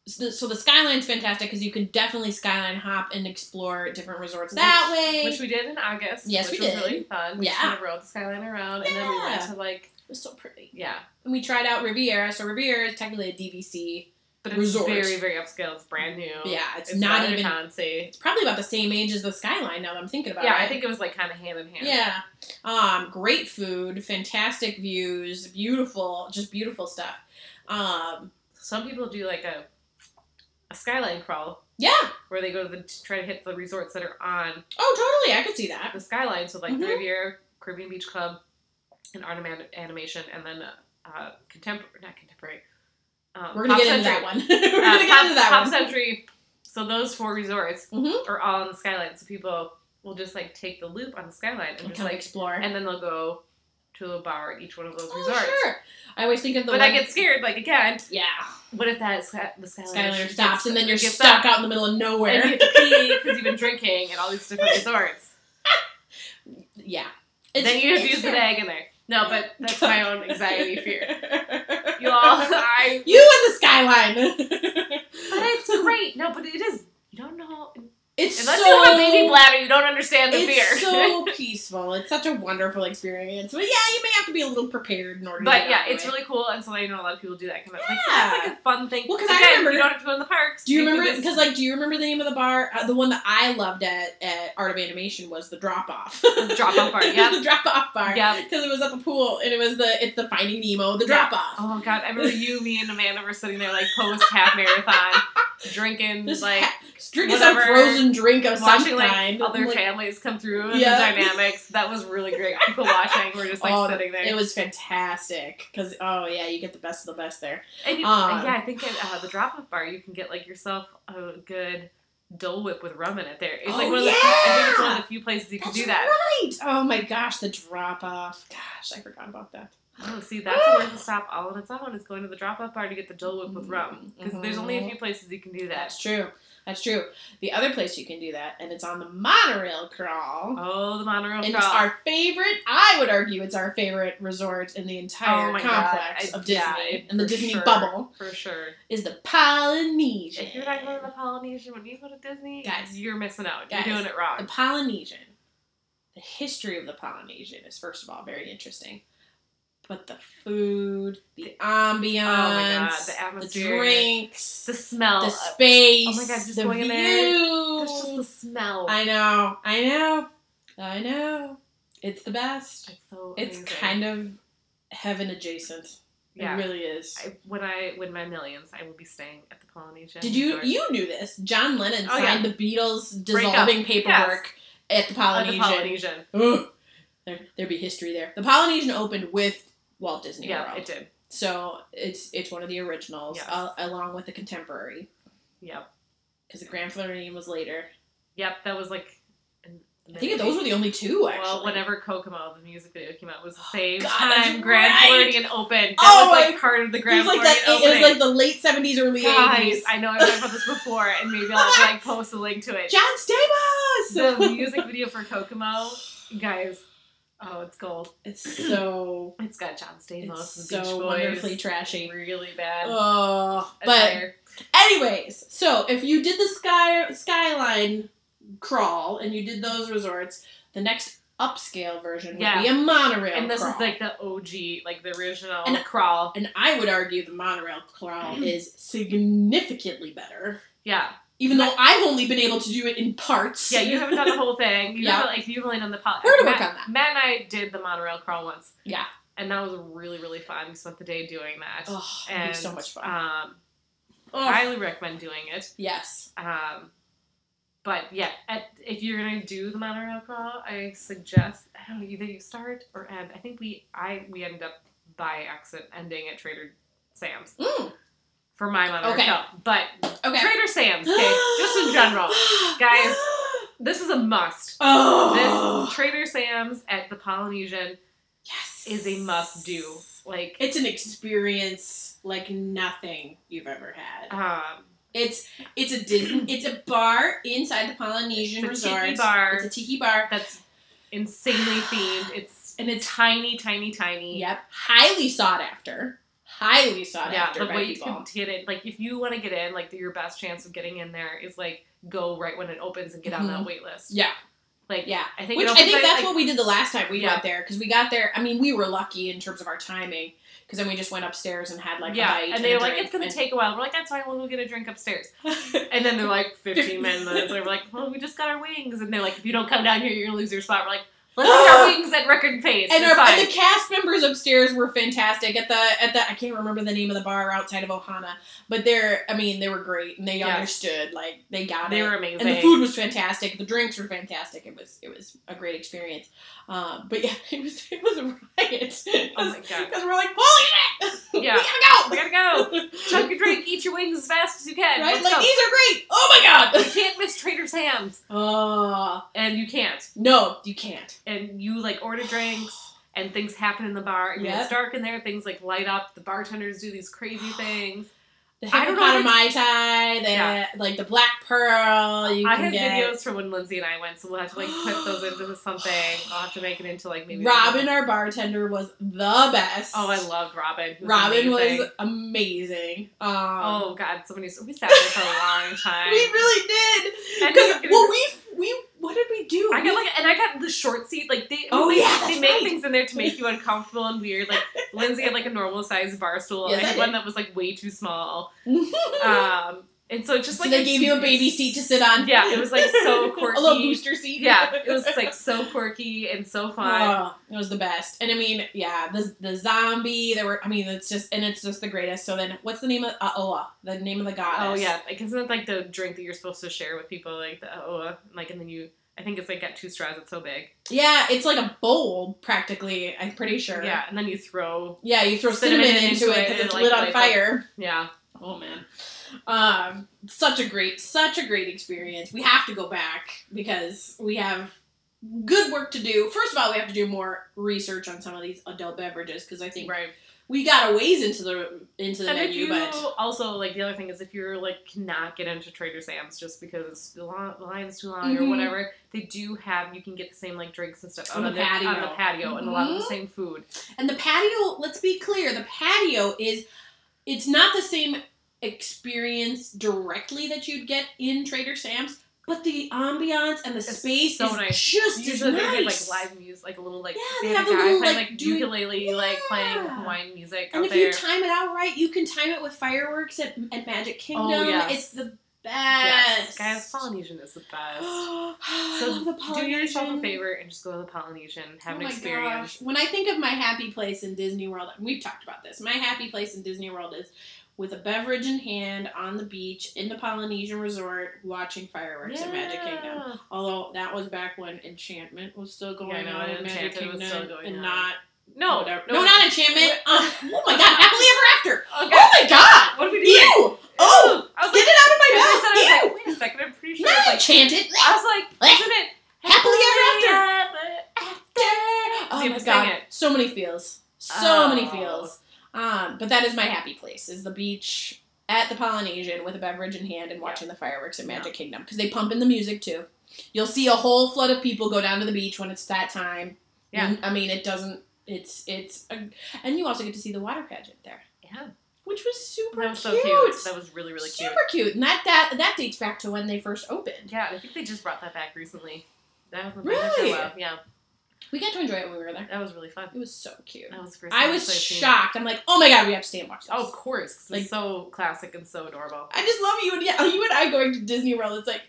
A: so the, so the skyline's fantastic because you can definitely skyline hop and explore different resorts that way.
B: Which we did in August.
A: Yes,
B: which
A: we
B: was
A: did.
B: really fun. We just
A: Yeah.
B: kind of rode the skyline around, and then we went
A: Yeah.
B: to like
A: it was so pretty.
B: yeah,
A: And we tried out Riviera. So Riviera is technically a DVC.
B: but it's
A: Resort.
B: very very upscale. It's brand new.
A: Yeah, it's,
B: it's
A: not,
B: in
A: even.
B: Ponce.
A: It's probably about the same age as the skyline. Now that I'm thinking about
B: Yeah,
A: it.
B: I think it was like kind of hand in hand.
A: Yeah. Um, great food, fantastic views, beautiful, just beautiful stuff. Um,
B: Some people do like a a skyline crawl
A: yeah.
B: where they go to the to try to hit the resorts that are on
A: Oh, totally. I could see that.
B: the skyline. So like the
A: Mhm.
B: Riviera Caribbean Beach Club, and Art Anim- Animation, and then uh, uh, contemporary not contemporary. Um,
A: We're gonna
B: Pop
A: get into
B: Century.
A: that one. We're
B: Uh,
A: gonna get
B: Pop-
A: into that
B: Pop
A: one.
B: Century. So those four resorts
A: Mhm.
B: are all on the skyline. So people will just like take the loop on the skyline and
A: And
B: just
A: kind of
B: like,
A: explore.
B: and then they'll go to a bar at each one of those
A: oh,
B: resorts.
A: sure. I always think of the.
B: But
A: one-
B: I get scared. Like again,
A: Yeah.
B: what if that sky- the skyline
A: Skyliner
B: gets-
A: stops, and then you're
B: gets up
A: stuck out in the middle of nowhere.
B: and you have to pee because you've been drinking at all these different resorts.
A: yeah.
B: then you just
A: it's
B: use the
A: fair.
B: bag in there. No, but that's my own anxiety fear. You all, I.
A: You and the skyline.
B: But it's great. No, but it is. You don't know
A: it's
B: unless
A: so
B: you have a baby bladder. You don't understand the fear.
A: It's so peaceful. It's such a wonderful experience. But yeah, you may have to be a little prepared in order. to
B: But
A: get
B: yeah,
A: out of
B: it's
A: the way.
B: really cool, and so I know a lot of people do that kind of thing. So that's
A: Yeah.
B: like a fun thing.
A: Well, 'cause I
B: Again,
A: remember-
B: you don't have to go in the parks.
A: Do you
B: can
A: remember?
B: just-
A: Because like, do you remember the name of the bar? Uh, the one that I loved at at Art of Animation was the Drop Off.
B: The drop-off bar, yep.
A: the Drop Off bar.
B: yeah.
A: Because it was at the pool, and it was the it's the Finding Nemo, the Drop Off.
B: Oh god, I remember you, me, and Amanda were sitting there like post half marathon, drinking
A: Just
B: like
A: ha- drinking some
B: whatever.
A: frozen drink of
B: watching
A: some
B: like
A: kind.
B: other
A: Like,
B: families come through and
A: Yeah.
B: the dynamics. That was really great. People watching were just like
A: Oh,
B: sitting there.
A: it was fantastic. Because oh yeah, you get the best of the best there.
B: and you,
A: um,
B: yeah, I think at uh, the drop off bar you can get like yourself a good Dole Whip with rum in it. There, it's like
A: Oh,
B: one of the few, I think it's
A: yeah!
B: one of the few places you can
A: That's
B: do that.
A: right. Oh my gosh, the Drop Off. Gosh, I forgot about that.
B: Oh, see, that's a worth a stop all on its own. Is going to the drop-off bar to get the Dole Whip with rum because there's only a few places you can do that.
A: Mm-hmm. That's true. That's true. The other place you can do that, and it's on the monorail crawl.
B: Oh, the monorail
A: and
B: crawl.
A: it's our favorite. I would argue it's our favorite resort in the entire
B: Oh my God,
A: complex
B: I-
A: of Disney
B: yeah, it-
A: and the
B: for
A: Disney
B: sure.
A: bubble
B: for sure.
A: is the Polynesian.
B: If you're not going to the Polynesian when you go to Disney,
A: Guys.
B: you're missing out.
A: Guys.
B: You're doing it
A: the
B: wrong.
A: Polynesian, the history of the Polynesian is first of all very interesting, but the food, the ambiance,
B: Oh the atmosphere.
A: drinks,
B: The
A: the,
B: smell. of- Oh
A: space,
B: God, just
A: the
B: going in
A: view.
B: there, There's just the smell.
A: I know, I know, I know. It's the best.
B: it's so
A: It's kind of heaven adjacent.
B: yeah.
A: It really is.
B: I, when I win my millions, I will be staying at the Polynesian.
A: Did you
B: Resort.
A: you knew this? John Lennon
B: Oh,
A: signed the Beatles
B: Breakup.
A: dissolving paperwork
B: At
A: at the
B: Oh, the
A: Polynesian.
B: Polynesian?
A: Ugh. There, there'd be history there. The Polynesian opened with Walt Disney
B: Yeah,
A: World,
B: it did.
A: so it's it's one of the originals,
B: Yes.
A: al- along with the contemporary,
B: Yep.
A: because the Grand Floridian was later.
B: Yep. That was like. an-
A: I think those were the only two. Actually,
B: Well, whenever Kokomo, the music video came out, was the same
A: God, that's
B: time Grand
A: right.
B: Floridian opened. That
A: Oh
B: was
A: my-
B: like part of the
A: it was
B: Grand
A: like
B: Floridian
A: that. It was
B: opening.
A: like the late seventies, early
B: Guys,
A: eighties.
B: I know I've talked about this before, and maybe I'll have to, like post a link to it.
A: John Stamos.
B: The music video for Kokomo, guys. Oh, it's gold.
A: it's so
B: It's got John Stamos
A: it's
B: and the
A: so
B: Beach Boys.
A: wonderfully trashy.
B: really bad.
A: Oh, but
B: attire.
A: Anyways, so if you did the sky skyline crawl and you did those resorts, the next upscale version would
B: Yeah.
A: be a monorail
B: and this
A: crawl.
B: is like the OG, like the original
A: And-
B: crawl.
A: and I would argue the monorail crawl is significantly better.
B: Yeah,
A: Even though I've only been able to do it in parts.
B: yeah. You haven't done the whole thing. You
A: Yeah.
B: haven't, like you've only done the poly.
A: We're gonna
B: Matt,
A: work on that.
B: Matt and I did the monorail crawl once.
A: Yeah.
B: and that was really really fun. We spent the day doing that.
A: Oh,
B: and
A: it'd be so much fun. Oh.
B: Um,
A: Ugh.
B: highly recommend doing it.
A: yes.
B: Um, but yeah, at, if you're gonna do the monorail crawl, I suggest I don't know either you start or end. I think we I we ended up by accident ending at Trader Sam's
A: Mm,
B: for my monorail
A: Okay.
B: crawl, but
A: okay.
B: Trader Sam's, okay, just in general. Guys. This is a must.
A: Oh.
B: This Trader Sam's at the Polynesian
A: yes.
B: is a must do. Like,
A: It's an experience like nothing you've ever had.
B: um,
A: It's it's a Disney. It's a bar inside the Polynesian
B: It's a tiki
A: Resort.
B: bar.
A: It's a tiki bar.
B: that's insanely themed. It's and it's tiny, tiny, tiny.
A: Yep. Highly sought after. highly sought
B: yeah,
A: after
B: the
A: by
B: way you
A: people.
B: can get in, like if you want to get in, like your best chance of getting in there is like go right when it opens and get on that wait list.
A: Mm-hmm. Yeah,
B: Like
A: yeah.
B: I think
A: Which
B: it
A: I
B: opens
A: think
B: at,
A: that's
B: like,
A: what we did the last time we
B: Yeah.
A: went there because we got there. I mean, we were lucky in terms of our timing because then we just went upstairs and had like a
B: yeah,
A: bite
B: and they're
A: a
B: like,
A: drink
B: it's gonna
A: and-
B: take a while. We're like, that's fine. We'll go get a drink upstairs. And then they're like, fifteen minutes. And we're like, well, we just got our wings. And they're like, if you don't come down here, you're gonna lose your spot. We're like, let's get our wings at record pace.
A: and,
B: It's
A: our, and
B: fine.
A: the cast members upstairs were fantastic at the at the I can't remember the name of the bar outside of Ohana, but they're I mean they were great and they
B: Yes.
A: understood like they got
B: they
A: it.
B: were amazing.
A: and the food was fantastic. The drinks were fantastic. It was it was a great experience. Um, but yeah, it was it was a riot.
B: Oh my god.
A: Because we're like, holy shit,
B: Yeah.
A: we
B: We
A: gotta
B: gotta go.
A: go,
B: Chug your drink, eat your wings as fast as you can.
A: right?
B: Let's
A: Like
B: go.
A: these are great. Oh my god.
B: you can't miss Trader Sam's,
A: Oh
B: and you can't.
A: no, you can't.
B: and you like order drinks and things happen in the bar. I mean,
A: Yep.
B: it's dark in there. Things like light up. The bartenders do these crazy things.
A: The
B: I don't know
A: hippopotami
B: how
A: mai tai, the
B: Yeah.
A: like the black pearl. You
B: I
A: can
B: have
A: get
B: videos from when Lindsay and I went, so we'll have to like clip those into something. I'll have to make it into like maybe
A: Robin, our bartender, was the best.
B: Oh, I loved Robin. He
A: Robin
B: amazing.
A: was amazing. Um,
B: Oh God, so many. We sat there for a long time.
A: we really did.
B: And
A: Because
B: they-
A: well, we we what did we do?
B: I
A: We-
B: got like, and I got the short seat. Like they,
A: Oh,
B: they,
A: yeah, that's
B: they make
A: right.
B: things in there to make you uncomfortable and weird. Like Lindsay had like a normal sized bar stool.
A: Yes,
B: I
A: I
B: had
A: did.
B: one that was like way too small. Um, and so it just
A: so
B: like
A: they
B: it
A: gave you a baby seat to sit on.
B: Yeah, it was like so quirky.
A: a little booster seat.
B: Yeah, it was like so quirky and so fun.
A: Oh, it was the best. And I mean, yeah, the the zombie. There were. I mean, it's just and it's just the greatest. So then, what's the name of uh, Oa? The name of the goddess.
B: oh yeah, like isn't it like the drink that you're supposed to share with people, like the oh, like and then you, I think it's like got two straws. It's so big.
A: Yeah, it's like a bowl practically. I'm pretty sure.
B: Yeah, and then you throw.
A: Yeah, you throw cinnamon,
B: Cinnamon
A: into,
B: into
A: it
B: it
A: because
B: and
A: it's
B: like
A: lit on
B: light
A: fire.
B: Yeah,
A: Oh man, um, such a great, such a great experience. We have to go back because we have good work to do. First of all, we have to do more research on some of these adult beverages because I think
B: right.
A: we got a ways into the into the
B: And if
A: menu,
B: you
A: but
B: also like the other thing is if you're like cannot get into Trader Sam's just because the, long, the line's too long
A: Mhm.
B: or whatever, they do have you can get the same like drinks and stuff out
A: On the
B: on, on the
A: patio.
B: patio and a lot of the
A: Mhm.
B: same food.
A: and the patio. Let's be clear, the patio is it's not the same experience directly that you'd get in Trader Sam's. But the ambiance and the
B: It's
A: space
B: so
A: is
B: nice.
A: just as
B: Usually they
A: nice.
B: get like live music, like a little like
A: Yeah,
B: they
A: they
B: have a
A: have a
B: guy
A: little,
B: playing
A: like,
B: like,
A: doing-
B: ukulele, like playing
A: Yeah.
B: Hawaiian music
A: And
B: out
A: if
B: there.
A: you time it out right, you can time it with fireworks at, at Magic Kingdom.
B: Oh, yes.
A: It's the
B: yes,
A: best.
B: guys, Polynesian is the best.
A: I
B: So
A: love the
B: Do yourself a
A: Polynesian.
B: favor and just go to the Polynesian, have
A: oh
B: an
A: my
B: experience.
A: gosh. When I think of my happy place in Disney World, we've talked about this. My happy place in Disney World is with a beverage in hand on the beach in the Polynesian resort watching fireworks at Magic Kingdom.
B: Yeah.
A: Although that was back when Enchantment was still going
B: I know,
A: on
B: and
A: at Magic
B: Enchantment
A: Kingdom
B: was still going
A: and
B: on.
A: not
B: No,
A: whatever.
B: no,
A: no, not Enchantment. Uh, oh my god, happily ever after.
B: Okay.
A: Oh my god.
B: What are we doing?
A: Ew! Oh!
B: I was
A: Get
B: like,
A: it out of
B: as I said, I
A: my mouth!
B: was like, wait a second, I'm pretty
A: Ew!
B: sure. it's
A: Not
B: Like,
A: enchanted!
B: I was like, isn't it
A: Happily ever after!
B: So
A: Oh
B: you
A: my
B: sing
A: god.
B: it.
A: So many feels. So many
B: Oh.
A: feels. Um, but that is my happy place, is the beach at the Polynesian with a beverage in hand and watching the fireworks at Magic Kingdom. Because they pump in the music too. You'll see a whole flood of people go down to the beach when it's that time.
B: Yeah.
A: I mean, it doesn't. It's it's, a, and you also get to see the water pageant there,
B: Yeah,
A: which was super
B: that was so cute. That was really, really cute.
A: super cute. And that, that that dates back to when they first opened.
B: Yeah, I think they just brought that back recently. That hasn't been there
A: Really?
B: for a while. Yeah,
A: We got to enjoy it when we were there.
B: that was really fun.
A: It was so cute.
B: That was the first
A: I
B: time
A: was
B: I've seen it.
A: shocked. I'm like, oh my god, we have to stay and watch this.
B: Oh, of course, 'cause
A: Like-
B: it's so classic and so adorable.
A: I just love you and yeah, you and I going to Disney World. It's like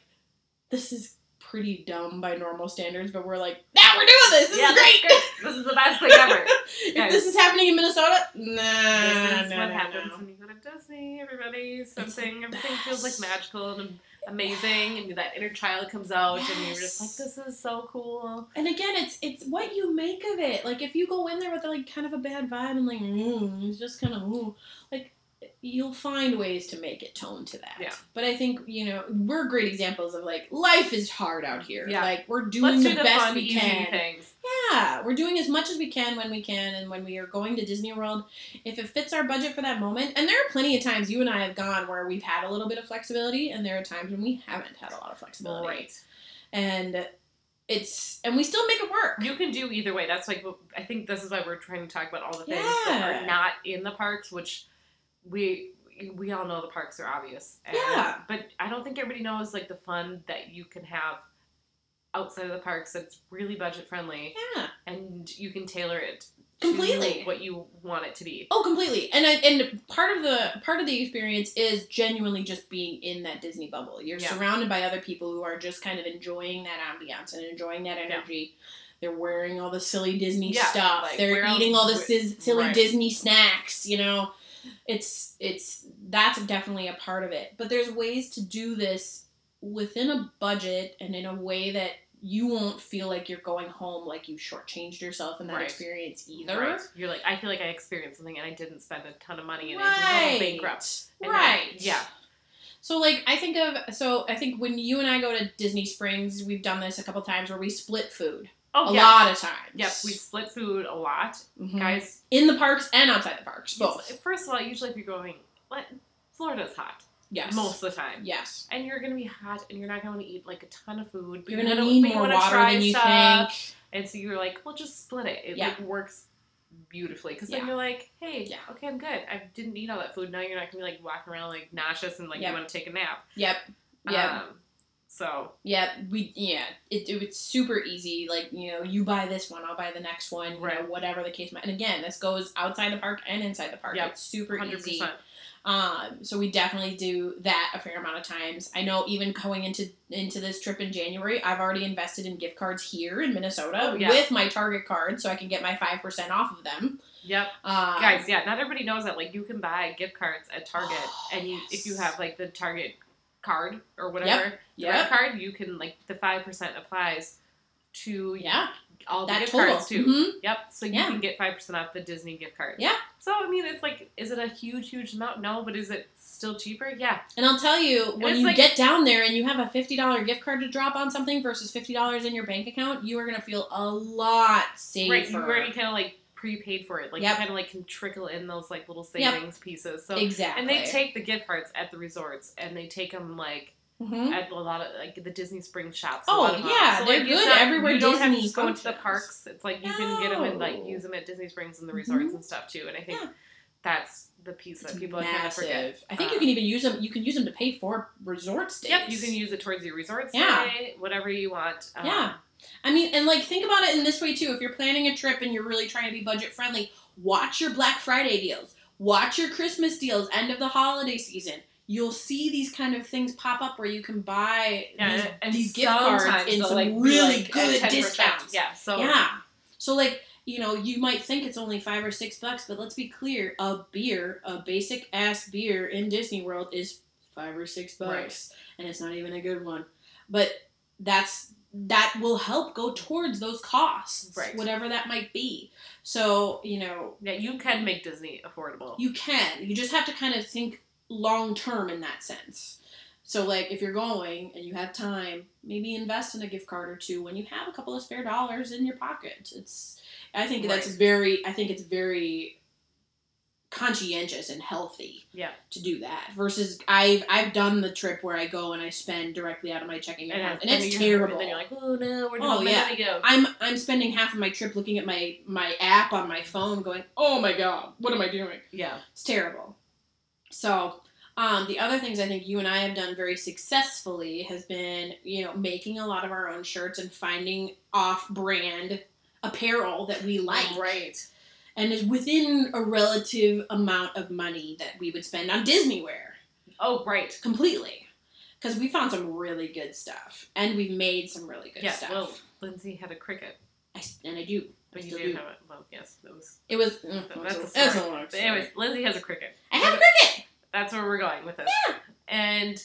A: this is pretty dumb by normal standards, but we're like, now we're doing this. This
B: yeah,
A: is great.
B: This, is good. This is the best thing ever.
A: if
B: Guys.
A: this is happening in Minnesota, nah,
B: this is
A: no,
B: what
A: no,
B: happens
A: no.
B: when you go to Disney. Everybody,
A: the
B: something, everything feels
A: best.
B: like magical and amazing, and that inner child comes out, and you're just like,
A: Yes.
B: this is so cool.
A: And again, it's it's what you make of it. Like if you go in there with like kind of a bad vibe and like mm, it's just kind of ooh, like you'll find ways to make it tone to that.
B: Yeah.
A: But I think you know we're great examples of like life is hard out here.
B: Yeah.
A: Like we're doing
B: Let's
A: the
B: do the
A: best
B: fun,
A: we
B: easy
A: can.
B: things.
A: Yeah, we're doing as much as we can when we can, and when we are going to Disney World, if it fits our budget for that moment. And there are plenty of times you and I have gone where we've had a little bit of flexibility, and there are times when we haven't had a lot of flexibility.
B: Right.
A: And it's and we still make it work.
B: You can do either way. That's like what- I think this is why we're trying to talk about all the things that
A: Yeah.
B: are not in the parks, which we we all know the parks are obvious. And-
A: Yeah.
B: But I don't think everybody knows like the fun that you can have outside of the parks that's really budget friendly
A: Yeah.
B: and you can tailor it to
A: Completely.
B: what you want it to be.
A: Oh, completely. And I, and part of the part of the experience is genuinely just being in that Disney bubble. You're
B: Yeah.
A: surrounded by other people who are just kind of enjoying that ambiance and enjoying that energy. They're wearing all the silly Disney
B: Yeah,
A: stuff.
B: like,
A: They're
B: where else
A: eating all the
B: would-
A: sis- silly
B: right.
A: Disney snacks. You know, it's it's that's definitely a part of it. But there's ways to do this within a budget and in a way that you won't feel like you're going home like you shortchanged yourself in that
B: Right.
A: experience either.
B: Right. You're like, I feel like I experienced something and I didn't spend a ton of money and I didn't
A: Right.
B: go bankrupt. And
A: Right.
B: then- yeah.
A: So like I think of so I think when you and I go to Disney Springs, we've done this a couple times where we split food
B: Oh
A: a
B: yeah.
A: lot of times.
B: Yep, we split food a lot.
A: Mhm.
B: Guys,
A: in the parks and outside the parks, both.
B: It's- First of all, usually if you're going, like, Florida's hot
A: yes.
B: most of the time,
A: Yes.
B: and you're gonna be hot, and you're not gonna want to eat like a ton of food. but
A: You're
B: you
A: gonna
B: wanna-
A: need
B: but you
A: more
B: wanna
A: water
B: try
A: than you
B: stuff.
A: think.
B: And so you're like, well, just split it. It
A: Yeah.
B: like works beautifully because then
A: Yeah.
B: you're like, hey,
A: Yeah.
B: okay, I'm good. I didn't eat all that food. Now you're not gonna be like walking around like nauseous and like
A: Yep.
B: you want to take a nap.
A: Yep. Yep.
B: Um, so
A: Yeah, we yeah, it, it was super easy. Like you know, you buy this one, I'll buy the next one, you know,
B: Right.
A: whatever the case. might And again, this goes outside the park and inside the park.
B: Yeah,
A: It's super
B: 100.
A: easy.
B: percent
A: Um, so we definitely do that a fair amount of times. I know even going into into this trip in January, I've already invested in gift cards here in Minnesota
B: Oh, yeah.
A: with my Target card, so I can get my five percent off of them.
B: Yep.
A: Um,
B: Guys, yeah, not everybody knows that. Like, you can buy gift cards at Target, and you if you
A: yes.
B: have like the Target card or whatever. the red
A: yep,
B: card, you can like the five percent applies to
A: yeah,
B: all the
A: that
B: gift
A: total.
B: cards too.
A: Mhm.
B: Yep. So you
A: Yeah.
B: can get five percent off the Disney gift card.
A: Yeah.
B: So I mean, it's like, is it a huge, huge amount? No, but is it still cheaper? Yeah.
A: And I'll tell you, when
B: it's
A: you
B: like-
A: get down there and you have a fifty dollar gift card to drop on something versus fifty dollars in your bank account, you are gonna feel a lot safer.
B: Right. You already kind of like prepaid for it. Like
A: Yep.
B: you kind of like can trickle in those like little
A: Yep.
B: savings pieces. So.
A: exactly,
B: And they take the gift cards at the resorts, and they take them like
A: Mhm.
B: at a lot of like the Disney spring shops. a
A: Oh,
B: lot of them.
A: yeah,
B: so,
A: they're
B: like, it's
A: good
B: not-
A: everywhere
B: You don't have to
A: Disney
B: just go into the
A: functions.
B: parks. It's like you can get them and like
A: No.
B: use them at Disney Springs and the
A: Mhm.
B: resorts and stuff too. And I think
A: Yeah.
B: that's the piece that
A: It's
B: people kind of forget.
A: massive. I think you
B: Um,
A: can even use them. You can use them to pay for resort stays.
B: Yep, you can use it towards your resorts.
A: Yeah.
B: day, whatever you want. Um,
A: Yeah. I mean, and like think about it in this way too. If you're planning a trip and you're really trying to be budget friendly, watch your Black Friday deals, watch your Christmas deals, end of the holiday season. You'll see these kind of things pop up where you can buy
B: Yeah,
A: these,
B: and- and
A: these gift cards
B: sometimes
A: in
B: they'll,
A: some
B: like, be,
A: really
B: like, at
A: good
B: 10%.
A: discounts.
B: Yeah, so
A: yeah. So like you know, you might think it's only five or six bucks, but let's be clear: a beer, a basic ass beer in Disney World is five or six bucks, and it's not even a good one. But that's that will help go towards those costs,
B: Right.
A: whatever that might be. So you know,
B: yeah, you can make Disney affordable.
A: you can. You just have to kind of think long term in that sense. So, like, if you're going and you have time, maybe invest in a gift card or two when you have a couple of spare dollars in your pocket. It's, I think that's
B: Right.
A: very, I think it's very conscientious and healthy
B: Yeah.
A: to do that versus I've I've done the trip where I go and I spend directly out of my checking account and,
B: then
A: it's
B: you're-
A: terrible.
B: And then you're like, oh no, where did
A: Oh,
B: all my
A: yeah.
B: money go?
A: I'm I'm spending half of my trip looking at my my app on my phone going, "Oh my god, what am I doing?"
B: Yeah,
A: It's terrible. So, um, the other things I think you and I have done very successfully has been, you know, making a lot of our own shirts and finding off-brand apparel that we like,
B: right.
A: and is within a relative amount of money that we would spend on Disney wear
B: Oh, right.
A: completely. Because we found some really good stuff, and we've made some really good
B: yeah,
A: stuff.
B: well, Lindsay had a cricket,
A: I s and I do. I
B: but you
A: still
B: didn't
A: do.
B: have it. Well, yes, that was.
A: It was. mm,
B: That's
A: it was
B: a
A: it was
B: story.
A: long
B: But anyways,
A: story.
B: Lindsay has a cricket.
A: I have a cricket.
B: That's where we're going with this.
A: Yeah.
B: And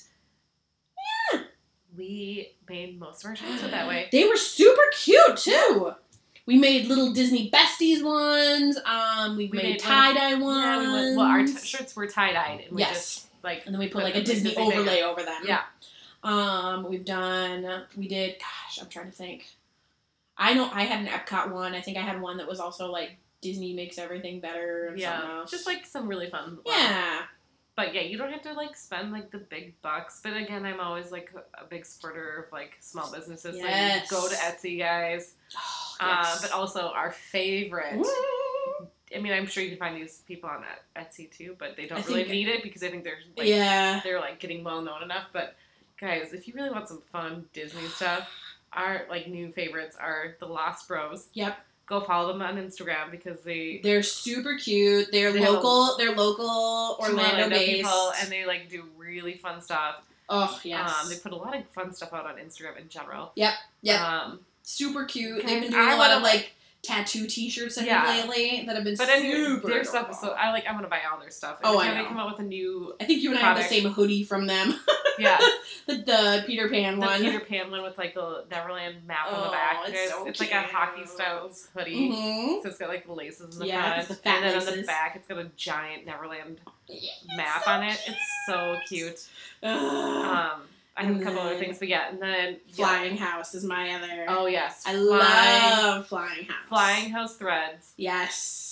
B: we made most of our shots that way.
A: They were super cute too. We made little Disney besties ones. Um, we,
B: We
A: made,
B: made
A: tie dye ones.
B: Yeah, we went, well, our t- shirts were tie dyed, and we
A: Yes.
B: just like
A: and then we put
B: put
A: like
B: the
A: a Disney,
B: Disney thing
A: overlay over them.
B: Yeah.
A: Um, we've done. We did. Gosh, I'm trying to think. I know I had an Epcot one. I think I had one that was also like Disney makes everything better. And something
B: yeah,
A: else.
B: just like some really fun. ones.
A: yeah.
B: But yeah, you don't have to like spend like the big bucks. But again, I'm always like a big supporter of like small businesses.
A: Yes.
B: Like go to Etsy, guys.
A: Oh,
B: Uh, but also our favorite. I mean, I'm sure you can find these people on Et- Etsy too, but they don't
A: I
B: really
A: think-
B: need it because I think they're like
A: yeah.
B: they're like getting well known enough. But guys, if you really want some fun Disney stuff, our like new favorites are the Lost Bros.
A: Yep.
B: Go follow them on Instagram because they
A: They're super cute. They're
B: They have a-
A: local. They're local
B: some
A: Orlando based.
B: people and they like do really fun stuff.
A: oh yes.
B: Um, they put a lot of fun stuff out on Instagram in general.
A: Yep, yep.
B: Um,
A: super cute.
B: Okay,
A: They've been
B: and
A: doing
B: I
A: a lot
B: wanna,
A: of like tattoo T-shirts I
B: Yeah.
A: think lately that have been
B: but anyway,
A: super.
B: their stuff is
A: adorable.
B: so I like. I want to buy all their stuff.
A: Oh,
B: Every
A: I
B: time
A: know.
B: they come out with a new,
A: I think you and I have the
B: product.
A: same hoodie from them.
B: yeah,
A: the, the Peter Pan
B: the
A: one.
B: Peter Pan one with like the Neverland map on
A: Oh,
B: the back.
A: it's
B: It's,
A: so
B: it's like a hockey
A: cute.
B: style hoodie.
A: hmm
B: So it's got like the laces in the
A: Yeah,
B: front,
A: it's the fat
B: and then on the
A: laces.
B: back it's got a giant Neverland map on it. It's so cute. Um, I have
A: And
B: a couple other
A: then
B: things, but yeah, and then
A: Flying House is my other.
B: Oh yes,
A: I
B: Flying-
A: love Flying House.
B: Flying House Threads.
A: Yes.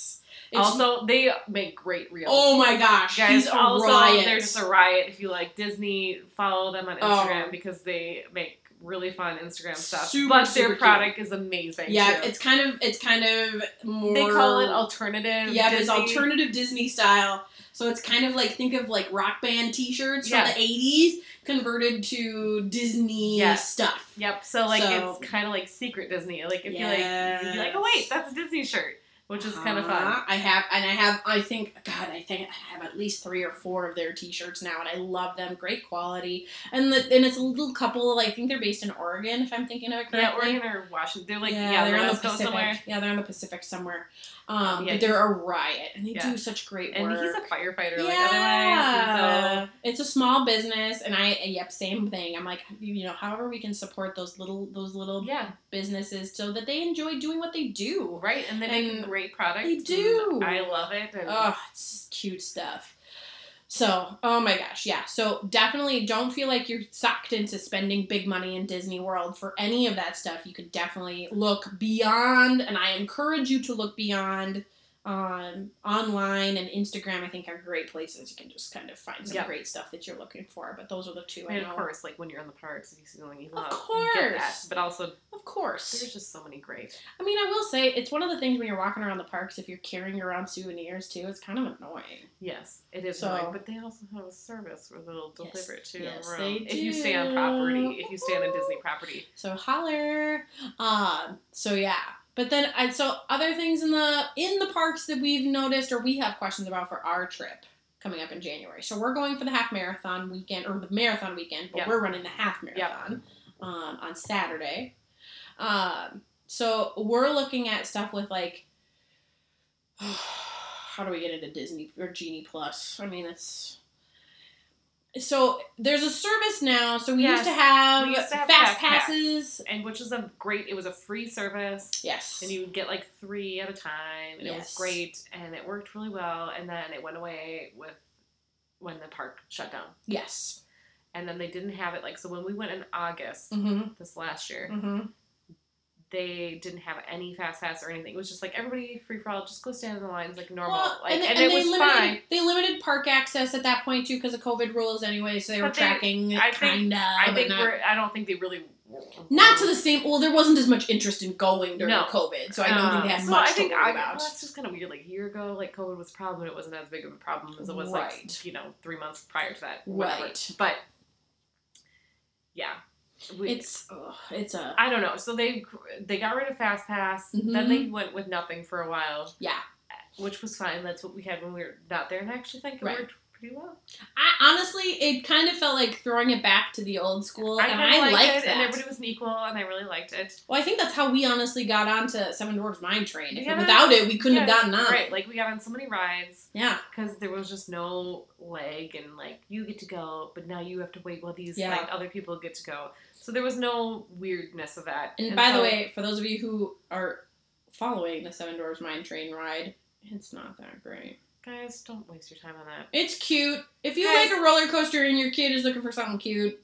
A: It's-
B: Also, they make great reels.
A: oh my gosh,
B: Guys,
A: he's a
B: also
A: riot.
B: they're just a riot. If you like Disney, follow them on Instagram
A: Oh.
B: because they make really fun Instagram stuff.
A: Super,
B: but
A: super
B: their
A: cute.
B: product is amazing.
A: yeah,
B: too.
A: it's kind of it's kind of more.
B: they call it alternative.
A: Yeah, but it's
B: Disney.
A: alternative Disney style. So it's kind of like think of like rock band T-shirts from
B: Yes.
A: the '80s converted to Disney
B: Yes.
A: stuff.
B: Yep. So like
A: So-
B: it's kind of like secret Disney. Like if you like, you'd be like, oh wait,
A: Yes.
B: that's a Disney shirt, which is kind of fun.
A: Uh-huh. I have, and I have, I think, God, I think I have at least three or four of their T-shirts now, and I love them. Great quality, and the, and it's a little couple. I think they're based in Oregon, if I'm thinking of it
B: Yeah,
A: correctly.
B: Oregon or Washington. They're like yeah,
A: they're on the
B: West Coast
A: Pacific.
B: somewhere.
A: Yeah, they're on the Pacific somewhere. Um,
B: Yeah,
A: but they're a riot, and they
B: yeah.
A: do such great
B: And
A: work.
B: he's a firefighter. Like otherwise. And so
A: yeah, it's a small business, and I yep, same thing. I'm like, you know, however we can support those little those little
B: yeah,
A: businesses so that they enjoy doing what they do.
B: right. And they make
A: And
B: a great product.
A: they
B: and
A: do.
B: I love it. And
A: Oh, it's cute stuff. So, oh my gosh, yeah. So definitely don't feel like you're sucked into spending big money in Disney World for any of that stuff. You could definitely look beyond, and I encourage you to look beyond. Um, online and Instagram, I think are great places. You can just kind of find some
B: Yeah.
A: great stuff that you're looking for. But those are the two I
B: And
A: know.
B: of course, like when you're in the parks and you see something you love,
A: Of
B: you get that.
A: course.
B: But also,
A: Of course.
B: there's just so many great.
A: I mean, I will say it's one of the things when you're walking around the parks. If you're carrying around souvenirs too, it's kind of annoying.
B: Yes, it is
A: So-
B: annoying, but they also have a service where they'll
A: Yes,
B: deliver it to your
A: yes,
B: room
A: they
B: if you stay on
A: do.
B: property. If you stay on a Disney property,
A: So holler. Um. So yeah. But then, and so other things in the in the parks that we've noticed or we have questions about for our trip coming up in January. So we're going for the half marathon weekend or the marathon weekend, but
B: Yep.
A: we're running the half marathon um, on Saturday. Um. So we're looking at stuff with like. How do we get into Disney or Genie Plus? I mean, it's so there's a service now. So we used
B: Yes.
A: to have
B: We used to have
A: fast
B: Um, Fast Pass.
A: passes
B: and which is a great. It was a free service,
A: Yes.
B: and you would get like three at a time, and it was
A: Yes.
B: great, and it worked really well. And then it went away with when the park shut down,
A: yes.
B: and then they didn't have it. Like so, when we went in August
A: Mm-hmm.
B: this last year,
A: Mm-hmm.
B: they didn't have any fast pass or anything. It was just like everybody free for all, just go stand in the lines like normal.
A: Well,
B: like,
A: and,
B: and,
A: and
B: it
A: they
B: was
A: limited,
B: fine.
A: They limited park access at that point too because of COVID rules anyway, so they were
B: But they-
A: tracking
B: I
A: it
B: think-
A: kinda.
B: I
A: but
B: think
A: not,
B: we're. I don't think they really.
A: not to the same. Well, there wasn't as much interest in going during
B: No.
A: COVID, so I don't think they had
B: Um, so
A: much
B: I think
A: to worry
B: I,
A: about.
B: Well, it's just kind of weird. Like a year ago, like COVID was a problem, but it wasn't as big of a problem as it was
A: Right.
B: like you know three months prior to that. Whatever.
A: Right.
B: But yeah, we,
A: It's ugh, it's a
B: I don't know. So they they got rid of Fast Pass.
A: Mhm.
B: Then they went with nothing for a while.
A: Yeah.
B: Which was fine. That's what we had when we were not there, and I actually think it
A: Right.
B: worked pretty well.
A: I honestly it kind of felt like throwing it back to the old school,
B: I
A: and
B: kinda
A: I
B: liked,
A: liked
B: it,
A: that.
B: and everybody was an equal, and I really liked it.
A: well, I think that's how we honestly got onto Seven Dwarfs Mine Train. If
B: Yeah.
A: without it, we couldn't have
B: Yeah,
A: gotten on.
B: Right, like we got on so many rides
A: Yeah.
B: because there was just no leg, and like you get to go, but now you have to wait while these
A: Yeah.
B: like other people get to go. So there was no weirdness of that.
A: And, by the
B: so-
A: way, for those of you who are following the Seven Dwarfs Mine Train ride, it's not that great.
B: guys, don't waste your time on that.
A: It's cute. If you
B: Guys-
A: like a roller coaster and your kid is looking for something cute,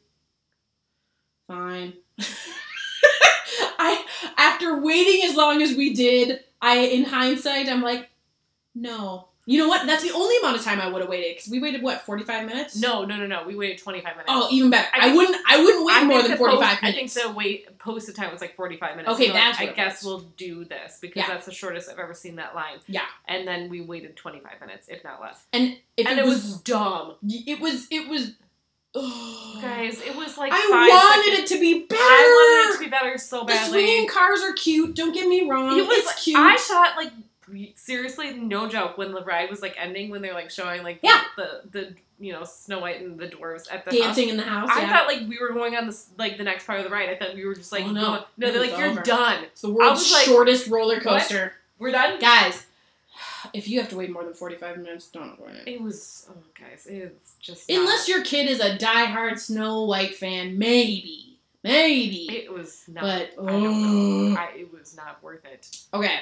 A: fine. I after waiting as long as we did, I in hindsight I'm like, no. You know what? That's the only amount of time I would have waited because we waited what forty five minutes.
B: No, no, no, no. We waited 25 minutes.
A: Oh, even better.
B: I
A: I,
B: think-
A: wouldn't. I wouldn't wait
B: I
A: more
B: think
A: than
B: the
A: forty five
B: post-
A: minutes.
B: I think the wait posted time was like 45 minutes.
A: Okay,
B: So, like,
A: that's what
B: I
A: it
B: guess
A: was.
B: we'll do this because
A: Yeah.
B: that's the shortest I've ever seen that line.
A: Yeah.
B: And then we waited 25 minutes, if not less.
A: If
B: and it was, dumb.
A: It was. It was. Oh.
B: Guys, it was like five
A: I wanted
B: seconds.
A: it to be better.
B: I wanted it to be better so
A: the
B: badly.
A: swinging cars are cute. Don't get me wrong.
B: It was
A: it's cute.
B: I thought like seriously, no joke, when the ride was like ending when they were like showing like
A: Yeah.
B: the, the you know, Snow White and the dwarves at the house.
A: Dancing in the house.
B: I
A: yeah.
B: thought like we were going on this like the next part of the ride. I thought we were just like
A: Oh, no.
B: going- no,
A: It
B: they're
A: was
B: like you're
A: over.
B: done.
A: it's the world's
B: was like,
A: shortest roller coaster.
B: We're done.
A: Guys, if you have to wait more than forty five minutes, don't join it.
B: It was oh guys, it's just not-
A: Unless your kid is a diehard Snow White fan, maybe, maybe.
B: it was not
A: but oh.
B: I don't know. I, it was not worth it.
A: okay.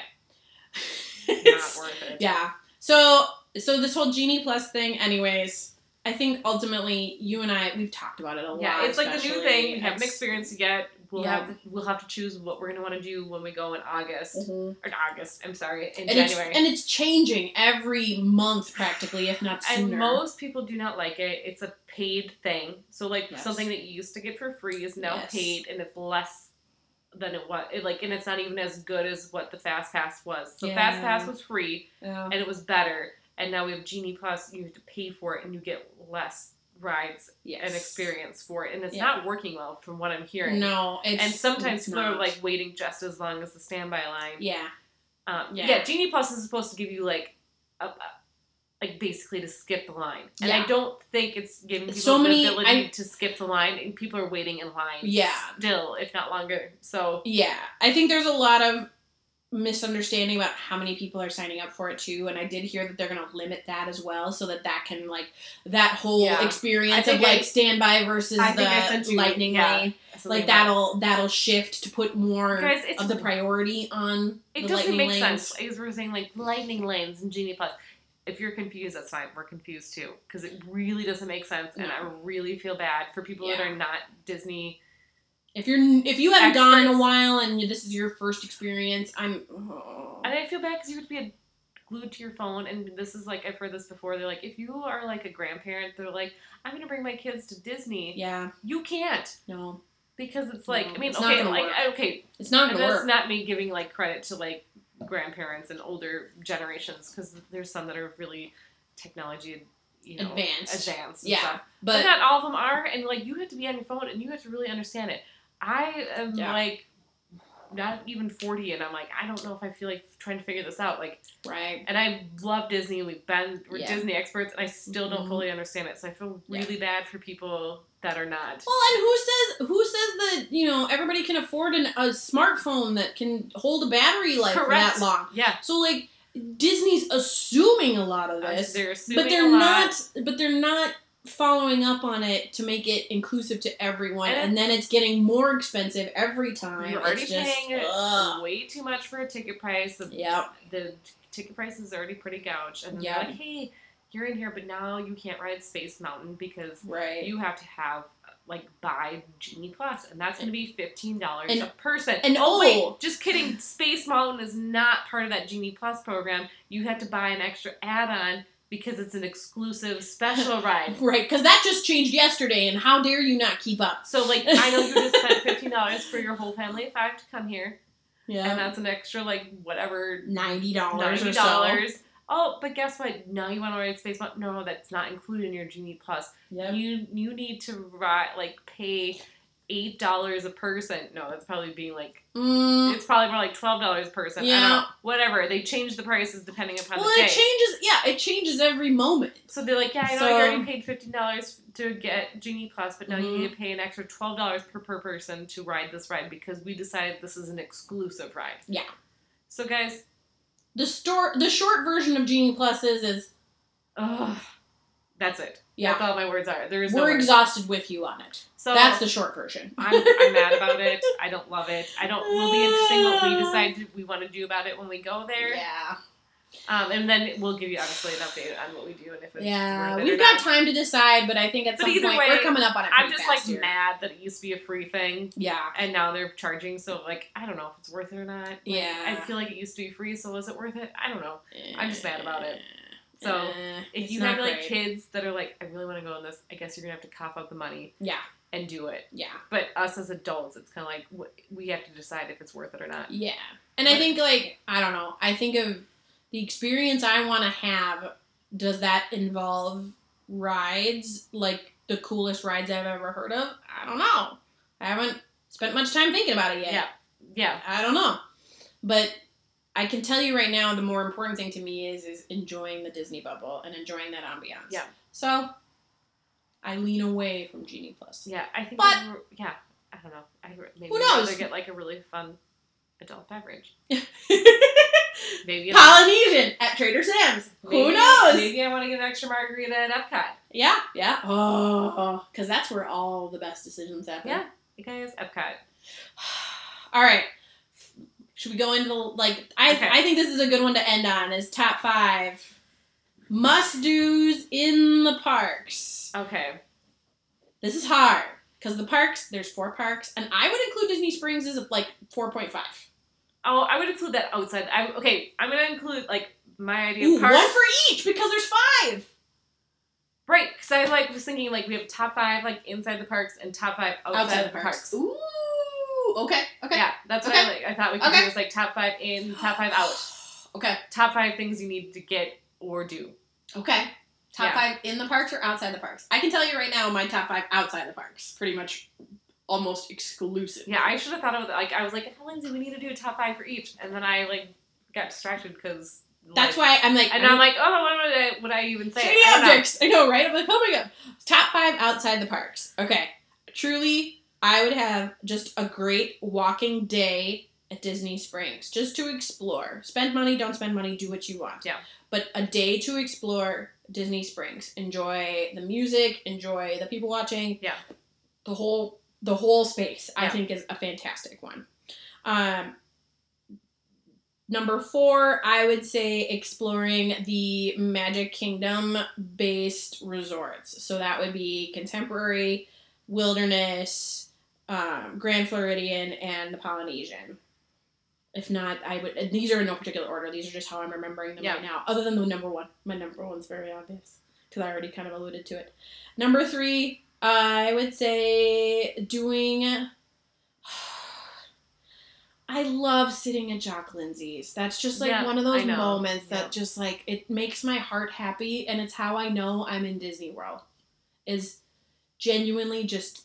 B: Not worth it.
A: Yeah. So so this whole genie plus thing, anyways. I think ultimately you and I we've talked about it a lot.
B: Yeah, it's like the new
A: especially.
B: thing. We haven't
A: It's-
B: experienced it yet. We'll
A: Yeah.
B: have to, we'll have to choose what we're gonna want to do when we go in August
A: Mhm.
B: or not August. I'm sorry, in
A: And it's,
B: January.
A: and it's changing every month practically, if not
B: And
A: sooner.
B: most people do not like it. It's a paid thing. So like
A: Yes.
B: something that you used to get for free is now
A: Yes.
B: paid, and it's less than it was. It, like, and it's not even as good as what the Fast Pass was. So Fast
A: Yeah.
B: Pass was free,
A: Yeah.
B: and it was better. And now we have Genie Plus. You have to pay for it, and you get less rides
A: Yes.
B: and experience for it. And it's
A: Yeah.
B: not working well, from what I'm hearing.
A: No, it's
B: and sometimes
A: it's
B: people are
A: not.
B: like waiting just as long as the standby line.
A: yeah,
B: Um, yeah.
A: Yeah.
B: Genie Plus is supposed to give you like, a, a- like basically to skip the line, and I
A: Yeah.
B: don't think it's giving people
A: So many-
B: the ability
A: I-
B: to skip the line, and people are waiting in line.
A: Yeah.
B: still, if not longer. So
A: yeah. I think there's a lot of misunderstanding about how many people are signing up for it too, and I did hear that they're going to limit that as well, so that that can like that whole
B: Yeah. I
A: experience
B: think
A: of like
B: I-
A: standby versus
B: I think I sent
A: the
B: you-
A: lightning
B: yeah,
A: lane,
B: something
A: like that'll that'll shift to put more
B: Guys, it's-
A: of the priority on
B: It
A: the
B: doesn't
A: lightning
B: make
A: lanes.
B: sense. As we are saying, like lightning lanes and Genie Plus. If you're confused, that's fine. We're confused too because it really doesn't make sense, and
A: No.
B: I really feel bad for people that
A: Yeah.
B: are not Disney.
A: If you're if you haven't gone in a
B: Experts.
A: while and you, this is your first experience, I'm. oh,
B: And I feel bad because you would be glued to your phone. And this is like I've heard this before. They're like, if you are like a grandparent, they're like, I'm gonna bring my kids to Disney.
A: yeah,
B: You can't
A: no,
B: because it's like I
A: No,
B: mean,
A: Mm, it's not
B: okay,
A: gonna
B: like
A: work.
B: I- okay,
A: it's not
B: and
A: gonna
B: that's
A: work.
B: not me giving like credit to like grandparents and older generations because there's some that are really technology, you know,
A: Advanced.
B: advanced. and
A: Yeah,
B: stuff. but,
A: but
B: not all of them are, and like you have to be on your phone and you have to really understand it. I am
A: Yeah.
B: like not even 40 and i'm like i don't know if i feel like trying to figure this out like
A: right.
B: and i love disney and we've been we're
A: Yeah.
B: disney experts and i still don't
A: Mhm.
B: fully understand it so i feel
A: Yeah.
B: really bad for people that are not
A: Well, and who says who says that you know everybody can afford an, a smartphone that can hold a battery life for
B: Correct.
A: that long?
B: yeah
A: So like Disney's assuming a lot of this,
B: they're assuming
A: but
B: a
A: they're
B: lot.
A: not. But they're not following up on it to make it inclusive to everyone,
B: And
A: and, then it's getting more expensive every time.
B: You're already
A: it's just,
B: paying
A: ugh.
B: way too much for a ticket price. The,
A: Yep.
B: the t- ticket price is already pretty gouged. And then
A: Yeah.
B: they're like, hey, you're in here, but now you can't ride Space Mountain because
A: Right.
B: you have to have, like, buy Genie Plus, and that's going to be $15 a
A: And-
B: person.
A: and
B: oh, wait,
A: oh.
B: just kidding. Space Mountain is not part of that Genie Plus program. You have to buy an extra add on because it's an exclusive special ride.
A: Right, because that just changed yesterday, and how dare you not keep up?
B: So, like, I know you just spent $15 for your whole family of five to come here, and
A: Yeah,
B: that's an extra, like, whatever
A: ninety dollars
B: ninety
A: or so.
B: dollars. Oh, but guess what? Now you want to ride Space Mountain? No, that's not included in your Genie Plus.
A: Yep.
B: You you need to ride like pay eight dollars a person. No, that's probably being like
A: Mm,
B: it's probably more like twelve dollars a person. I don't
A: Yeah.
B: know. Whatever. They change the prices depending upon
A: Well,
B: the day.
A: it changes. Yeah, it changes every moment.
B: so they're like, yeah, I know
A: So-
B: you already paid fifteen dollars to get Genie Plus, but now you
A: Mhm.
B: need to pay an extra twelve dollars per per person to ride this ride because we decided this is an exclusive ride.
A: Yeah.
B: So guys,
A: The store, the short version of Genie Plus is, is
B: ugh, that's it. That's
A: yeah,
B: all my words are. There is oh, no
A: we're
B: words.
A: exhausted with you on it.
B: So
A: That's the short version.
B: I'm, I'm mad about it. I don't love it. I don't. Will be interesting what we decide to- we want to do about it when we go there.
A: Ah. Yeah,
B: Um, and then we'll give you obviously an update on what we do and if it's
A: yeah.
B: worth it or
A: We've got
B: not.
A: time to decide, but I think at
B: But
A: some
B: either
A: point
B: way,
A: we're coming up on it.
B: I'm
A: pretty
B: just
A: fast
B: like
A: here.
B: mad that it used to be a free thing
A: Yeah,
B: and now they're charging. So like I don't know if it's worth it or not. Like,
A: Yeah.
B: I feel like it used to be free, so was it worth it? I don't know. I'm just mad about it. So
A: Eh,
B: if
A: it's
B: you
A: not
B: have like
A: great.
B: kids that are like, I really want to go on this, I guess you're gonna have to cough up the money
A: yeah,
B: and do it.
A: yeah,
B: But us as adults, it's kind of like wh- we have to decide if it's worth it or not.
A: yeah. And I
B: But-
A: think like I don't know. I think of the experience I want to have. Does that involve rides like the coolest rides I've ever heard of? I don't know. I haven't spent much time thinking about it yet.
B: Yeah. Yeah.
A: I don't know. But I can tell you right now, the more important thing to me is is enjoying the Disney bubble and enjoying that ambiance.
B: Yeah.
A: So I lean away from Genie Plus.
B: Yeah, I think.
A: But-
B: I re- yeah, I don't know. I re- maybe
A: Who
B: I'd rather
A: knows?
B: get like a really fun adult beverage. Maybe an-
A: Polynesian at Trader Sam's. Who
B: maybe-
A: knows?
B: Maybe I want to get an extra margarita at Epcot.
A: Yeah, yeah. Oh, because that's where all the best decisions happen.
B: Yeah, because Epcot.
A: All right. Should we go into the like? I
B: Okay.
A: I think this is a good one to end on. Is top five must dos in the parks.
B: Okay.
A: This is hard because the parks. There's four parks, and I would include Disney Springs as like four point five.
B: Oh, I would include that outside. I okay. I'm gonna include like my idea
A: Ooh,
B: of parks.
A: one for each because there's five.
B: right, because I like was thinking like we have top five like inside the parks and top five outside, of the parks.
A: Ooh. Okay. Okay.
B: Yeah, that's what I like. I thought we could
A: Okay.
B: do was like top five in, top five out,
A: Okay.
B: top five things you need to get or do.
A: Okay.
B: Yeah.
A: Top five in the parks or outside the parks? I can tell you right now, my top five outside the parks, pretty much, almost exclusive.
B: Yeah, I should have thought of it. Like, I was like, oh, Lindsay, we need to do a top five for each. And then I, like, got distracted because.
A: That's why I'm like,
B: And I'm like, oh, what would I, would I even say?
A: shady
B: I don't know.
A: objects. I know, right? I'm like, oh my god. Top five outside the parks. Okay. Truly, I would have just a great walking day at Disney Springs just to explore. Spend money, don't spend money, do what you want.
B: Yeah.
A: But a day to explore Disney Springs. Enjoy the music, enjoy the people watching.
B: Yeah.
A: The whole the whole space, I
B: Yeah.
A: think, is a fantastic one. Um, Number four, I would say exploring the Magic Kingdom based resorts. So that would be Contemporary, Wilderness, um, Grand Floridian, and the Polynesian. If not, I would. and These are in no particular order. These are just how I'm remembering them
B: Yeah.
A: right now. Other than the number one, my number one's very obvious because I already kind of alluded to it. Number three, I would say doing. I love sitting at Jock Lindsay's. That's just like
B: Yeah,
A: one of those
B: I know.
A: moments that
B: Yeah.
A: just like it makes my heart happy, and it's how I know I'm in Disney World. Is genuinely just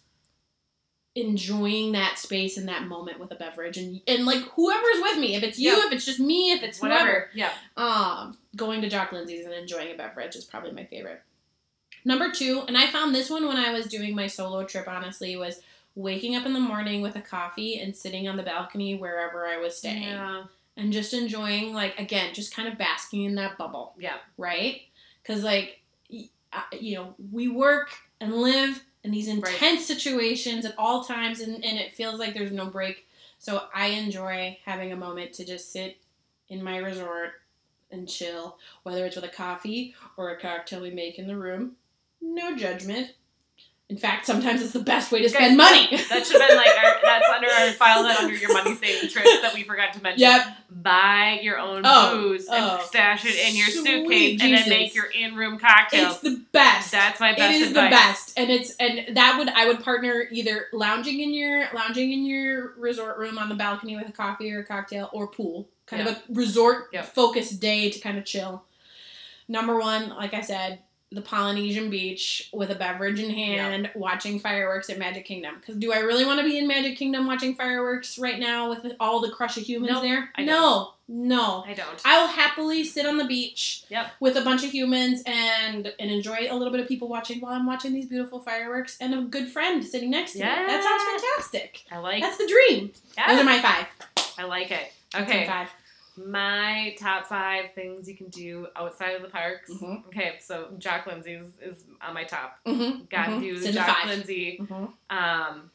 A: enjoying that space and that moment with a beverage and and like whoever's with me if it's you
B: Yeah.
A: if it's just me if it's
B: Whatever.
A: whoever
B: Yeah.
A: um, going to Jock Lindsay's and enjoying a beverage is probably my favorite. Number two, and I found this one when I was doing my solo trip, honestly, was waking up in the morning with a coffee and sitting on the balcony wherever I was staying
B: Yeah.
A: and just enjoying, like, again, just kind of basking in that bubble,
B: Yeah.
A: right? Because, like, y- I- you know, we work and live in these
B: Right.
A: intense situations at all times, and, and it feels like there's no break. So I enjoy having a moment to just sit in my resort and chill, whether it's with a coffee or a cocktail we make in the room. No judgment. In fact, sometimes it's the best way to
B: Guys,
A: spend money.
B: That should have been like our, that's under our file that under your money saving tricks that we forgot to mention.
A: yep.
B: Buy your own
A: Oh,
B: booze and
A: oh.
B: stash it in your
A: Sweet
B: suitcase and
A: Jesus.
B: then make your in room cocktail.
A: It's the best.
B: That's my best
A: it is
B: advice.
A: the best and it's and that would i would partner either lounging in your lounging in your resort room on the balcony with a coffee or a cocktail or pool kind of a resort
B: Yep.
A: focused day to kind of chill number one like i said the polynesian beach with a beverage in hand watching fireworks at magic kingdom because do i really want to be in magic kingdom watching fireworks right now with all the crush of humans
B: Nope,
A: there
B: I
A: no no
B: I don't.
A: I will happily sit on the beach
B: Yep.
A: with a bunch of humans and and enjoy a little bit of people watching while I'm watching these beautiful fireworks and a good friend sitting next to me. That sounds fantastic.
B: I like
A: That's the dream. Those are
B: Yeah,
A: my five.
B: I like it.
A: That's
B: Okay.
A: my five.
B: My top five things you can do outside of the parks.
A: Mhm.
B: Okay, so Jack Lindsay's is on my top.
A: Mhm.
B: Gotta
A: Mhm. It's
B: do
A: in the
B: Jack
A: five.
B: Lindsay.
A: Mhm.
B: Um,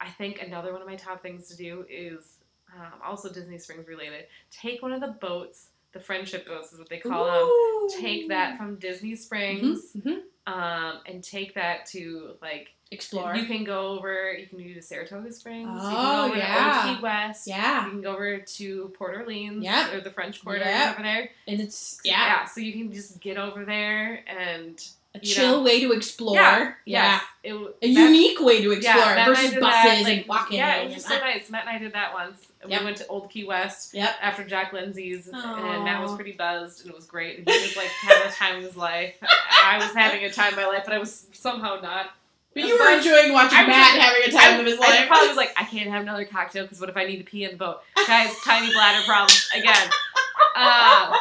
B: I think another one of my top things to do is um, also Disney Springs related. Take one of the boats, the friendship boats is what they call them.
A: Ooh.
B: Take that from Disney Springs
A: Mhm.
B: um, and take that to like
A: Explore.
B: you can go over. You can do the Saratoga Springs. you
A: Oh,
B: can go over
A: yeah.
B: to Old Key West.
A: yeah,
B: You can go over to Port Orleans
A: Yep.
B: or the French Quarter
A: Yep.
B: over there.
A: and it's yeah,
B: So you can just get over there and
A: a
B: you
A: chill
B: know.
A: way to explore.
B: yeah,
A: Yeah,
B: yes, it w-
A: a
B: that-
A: unique way to explore
B: yeah, Matt and I
A: versus buses
B: did that, like,
A: and walking.
B: Yeah, it
A: and-
B: was just so nice. Matt and I did that once.
A: Yep.
B: We went to Old Key West
A: Yep.
B: after Jack Lindsay's,
A: Aw.
B: and Matt was pretty buzzed, and it was great. And he was like having the time of his life. I was having a time of my life, but I was somehow not.
A: But you were enjoying watching
B: I was
A: Matt
B: just-
A: having a time
B: I,
A: of his
B: I
A: life.
B: probably was like, I can't have another cocktail because what if I need to pee in the boat? Guys, tiny bladder problems again. Uh,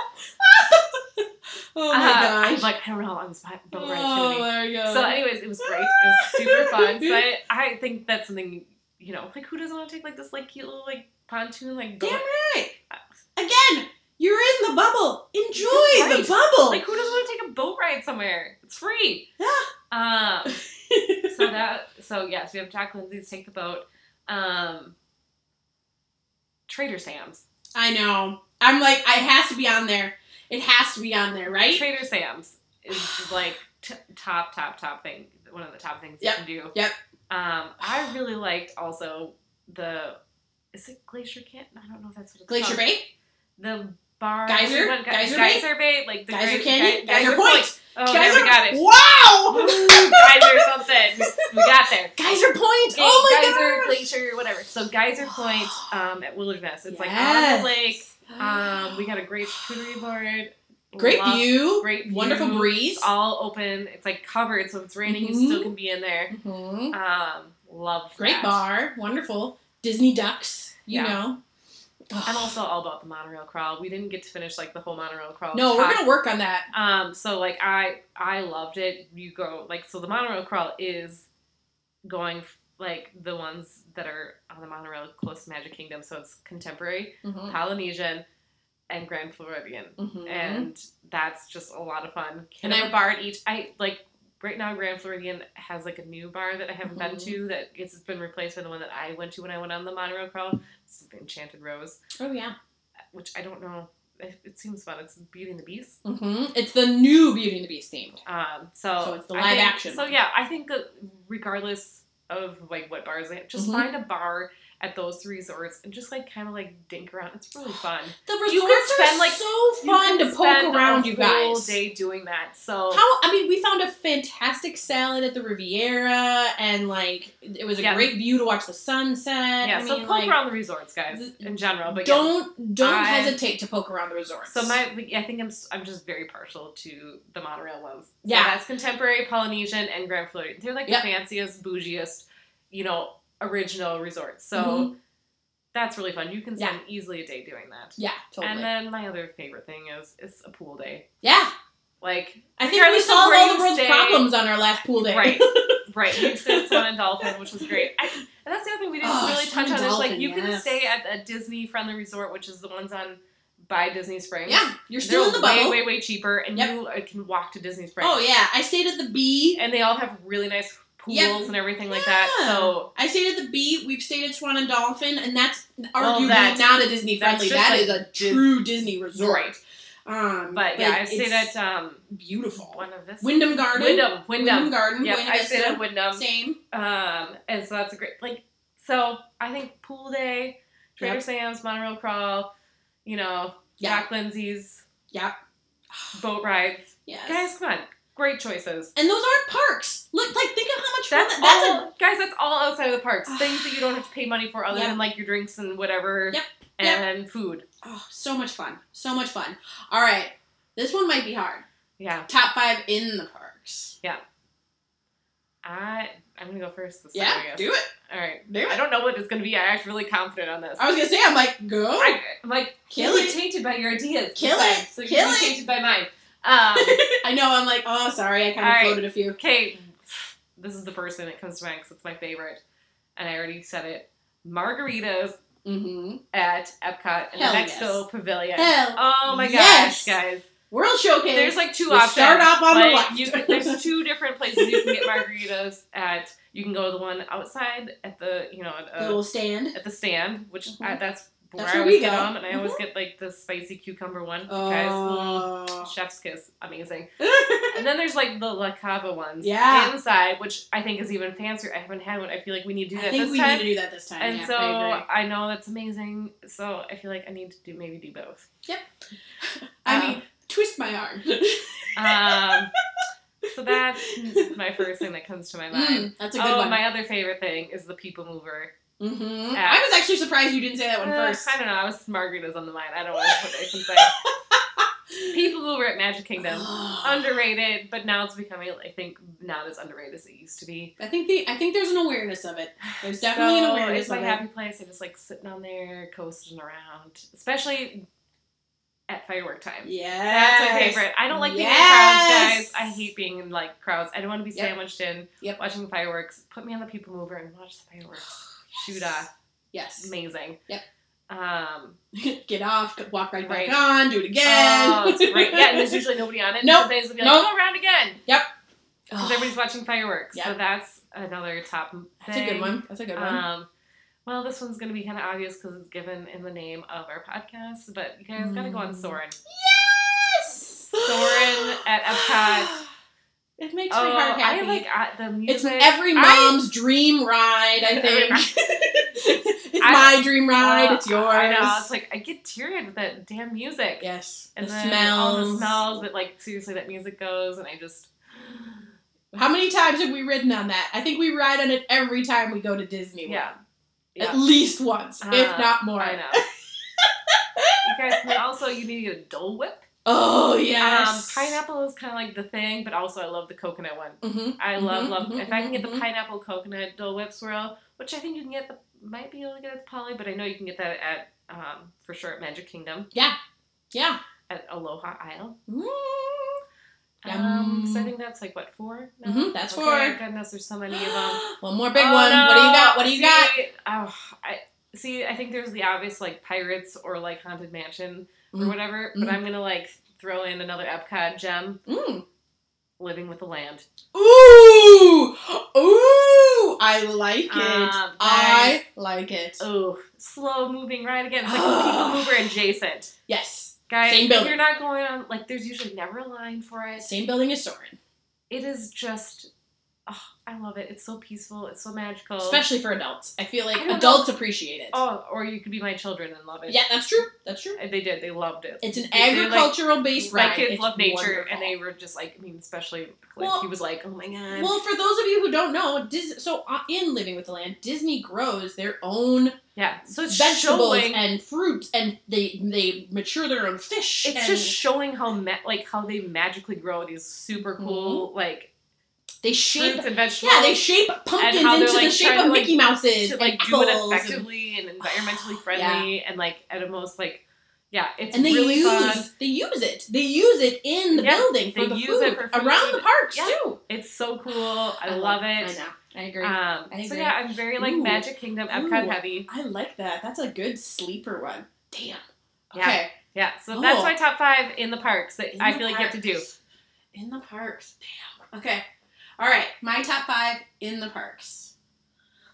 A: oh
B: uh,
A: my
B: I'm
A: gosh.
B: like, I don't know how long this boat ride going to
A: oh
B: be.
A: my god.
B: So, anyways, it was great. It was super fun. So I, I think that's something you know, like who doesn't want to take like this like cute little like pontoon like boat?
A: Damn right. Again, you're in the bubble. Enjoy the
B: Right.
A: bubble.
B: Like who doesn't want to take a boat ride somewhere? It's free.
A: Yeah.
B: Um. So that. So yes, we have Jack Lindsay's take the boat. Um. Trader Sam's.
A: I know. I'm like, I has to be on there. It has to be on there, right?
B: Trader Sam's is like t- top top top thing. One of the top things
A: Yep.
B: you can do.
A: Yep.
B: Um. I really liked also the. Is it Glacier Canyon? I don't know if that's what it's
A: Glacier
B: called.
A: Bay,
B: the bar
A: Geyser?
B: we went Ge-
A: Geyser Bay?
B: geyser bay like the
A: Geyser
B: great-
A: Canyon,
B: Ge-
A: Geyser, Point,
B: Oh,
A: Geyser.
B: there we got it.
A: Wow,
B: Ooh, geyser something. We got there.
A: Geyser Point. oh my
B: geyser,
A: gosh.
B: glacier, whatever. So Geyser Point um, at Wilderness. It's like on
A: Yes.
B: the lake. Um, we got a great charcuterie board.
A: great
B: Love-
A: view,
B: Great view.
A: wonderful breeze.
B: It's all open. It's like covered, so if it's raining,
A: Mhm.
B: you still can be in there.
A: Mhm.
B: Um, love
A: Great
B: that.
A: bar, wonderful Disney ducks. You
B: Yeah.
A: know.
B: I'm also all about the monorail crawl. We didn't get to finish like the whole monorail crawl.
A: no, we're
B: top
A: gonna work on that.
B: Um, so like I I loved it. You go like so the monorail crawl is going f- like the ones that are on the monorail close to Magic Kingdom, so it's contemporary,
A: Mhm.
B: Polynesian, and Grand Floridian,
A: Mhm.
B: and that's just a lot of fun. And
A: And
B: Mm-hmm. I
A: I-
B: a bar at each. I like right now Grand Floridian has like a new bar that I haven't been
A: Mhm.
B: to that it's been replaced by the one that I went to when I went on the monorail crawl. It's the Enchanted Rose,
A: oh yeah.
B: which I don't know. It, it seems fun. It's Beauty and the Beast. Mm-hmm.
A: hmm It's the new Beauty and the Beast themed.
B: Um, so,
A: So it's the
B: I
A: live
B: think-
A: action
B: So
A: one.
B: yeah, I think that regardless of like what bars they have, just
A: Mhm.
B: find a bar at those three resorts and just like kind of like dink around. It's really fun.
A: The
B: You could
A: resorts are
B: spend, like-
A: so
B: You
A: fun
B: can
A: to poke
B: spend
A: around,
B: a
A: you
B: whole
A: guys.
B: day doing that. So
A: How I mean, we found a fantastic salad at the Riviera, and like it was a
B: Yeah.
A: great view to watch the sunset.
B: yeah,
A: I mean,
B: so poke
A: like,
B: around the resorts, guys,
A: th-
B: in general. But yeah.
A: don't don't
B: I-
A: hesitate to poke around the resorts.
B: So my, I think I'm, s- I'm just very partial to the monorail ones. So
A: Yeah.
B: that's contemporary Polynesian and Grand Floridian. They're like
A: Yep.
B: the fanciest, bougiest, you know, original resorts. So
A: Mm-hmm.
B: that's really fun. You can spend easily a day doing that.
A: yeah, totally.
B: And then my other favorite thing is it's a pool day.
A: yeah,
B: Like
A: I think we
B: Regardless of
A: solved
B: where
A: all the
B: you
A: world's
B: stay-
A: problems on our last pool day.
B: right, right. You said Swan and Dolphin, which was great. I, and that's the other thing we didn't
A: Oh,
B: really
A: Swan
B: touch
A: and
B: on is like
A: Dolphin,
B: you can
A: yes.
B: stay at a Disney friendly resort, which is the ones on by Disney Springs.
A: Yeah, you're still
B: They're
A: in the bubble.
B: Way, way, way cheaper, and
A: Yep.
B: you uh, can walk to Disney Springs.
A: oh yeah, I stayed at the B.
B: and they all have really nice pools
A: Yep.
B: and everything like that.
A: Yeah.
B: So
A: I stayed at the B. We've stayed at Swan and Dolphin, and that's arguably
B: that's-
A: not a Disney
B: that's
A: friendly.
B: just
A: That
B: like
A: is a
B: Dis-
A: true Disney resort.
B: right,
A: Um,
B: but yeah, I stayed at
A: it's
B: um,
A: beautiful.
B: one of this
A: Wyndham Garden.
B: Wyndham,
A: Wyndham
B: Wyndham.
A: Garden.
B: Yep,
A: Buena
B: I stayed
A: Vista.
B: at Wyndham.
A: Same.
B: Um, and so that's a great like. So I think pool day, Trader
A: Yep.
B: Sam's, monorail crawl, you know,
A: Yeah.
B: Jack Lindsay's,
A: Yep.
B: boat rides.
A: Yes.
B: Guys, come on, great choices.
A: And those aren't parks. Look, like, think of how much fun
B: That's,
A: that- that's
B: all, guys. That's all outside of the parks. Things that you don't have to pay money for, other
A: Yep.
B: than like your drinks and whatever,
A: Yep. Yep.
B: and food.
A: a, oh, so much fun. So much fun. All right. This one might be hard.
B: Yeah,
A: Top five in the parks.
B: I I'm gonna go first this time. I
A: Yeah,
B: guess.
A: do it.
B: all right.
A: Do
B: I
A: it.
B: don't know what it's gonna be. I act really confident on this.
A: I was going to say, I'm like, go.
B: I, am like,
A: Kill
B: you're
A: it.
B: tainted by your ideas.
A: Kill
B: this
A: it.
B: time, So you're
A: Kill
B: gonna be
A: it.
B: tainted by mine. Um,
A: I know. I'm like, oh, sorry. I kind
B: All
A: of
B: right.
A: floated a few.
B: Okay, this is the first thing that comes to mind because it's my favorite, and I already said it. Margaritas
A: Mm-hmm.
B: at Epcot and
A: Hell
B: the
A: yes.
B: Expo Pavilion.
A: Hell.
B: Oh my
A: yes.
B: gosh, guys!
A: World Showcase.
B: There's like two
A: We'll
B: options.
A: start off on the
B: Like,
A: left.
B: You, can- there's two different places you can get margaritas at. You can go to the one outside at the you know at,
A: the
B: uh,
A: little stand.
B: at the stand, which I,
A: Mhm.
B: that's where
A: That's
B: I
A: where
B: always
A: we
B: get
A: go.
B: them, and I always
A: Mhm.
B: get like the spicy cucumber one. Guys, mm,
A: Oh.
B: chef's kiss, amazing. and then there's like the La Cava ones.
A: Yeah.
B: Inside, which I think is even fancier. I haven't had one. I feel like we need to do that
A: I think
B: this
A: we
B: time.
A: need to do that this time.
B: and
A: yeah,
B: so
A: I agree.
B: I, know that's amazing. So I feel like I need to do maybe do both.
A: I
B: um,
A: mean, twist my arm. Mm,
B: Um, so that's my first thing that comes to my mind.
A: Mm, that's a good
B: Oh,
A: one.
B: my other favorite thing is the people mover.
A: hmm
B: Yeah.
A: I was actually surprised you didn't say that one
B: Uh,
A: first.
B: I don't know. I was margaritas on the mind. I don't want to put it. Inside. People mover at Magic Kingdom. underrated, but now it's becoming, I think, not as underrated as it used to be.
A: I think the I think there's an awareness of it. There's definitely an
B: So,
A: awareness
B: It's my
A: of it.
B: happy place. I just like sitting on there, coasting around, especially at firework time.
A: Yeah,
B: That's my favorite. I don't like being in crowds,
A: Yes.
B: guys. I hate being in like crowds. I don't want to be
A: Yep.
B: sandwiched in
A: Yep.
B: watching fireworks. Put me on the people mover and watch the fireworks. Shoot uh, off.
A: Yes.
B: Amazing.
A: Yep.
B: Um,
A: Get off, walk right back
B: Right.
A: on, do it again.
B: Oh, it's great. Yeah, and there's usually nobody on it. and
A: Nope.
B: Some days will be like,
A: Nope.
B: go around again.
A: Oh,
B: because everybody's watching fireworks. So
A: Yeah.
B: that's another top.
A: that's a good
B: thing.
A: one. That's a good one.
B: Um, well, this one's gonna be kind of obvious because it's given in the name of our podcast, but you guys gotta go on
A: Mm.
B: Soren.
A: yes.
B: Soren at Epcot.
A: It makes my
B: Oh,
A: heart
B: I
A: happy.
B: like I, the
A: it's
B: music.
A: every
B: I-
A: mom's dream ride, I
B: Every
A: think. it's
B: I-
A: my dream ride.
B: Oh,
A: it's yours.
B: I know. It's like I get teary with that damn music.
A: yes,
B: And
A: the
B: then
A: smells.
B: all the smells, but like seriously, that music goes, and I just
A: How many times have we ridden on that? I think we ride on it every time we go to Disney. World.
B: yeah, yeah.
A: At least once, if
B: Uh,
A: not more.
B: I know. you guys, and also you need to get a Dole Whip.
A: Oh
B: Um,
A: yes.
B: pineapple is kind of like the thing, but also I love the coconut one.
A: hmm
B: I love
A: Mhm,
B: love.
A: mhm,
B: If I can get the
A: mhm.
B: pineapple coconut Dole Whip swirl, which I think you can get the might be able to get at the Poly, but I know you can get that at um, for sure at Magic Kingdom
A: Yeah.
B: at Aloha Isle.
A: Mm.
B: Um, so I
A: Yum.
B: think that's like what four?
A: Mhm, that's
B: Okay,
A: four.
B: Goodness, there's so many of them. Oh,
A: One more big
B: one.
A: one. What do you got? What do you got?
B: Oh, I see. I think there's the obvious like pirates or like haunted mansion or
A: Mm.
B: whatever, but
A: Mm.
B: I'm gonna like throw in another Epcot gem,
A: Mm.
B: Living with the Land.
A: Ooh, ooh! I like it.
B: Um, guys.
A: I like it.
B: Oh, slow moving ride again. It's like the people mover adjacent.
A: Yes.
B: Guys,
A: Same
B: if
A: building.
B: you're not going on, like, there's usually never a line for it.
A: Same building as Soren,
B: It is just, oh, I love it. It's so peaceful. It's so magical.
A: especially for adults. I feel like
B: Oh. I don't know.
A: adults appreciate it.
B: Oh, or you could be my children and love it.
A: yeah, that's true. That's true.
B: And They did. They loved it.
A: It's an
B: They- they're, like-
A: agricultural based
B: My
A: ride.
B: kids
A: It's
B: love nature,
A: wonderful.
B: and they were just like, I mean, especially, like,
A: Well-
B: he was like, oh my god.
A: Well, for those of you who don't know, Dis- so uh, in Living with the Land, Disney grows their own
B: yeah. So it's
A: vegetables
B: showing.
A: and fruits, and they they mature their own fish.
B: It's
A: and
B: just showing how ma- like how they magically grow these super cool like
A: they Mm-hmm. shape.
B: fruits and vegetables.
A: Yeah, they shape pumpkins
B: how they're,
A: into the
B: like,
A: shape
B: trying
A: of
B: to, like,
A: Mickey Mouse's
B: to like
A: and
B: do it
A: apples and-
B: effectively and, environmentally friendly and like at a most like yeah it's
A: And they
B: really
A: use
B: fun
A: they use it. They use it in the
B: Yeah,
A: building for
B: they
A: the
B: use
A: food,
B: it for food.
A: around the parks
B: Yeah.
A: too.
B: it's so cool i, love it
A: I know. I agree.
B: um
A: I
B: so
A: agree.
B: yeah i'm very like
A: Ooh.
B: magic kingdom epcot
A: Ooh.
B: heavy
A: I like that. That's a good sleeper one. Damn.
B: Yeah.
A: Okay.
B: yeah so
A: Oh.
B: that's my top five in the parks that
A: In
B: i
A: the
B: feel like you have to do
A: parks. In the parks. Damn. Okay. All right. My top five in the parks.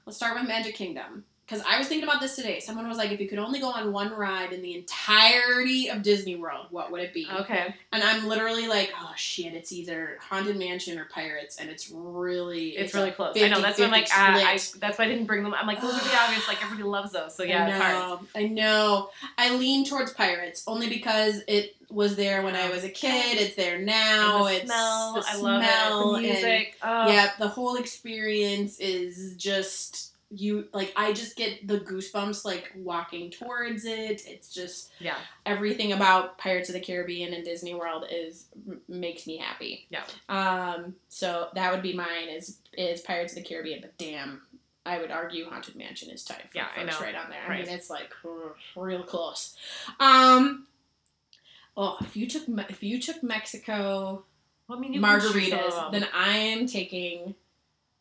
A: Let's start with Magic Kingdom. Because I was thinking about this today. Someone was like, if you could only go on one ride in the entirety of Disney World, what would it be?
B: okay
A: And I'm literally like, oh shit, it's either Haunted Mansion or Pirates. And it's really.
B: it's, really close i
A: 50,
B: know that's why i'm like
A: 50
B: ah, I,
A: split.
B: that's why i didn't bring them i'm like those are the obvious like everybody loves those so yeah
A: I
B: it's hard
A: know. I know. I lean towards Pirates only because it was there when I was a kid. It's there now.
B: And the
A: it's
B: smell
A: the
B: i love
A: smell
B: it the
A: and-
B: music oh
A: yeah, the whole experience is just you like I just get the goosebumps like walking towards it. It's just
B: yeah
A: everything about Pirates of the Caribbean and Disney World is m- makes me happy.
B: Yeah.
A: Um so that would be mine is is Pirates of the Caribbean, but damn I would argue Haunted Mansion is tied for
B: Yeah, I
A: first
B: know.
A: right on there. I
B: Right.
A: mean, it's like r- real close. Um, oh, if you took Me- if you took Mexico,
B: well, I mean, you can choose some
A: margaritas,
B: of
A: then
B: them.
A: I am taking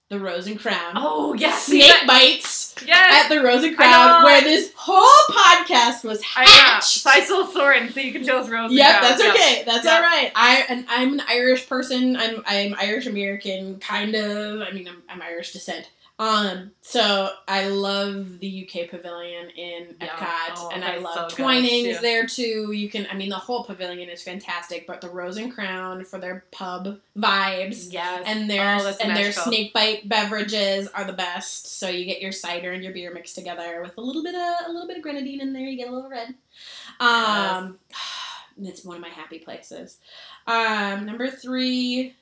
A: the Rose and Crown.
B: oh yes see,
A: Snake
B: that-
A: bites
B: yes
A: at the Rose and
B: I
A: Crown,
B: know.
A: where this whole podcast was
B: I know.
A: hatched.
B: So I still Soren, so you can show us Rose.
A: Yep,
B: and
A: that's
B: Crown.
A: okay. That's
B: Yeah.
A: all right. I and I'm an Irish person. I'm I'm Irish American, kind of. I mean, I'm, I'm Irish descent. Um, so I love the UK Pavilion in
B: Yeah.
A: Epcot,
B: Oh,
A: and
B: Okay,
A: I
B: so
A: love
B: good,
A: Twining's
B: too.
A: there too. You can, I mean, the whole pavilion is fantastic, but the Rose and Crown for their pub vibes
B: Yes.
A: and their
B: Oh, that's
A: and their
B: magical.
A: snake bite beverages are the best. So you get your cider and your beer mixed together with a little bit of a little bit of grenadine in there. You get a little red. Um, and it's one of my happy places. Um, number three,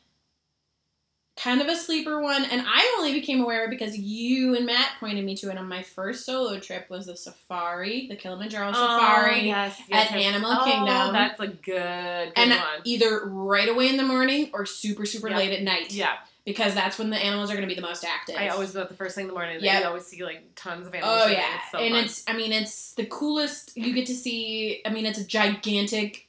A: kind of a sleeper one, and I only became aware of it because you and Matt pointed me to it on my first solo trip. Was the safari, the Kilimanjaro safari.
B: Oh, yes,
A: at Animal Kingdom.
B: Oh, that's a good, good
A: And
B: one.
A: Either right away in the morning or super, super
B: Yeah.
A: late at night.
B: Yeah,
A: Because that's when the animals are going to be the most active.
B: I always do that the first thing in the morning.
A: Yeah.
B: Yeah, you always see like tons of animals.
A: Oh
B: doing it.
A: yeah,
B: it's so
A: and
B: fun.
A: it's I mean it's the coolest. You get to see. I mean it's a gigantic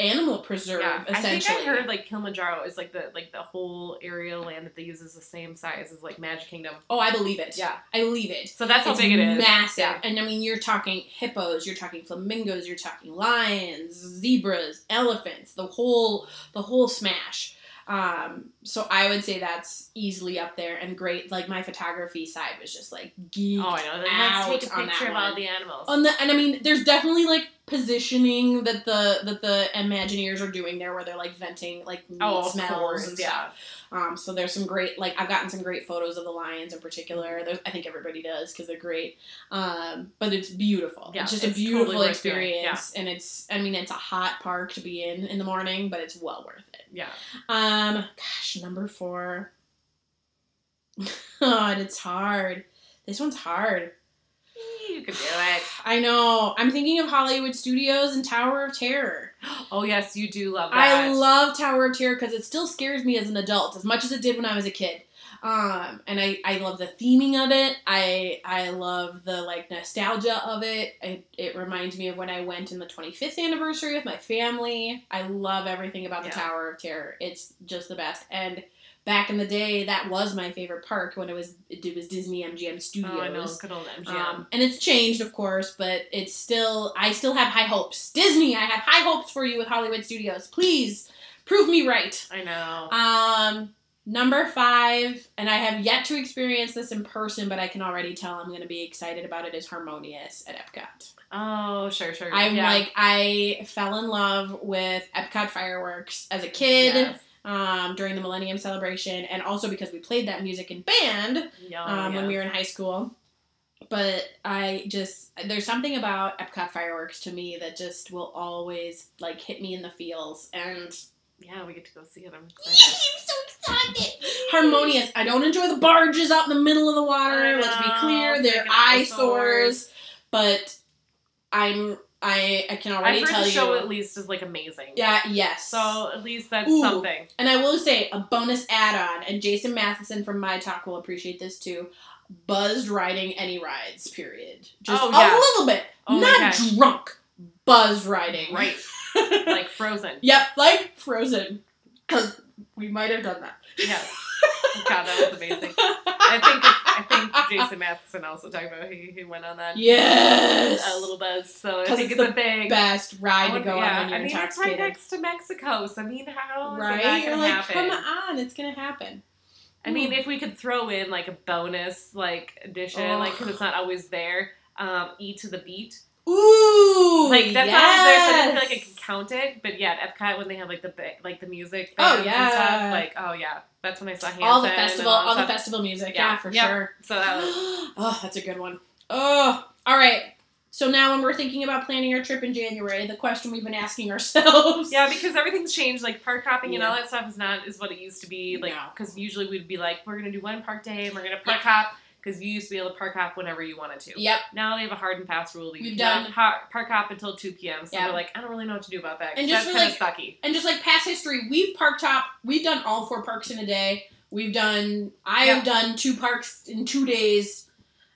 A: animal preserve
B: yeah. I think
A: essentially.
B: I heard like Kilimanjaro is like the like the whole area of land that they use is the same size as like Magic Kingdom.
A: oh, I believe it.
B: Yeah,
A: I believe it.
B: so that's how
A: It's
B: big it is.
A: Massive.
B: Yeah.
A: And I mean, you're talking hippos, you're talking flamingos, you're talking lions, zebras, elephants, the whole the whole smash. Um, so I would say that's easily up there and great. Like my photography side was just like geeked
B: Oh, I know.
A: out
B: Then let's take a
A: on
B: picture
A: that
B: of all
A: one.
B: the animals.
A: On the and I mean, there's definitely like positioning that the that the Imagineers are doing there, where they're like venting like meat
B: oh, of
A: smells
B: course,
A: and stuff.
B: yeah.
A: Um, so there's some great, like I've gotten some great photos of the lions in particular. There's, I think everybody does because they're great. Um, but it's beautiful.
B: Yeah,
A: it's just a
B: it's totally
A: beautiful
B: worth doing,
A: experience, and it's, I mean, it's a hot park to be in in the morning, but it's well worth it.
B: Yeah.
A: Um, gosh, number four. God, it's hard. This one's hard.
B: You could do it.
A: I know. I'm thinking of Hollywood Studios and Tower of Terror.
B: Oh yes, you do love that.
A: I love Tower of Terror because it still scares me as an adult as much as it did when I was a kid. Um, and I, I love the theming of it. I I love the like nostalgia of it. It, it reminds me of when I went in the 25th anniversary with my family. I love everything about the
B: Yeah.
A: Tower of Terror. It's just the best. And back in the day, that was my favorite park when it was it was Disney MGM Studios.
B: Oh, I know. Good old MGM.
A: Um, and it's changed, of course, but it's still I still have high hopes. Disney, I have high hopes for you with Hollywood Studios. Please prove me right.
B: I know.
A: Um, number five, and I have yet to experience this in person, but I can already tell I'm going to be excited about it. Is Harmonious at Epcot?
B: oh, sure, sure.
A: I'm
B: yeah.
A: like I fell in love with Epcot fireworks as a kid.
B: Yes.
A: Um, during the Millennium Celebration, and also because we played that music in band,
B: Oh, Yeah,
A: um, when we
B: yes.
A: were in high school. But I just there's something about Epcot fireworks to me that just will always like hit me in the feels and
B: Yeah, we get to go see it. I'm
A: I'm
B: excited.
A: so excited. Harmonious. I don't enjoy the barges out in the middle of the water.
B: I
A: Let's be
B: know,
A: clear, they're
B: freaking
A: eyesores. But I'm I I can
B: I've
A: already
B: heard
A: tell
B: the show at
A: you.
B: least is like amazing.
A: Yeah. Yes.
B: So at least that's
A: Ooh.
B: something.
A: And I will say a bonus add-on, and Jason Matheson from My Talk will appreciate this too. Buzzed riding any rides, period. Just
B: Oh, yeah.
A: a little bit,
B: Oh my
A: not
B: gosh.
A: drunk. Buzz riding,
B: Right. like Frozen.
A: yep, like Frozen, because we might have done that.
B: Yes. God, that was amazing. I think I think Jason Matheson also talked about he, he went on that
A: yes,
B: a little buzz. So I
A: 'Cause
B: think
A: it's
B: it's,
A: the
B: a thing.
A: best
B: I
A: ride to
B: wonder-
A: go
B: yeah,
A: on when you're
B: I mean, it's
A: intoxicated.
B: right next to Mexico. So I mean, how is
A: Right?
B: that
A: You're
B: gonna
A: like,
B: happen?
A: come on, it's gonna happen.
B: I
A: Hmm.
B: mean, if we could throw in like a bonus like addition, like 'cause like because it's not always there. Um, e to the beat,
A: Ooh,
B: like that's
A: yes.
B: not always there, so I don't feel like I can count it. But yeah, at Epcot when they have like the ba- like the music,
A: Oh,
B: bands
A: yeah.
B: and stuff, like oh yeah, that's when I saw Hanson
A: all the
B: and
A: festival,
B: all,
A: all the
B: that stuff.
A: festival music, yeah,
B: Yeah.
A: for
B: Yep.
A: sure.
B: So that was
A: oh, that's a good one. Oh, all right. So now when we're thinking about planning our trip in January, the question we've been asking ourselves.
B: Yeah, because everything's changed. Like park hopping and
A: Yeah.
B: all that stuff is not is what it used to be. Like
A: No.
B: because usually we'd be like, we're gonna do one park day and we're gonna park hop because you used to be able to park hop whenever you wanted to.
A: Yep.
B: Now they have a hard and fast rule. that You
A: We've
B: cannot
A: done-
B: ho- park hop until two p.m. So
A: Yeah.
B: we're like, I don't really know what to do about that. 'cause
A: And just
B: that's
A: for,
B: kind of sucky.
A: And just like past history, we've parked top. We've done all four parks in a day. We've done. I have done two parks in two days.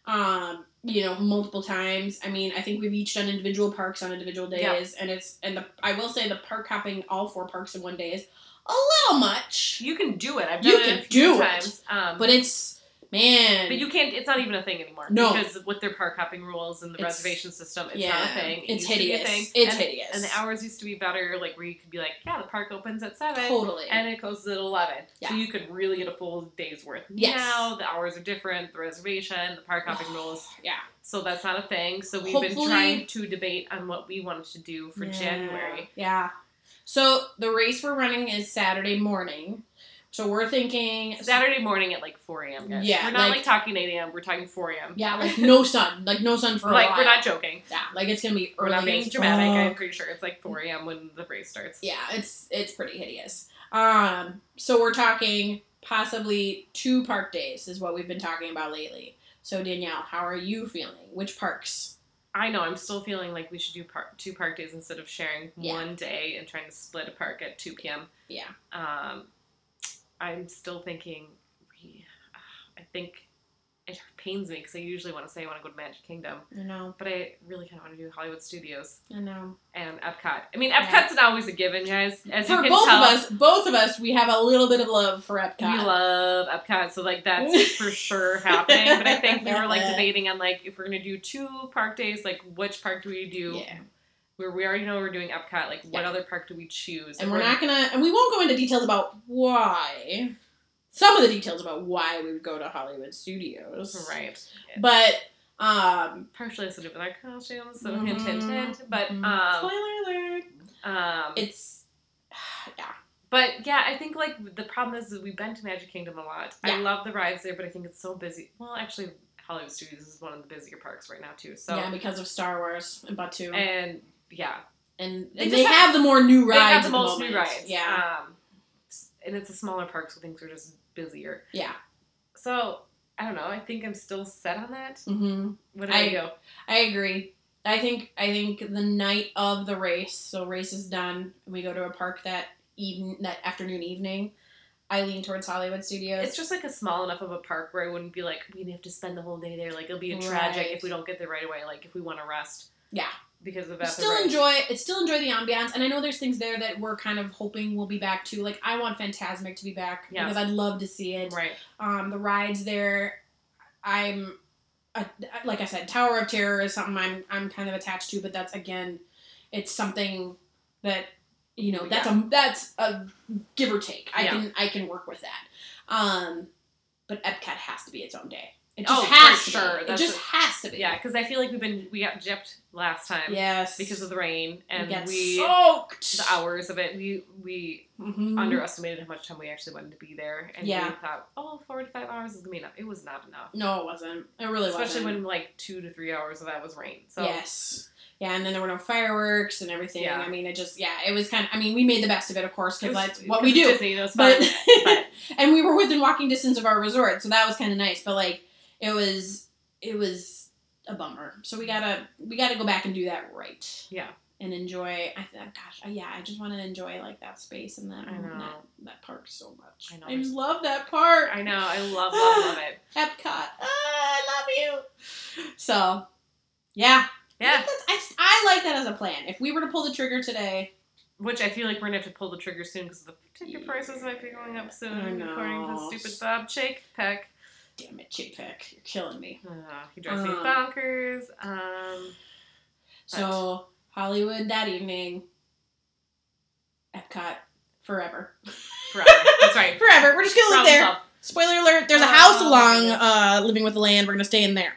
A: Um, you know, multiple times. I mean, I think we've each done individual parks on individual days,
B: Yeah.
A: and it's and the I will say the park hopping all four parks in one day is a little much,
B: You can do it. I've done
A: You
B: it
A: can
B: a few
A: do it.
B: times. Um,
A: but it's Man.
B: But you can't. It's not even a thing anymore.
A: No.
B: because with their park hopping rules and the
A: It's-
B: reservation system, it's
A: yeah,
B: not a thing. It
A: it's
B: used to be a
A: hideous.
B: thing.
A: It's
B: and,
A: hideous.
B: And the hours used to be better, like where you could be like, yeah, the park opens at seven.
A: totally.
B: And it closes at 11.
A: Yeah.
B: So you could really get a full day's worth.
A: Yes.
B: Now the hours are different, the reservation, the park hopping rules.
A: Yeah.
B: So that's not a thing. So we've been
A: Hopefully-
B: trying to debate on what we wanted to do for January.
A: Yeah. So the race we're running is Saturday morning. So we're thinking
B: Saturday morning at like 4 a.m. Guys.
A: Yeah,
B: We're not
A: like-
B: like, talking 8 a.m. We're talking 4 a.m.
A: Yeah, like no sun, like no sun for a
B: like
A: while.
B: we're not joking.
A: Yeah, like it's gonna be
B: We're
A: early.
B: not being
A: as
B: dramatic.
A: fuck.
B: I'm pretty sure it's like 4 a.m. when the race starts.
A: Yeah, it's it's pretty hideous. Um, so we're talking possibly two park days is what we've been talking about lately. So Danielle, how are you feeling? Which parks?
B: I know. I'm still feeling like we should do par- two park days instead of sharing
A: Yeah.
B: one day and trying to split a park at 2 p.m.
A: Yeah.
B: Um, I'm still thinking. we- I think it pains me because I usually want to say I want to go to Magic Kingdom,
A: I know,
B: but I really kind of want to do Hollywood Studios
A: I know.
B: and Epcot. I mean,
A: Yeah.
B: Epcot's not always a given, guys. As you
A: for
B: can
A: both
B: tell,
A: of us, both of us, we have a little bit of love for Epcot.
B: We love Epcot, so like that's for sure happening. But I think we were like debating on like if we're gonna do two park days, like which park do we do?
A: Yeah.
B: Where we already know we're doing Epcot, like what
A: Yeah.
B: other park do we choose?
A: and we're not gonna and we won't go into details about why some of the details about why we would go to hollywood studios
B: right.
A: but um
B: Partially has to do with our costumes, so
A: Mhm.
B: hint, hint, hint. But
A: Mhm.
B: um,
A: spoiler alert
B: um,
A: it's yeah
B: but yeah, I think like the problem is that we've been to Magic Kingdom a lot.
A: Yeah.
B: I love the rides there, but I think it's so busy. Well, actually, Hollywood Studios is one of the busier parks right now too. So
A: yeah because of star wars and batu and,
B: and yeah,
A: and
B: they
A: they,
B: just
A: have,
B: have-
A: the more new rides
B: they have the
A: at
B: most new
A: moment.
B: rides.
A: yeah
B: Um, s- and it's a smaller park, so things are just busier.
A: yeah
B: So I don't know. I think I'm still set on that.
A: hmm
B: What do I,
A: I-
B: go?
A: i agree i think i think the night of the race so race is done we go to a park that even that afternoon evening i lean towards hollywood studios
B: It's just like a small enough of a park where I wouldn't be like we have to spend the whole day there. Like it'll be a
A: Right.
B: tragic if we don't get there right away. Like if we want to rest.
A: Yeah.
B: Because of
A: You
B: that.
A: still enjoy it still enjoy the ambiance and i know there's things there that we're kind of hoping will be back too like i want phantasmic to be back
B: Yes.
A: because i'd love to see it
B: right.
A: um the rides there i'm uh, like i said tower of terror is something i'm i'm kind of attached to but that's again it's something that you know that's a that's a give or take i
B: Yeah.
A: can i can work with that um but epcot has to be its own day it
B: Oh,
A: just
B: for
A: has to
B: sure.
A: be. it
B: That's
A: just
B: a-
A: has to be
B: Yeah, because I feel like we've been we got gypped last time
A: yes Oh,
B: because of the rain and
A: we get
B: we
A: soaked
B: the hours of it. We we
A: Mhm.
B: underestimated how much time we actually wanted to be there, and
A: Yeah.
B: we thought, oh, four to five hours is gonna be enough. It was not enough.
A: No, it wasn't. It really
B: Especially
A: wasn't.
B: when like two to three hours of that was rain. So
A: yes, yeah, and then there were no fireworks and everything.
B: Yeah.
A: I mean, it just yeah, it was kind of. I mean, we made the best of it, of course,
B: It
A: because
B: was-
A: that's what we
B: because
A: do.
B: Disney, you know, it's
A: But,
B: fun, but
A: and we were within walking distance of our resort, so that was kind of nice. But like, it was it was a bummer. So we gotta we gotta go back and do that right.
B: Yeah.
A: And enjoy. I th- gosh, I- yeah, I just want to enjoy like that space and that
B: I know.
A: That, that park so much.
B: I know.
A: I just love that park.
B: I know I love love love it.
A: Epcot. Ah, I love you. So, yeah. I,
B: Yeah,
A: think that's- I, I like that as a plan. If we were to pull the trigger today,
B: which I feel like we're gonna have to pull the trigger soon because the ticket prices might be going up soon,
A: I know.
B: according to stupid Bob Shake Peck.
A: damn it, Chick Peck, you're killing me.
B: Uh, he drives me
A: Um.
B: bonkers. Um,
A: So, Hollywood that evening, Epcot forever.
B: forever. That's right.
A: Forever. We're just going to live
B: Problem
A: there.
B: solved.
A: Spoiler alert, there's a
B: Oh,
A: house
B: my
A: along
B: goodness.
A: uh, Living with the Land. We're going to stay in there.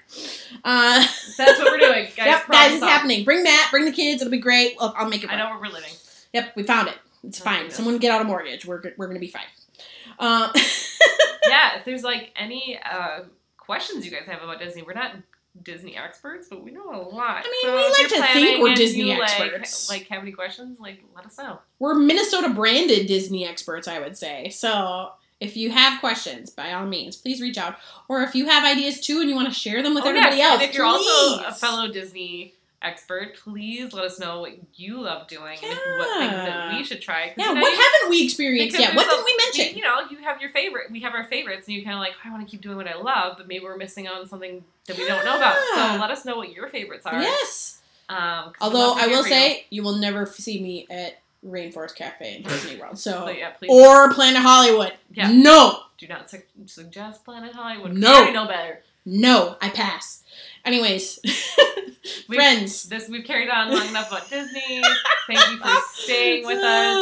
A: Uh,
B: That's what we're doing, guys.
A: yep,
B: Problem
A: that is
B: solved.
A: happening. Bring that. Bring the kids. It'll be great. Look, I'll make it work.
B: I know where we're living.
A: Yep, we found it. It's
B: Oh,
A: fine.
B: goodness.
A: Someone get out a mortgage. We're, we're going to be fine. Uh,
B: yeah, if there's like any uh, questions you guys have about Disney, we're not Disney experts, but we know a lot.
A: I mean,
B: So
A: we
B: if
A: like
B: you're
A: to think
B: planning
A: we're
B: and
A: Disney
B: you, like,
A: experts.
B: Like, have any questions? Like, let us know.
A: we're Minnesota branded Disney experts, I would say. So if you have questions, by all means, please reach out. Or if you have ideas too and you want to share them with
B: Oh,
A: everybody
B: yes,
A: else,
B: and if you're also a
A: please.
B: fellow Disney expert, please let us know what you love doing and if- what things that
A: Yeah.
B: we should try. 'Cause,
A: yeah,
B: you know,
A: what
B: you-
A: haven't we experienced
B: because
A: yet? What
B: there's
A: didn't we mention?
B: You know, you have your favorite. We have our favorites, and you're kind of like, I want to keep doing what I love, but maybe we're missing out on something that we don't know about.
A: Yeah.
B: So let us know what your favorites are.
A: Yes.
B: Um, 'cause we'd
A: Although
B: love to
A: I
B: hear
A: will
B: from you.
A: say, you will never f- see me at Rainforest Cafe in Disney World. So
B: But yeah, please
A: oh, or Planet Hollywood.
B: Yeah.
A: No,
B: do not su- suggest Planet Hollywood.
A: No.
B: No, we know better.
A: no, I pass. Anyways,
B: We've-
A: friends,
B: This we've carried on long enough about Disney. Thank you for staying with us.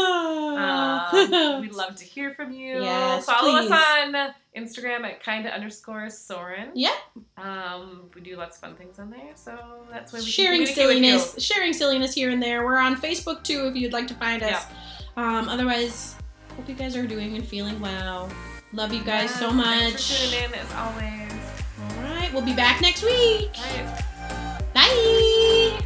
B: Um, we'd love to hear from you.
A: Yes,
B: Follow
A: please.
B: us on Instagram at kinda underscore Soren.
A: Yep.
B: Um, we do lots of fun things on there, so that's where we
A: sharing
B: can communicate with you.
A: silliness, sharing silliness here and there. We're on Facebook too if you'd like to find us. Um, otherwise, hope you guys are doing and feeling well. Love you guys so
B: Yes,
A: much.
B: Thanks for tuning in as always.
A: All right, we'll be back next week.
B: All right.
A: Bye.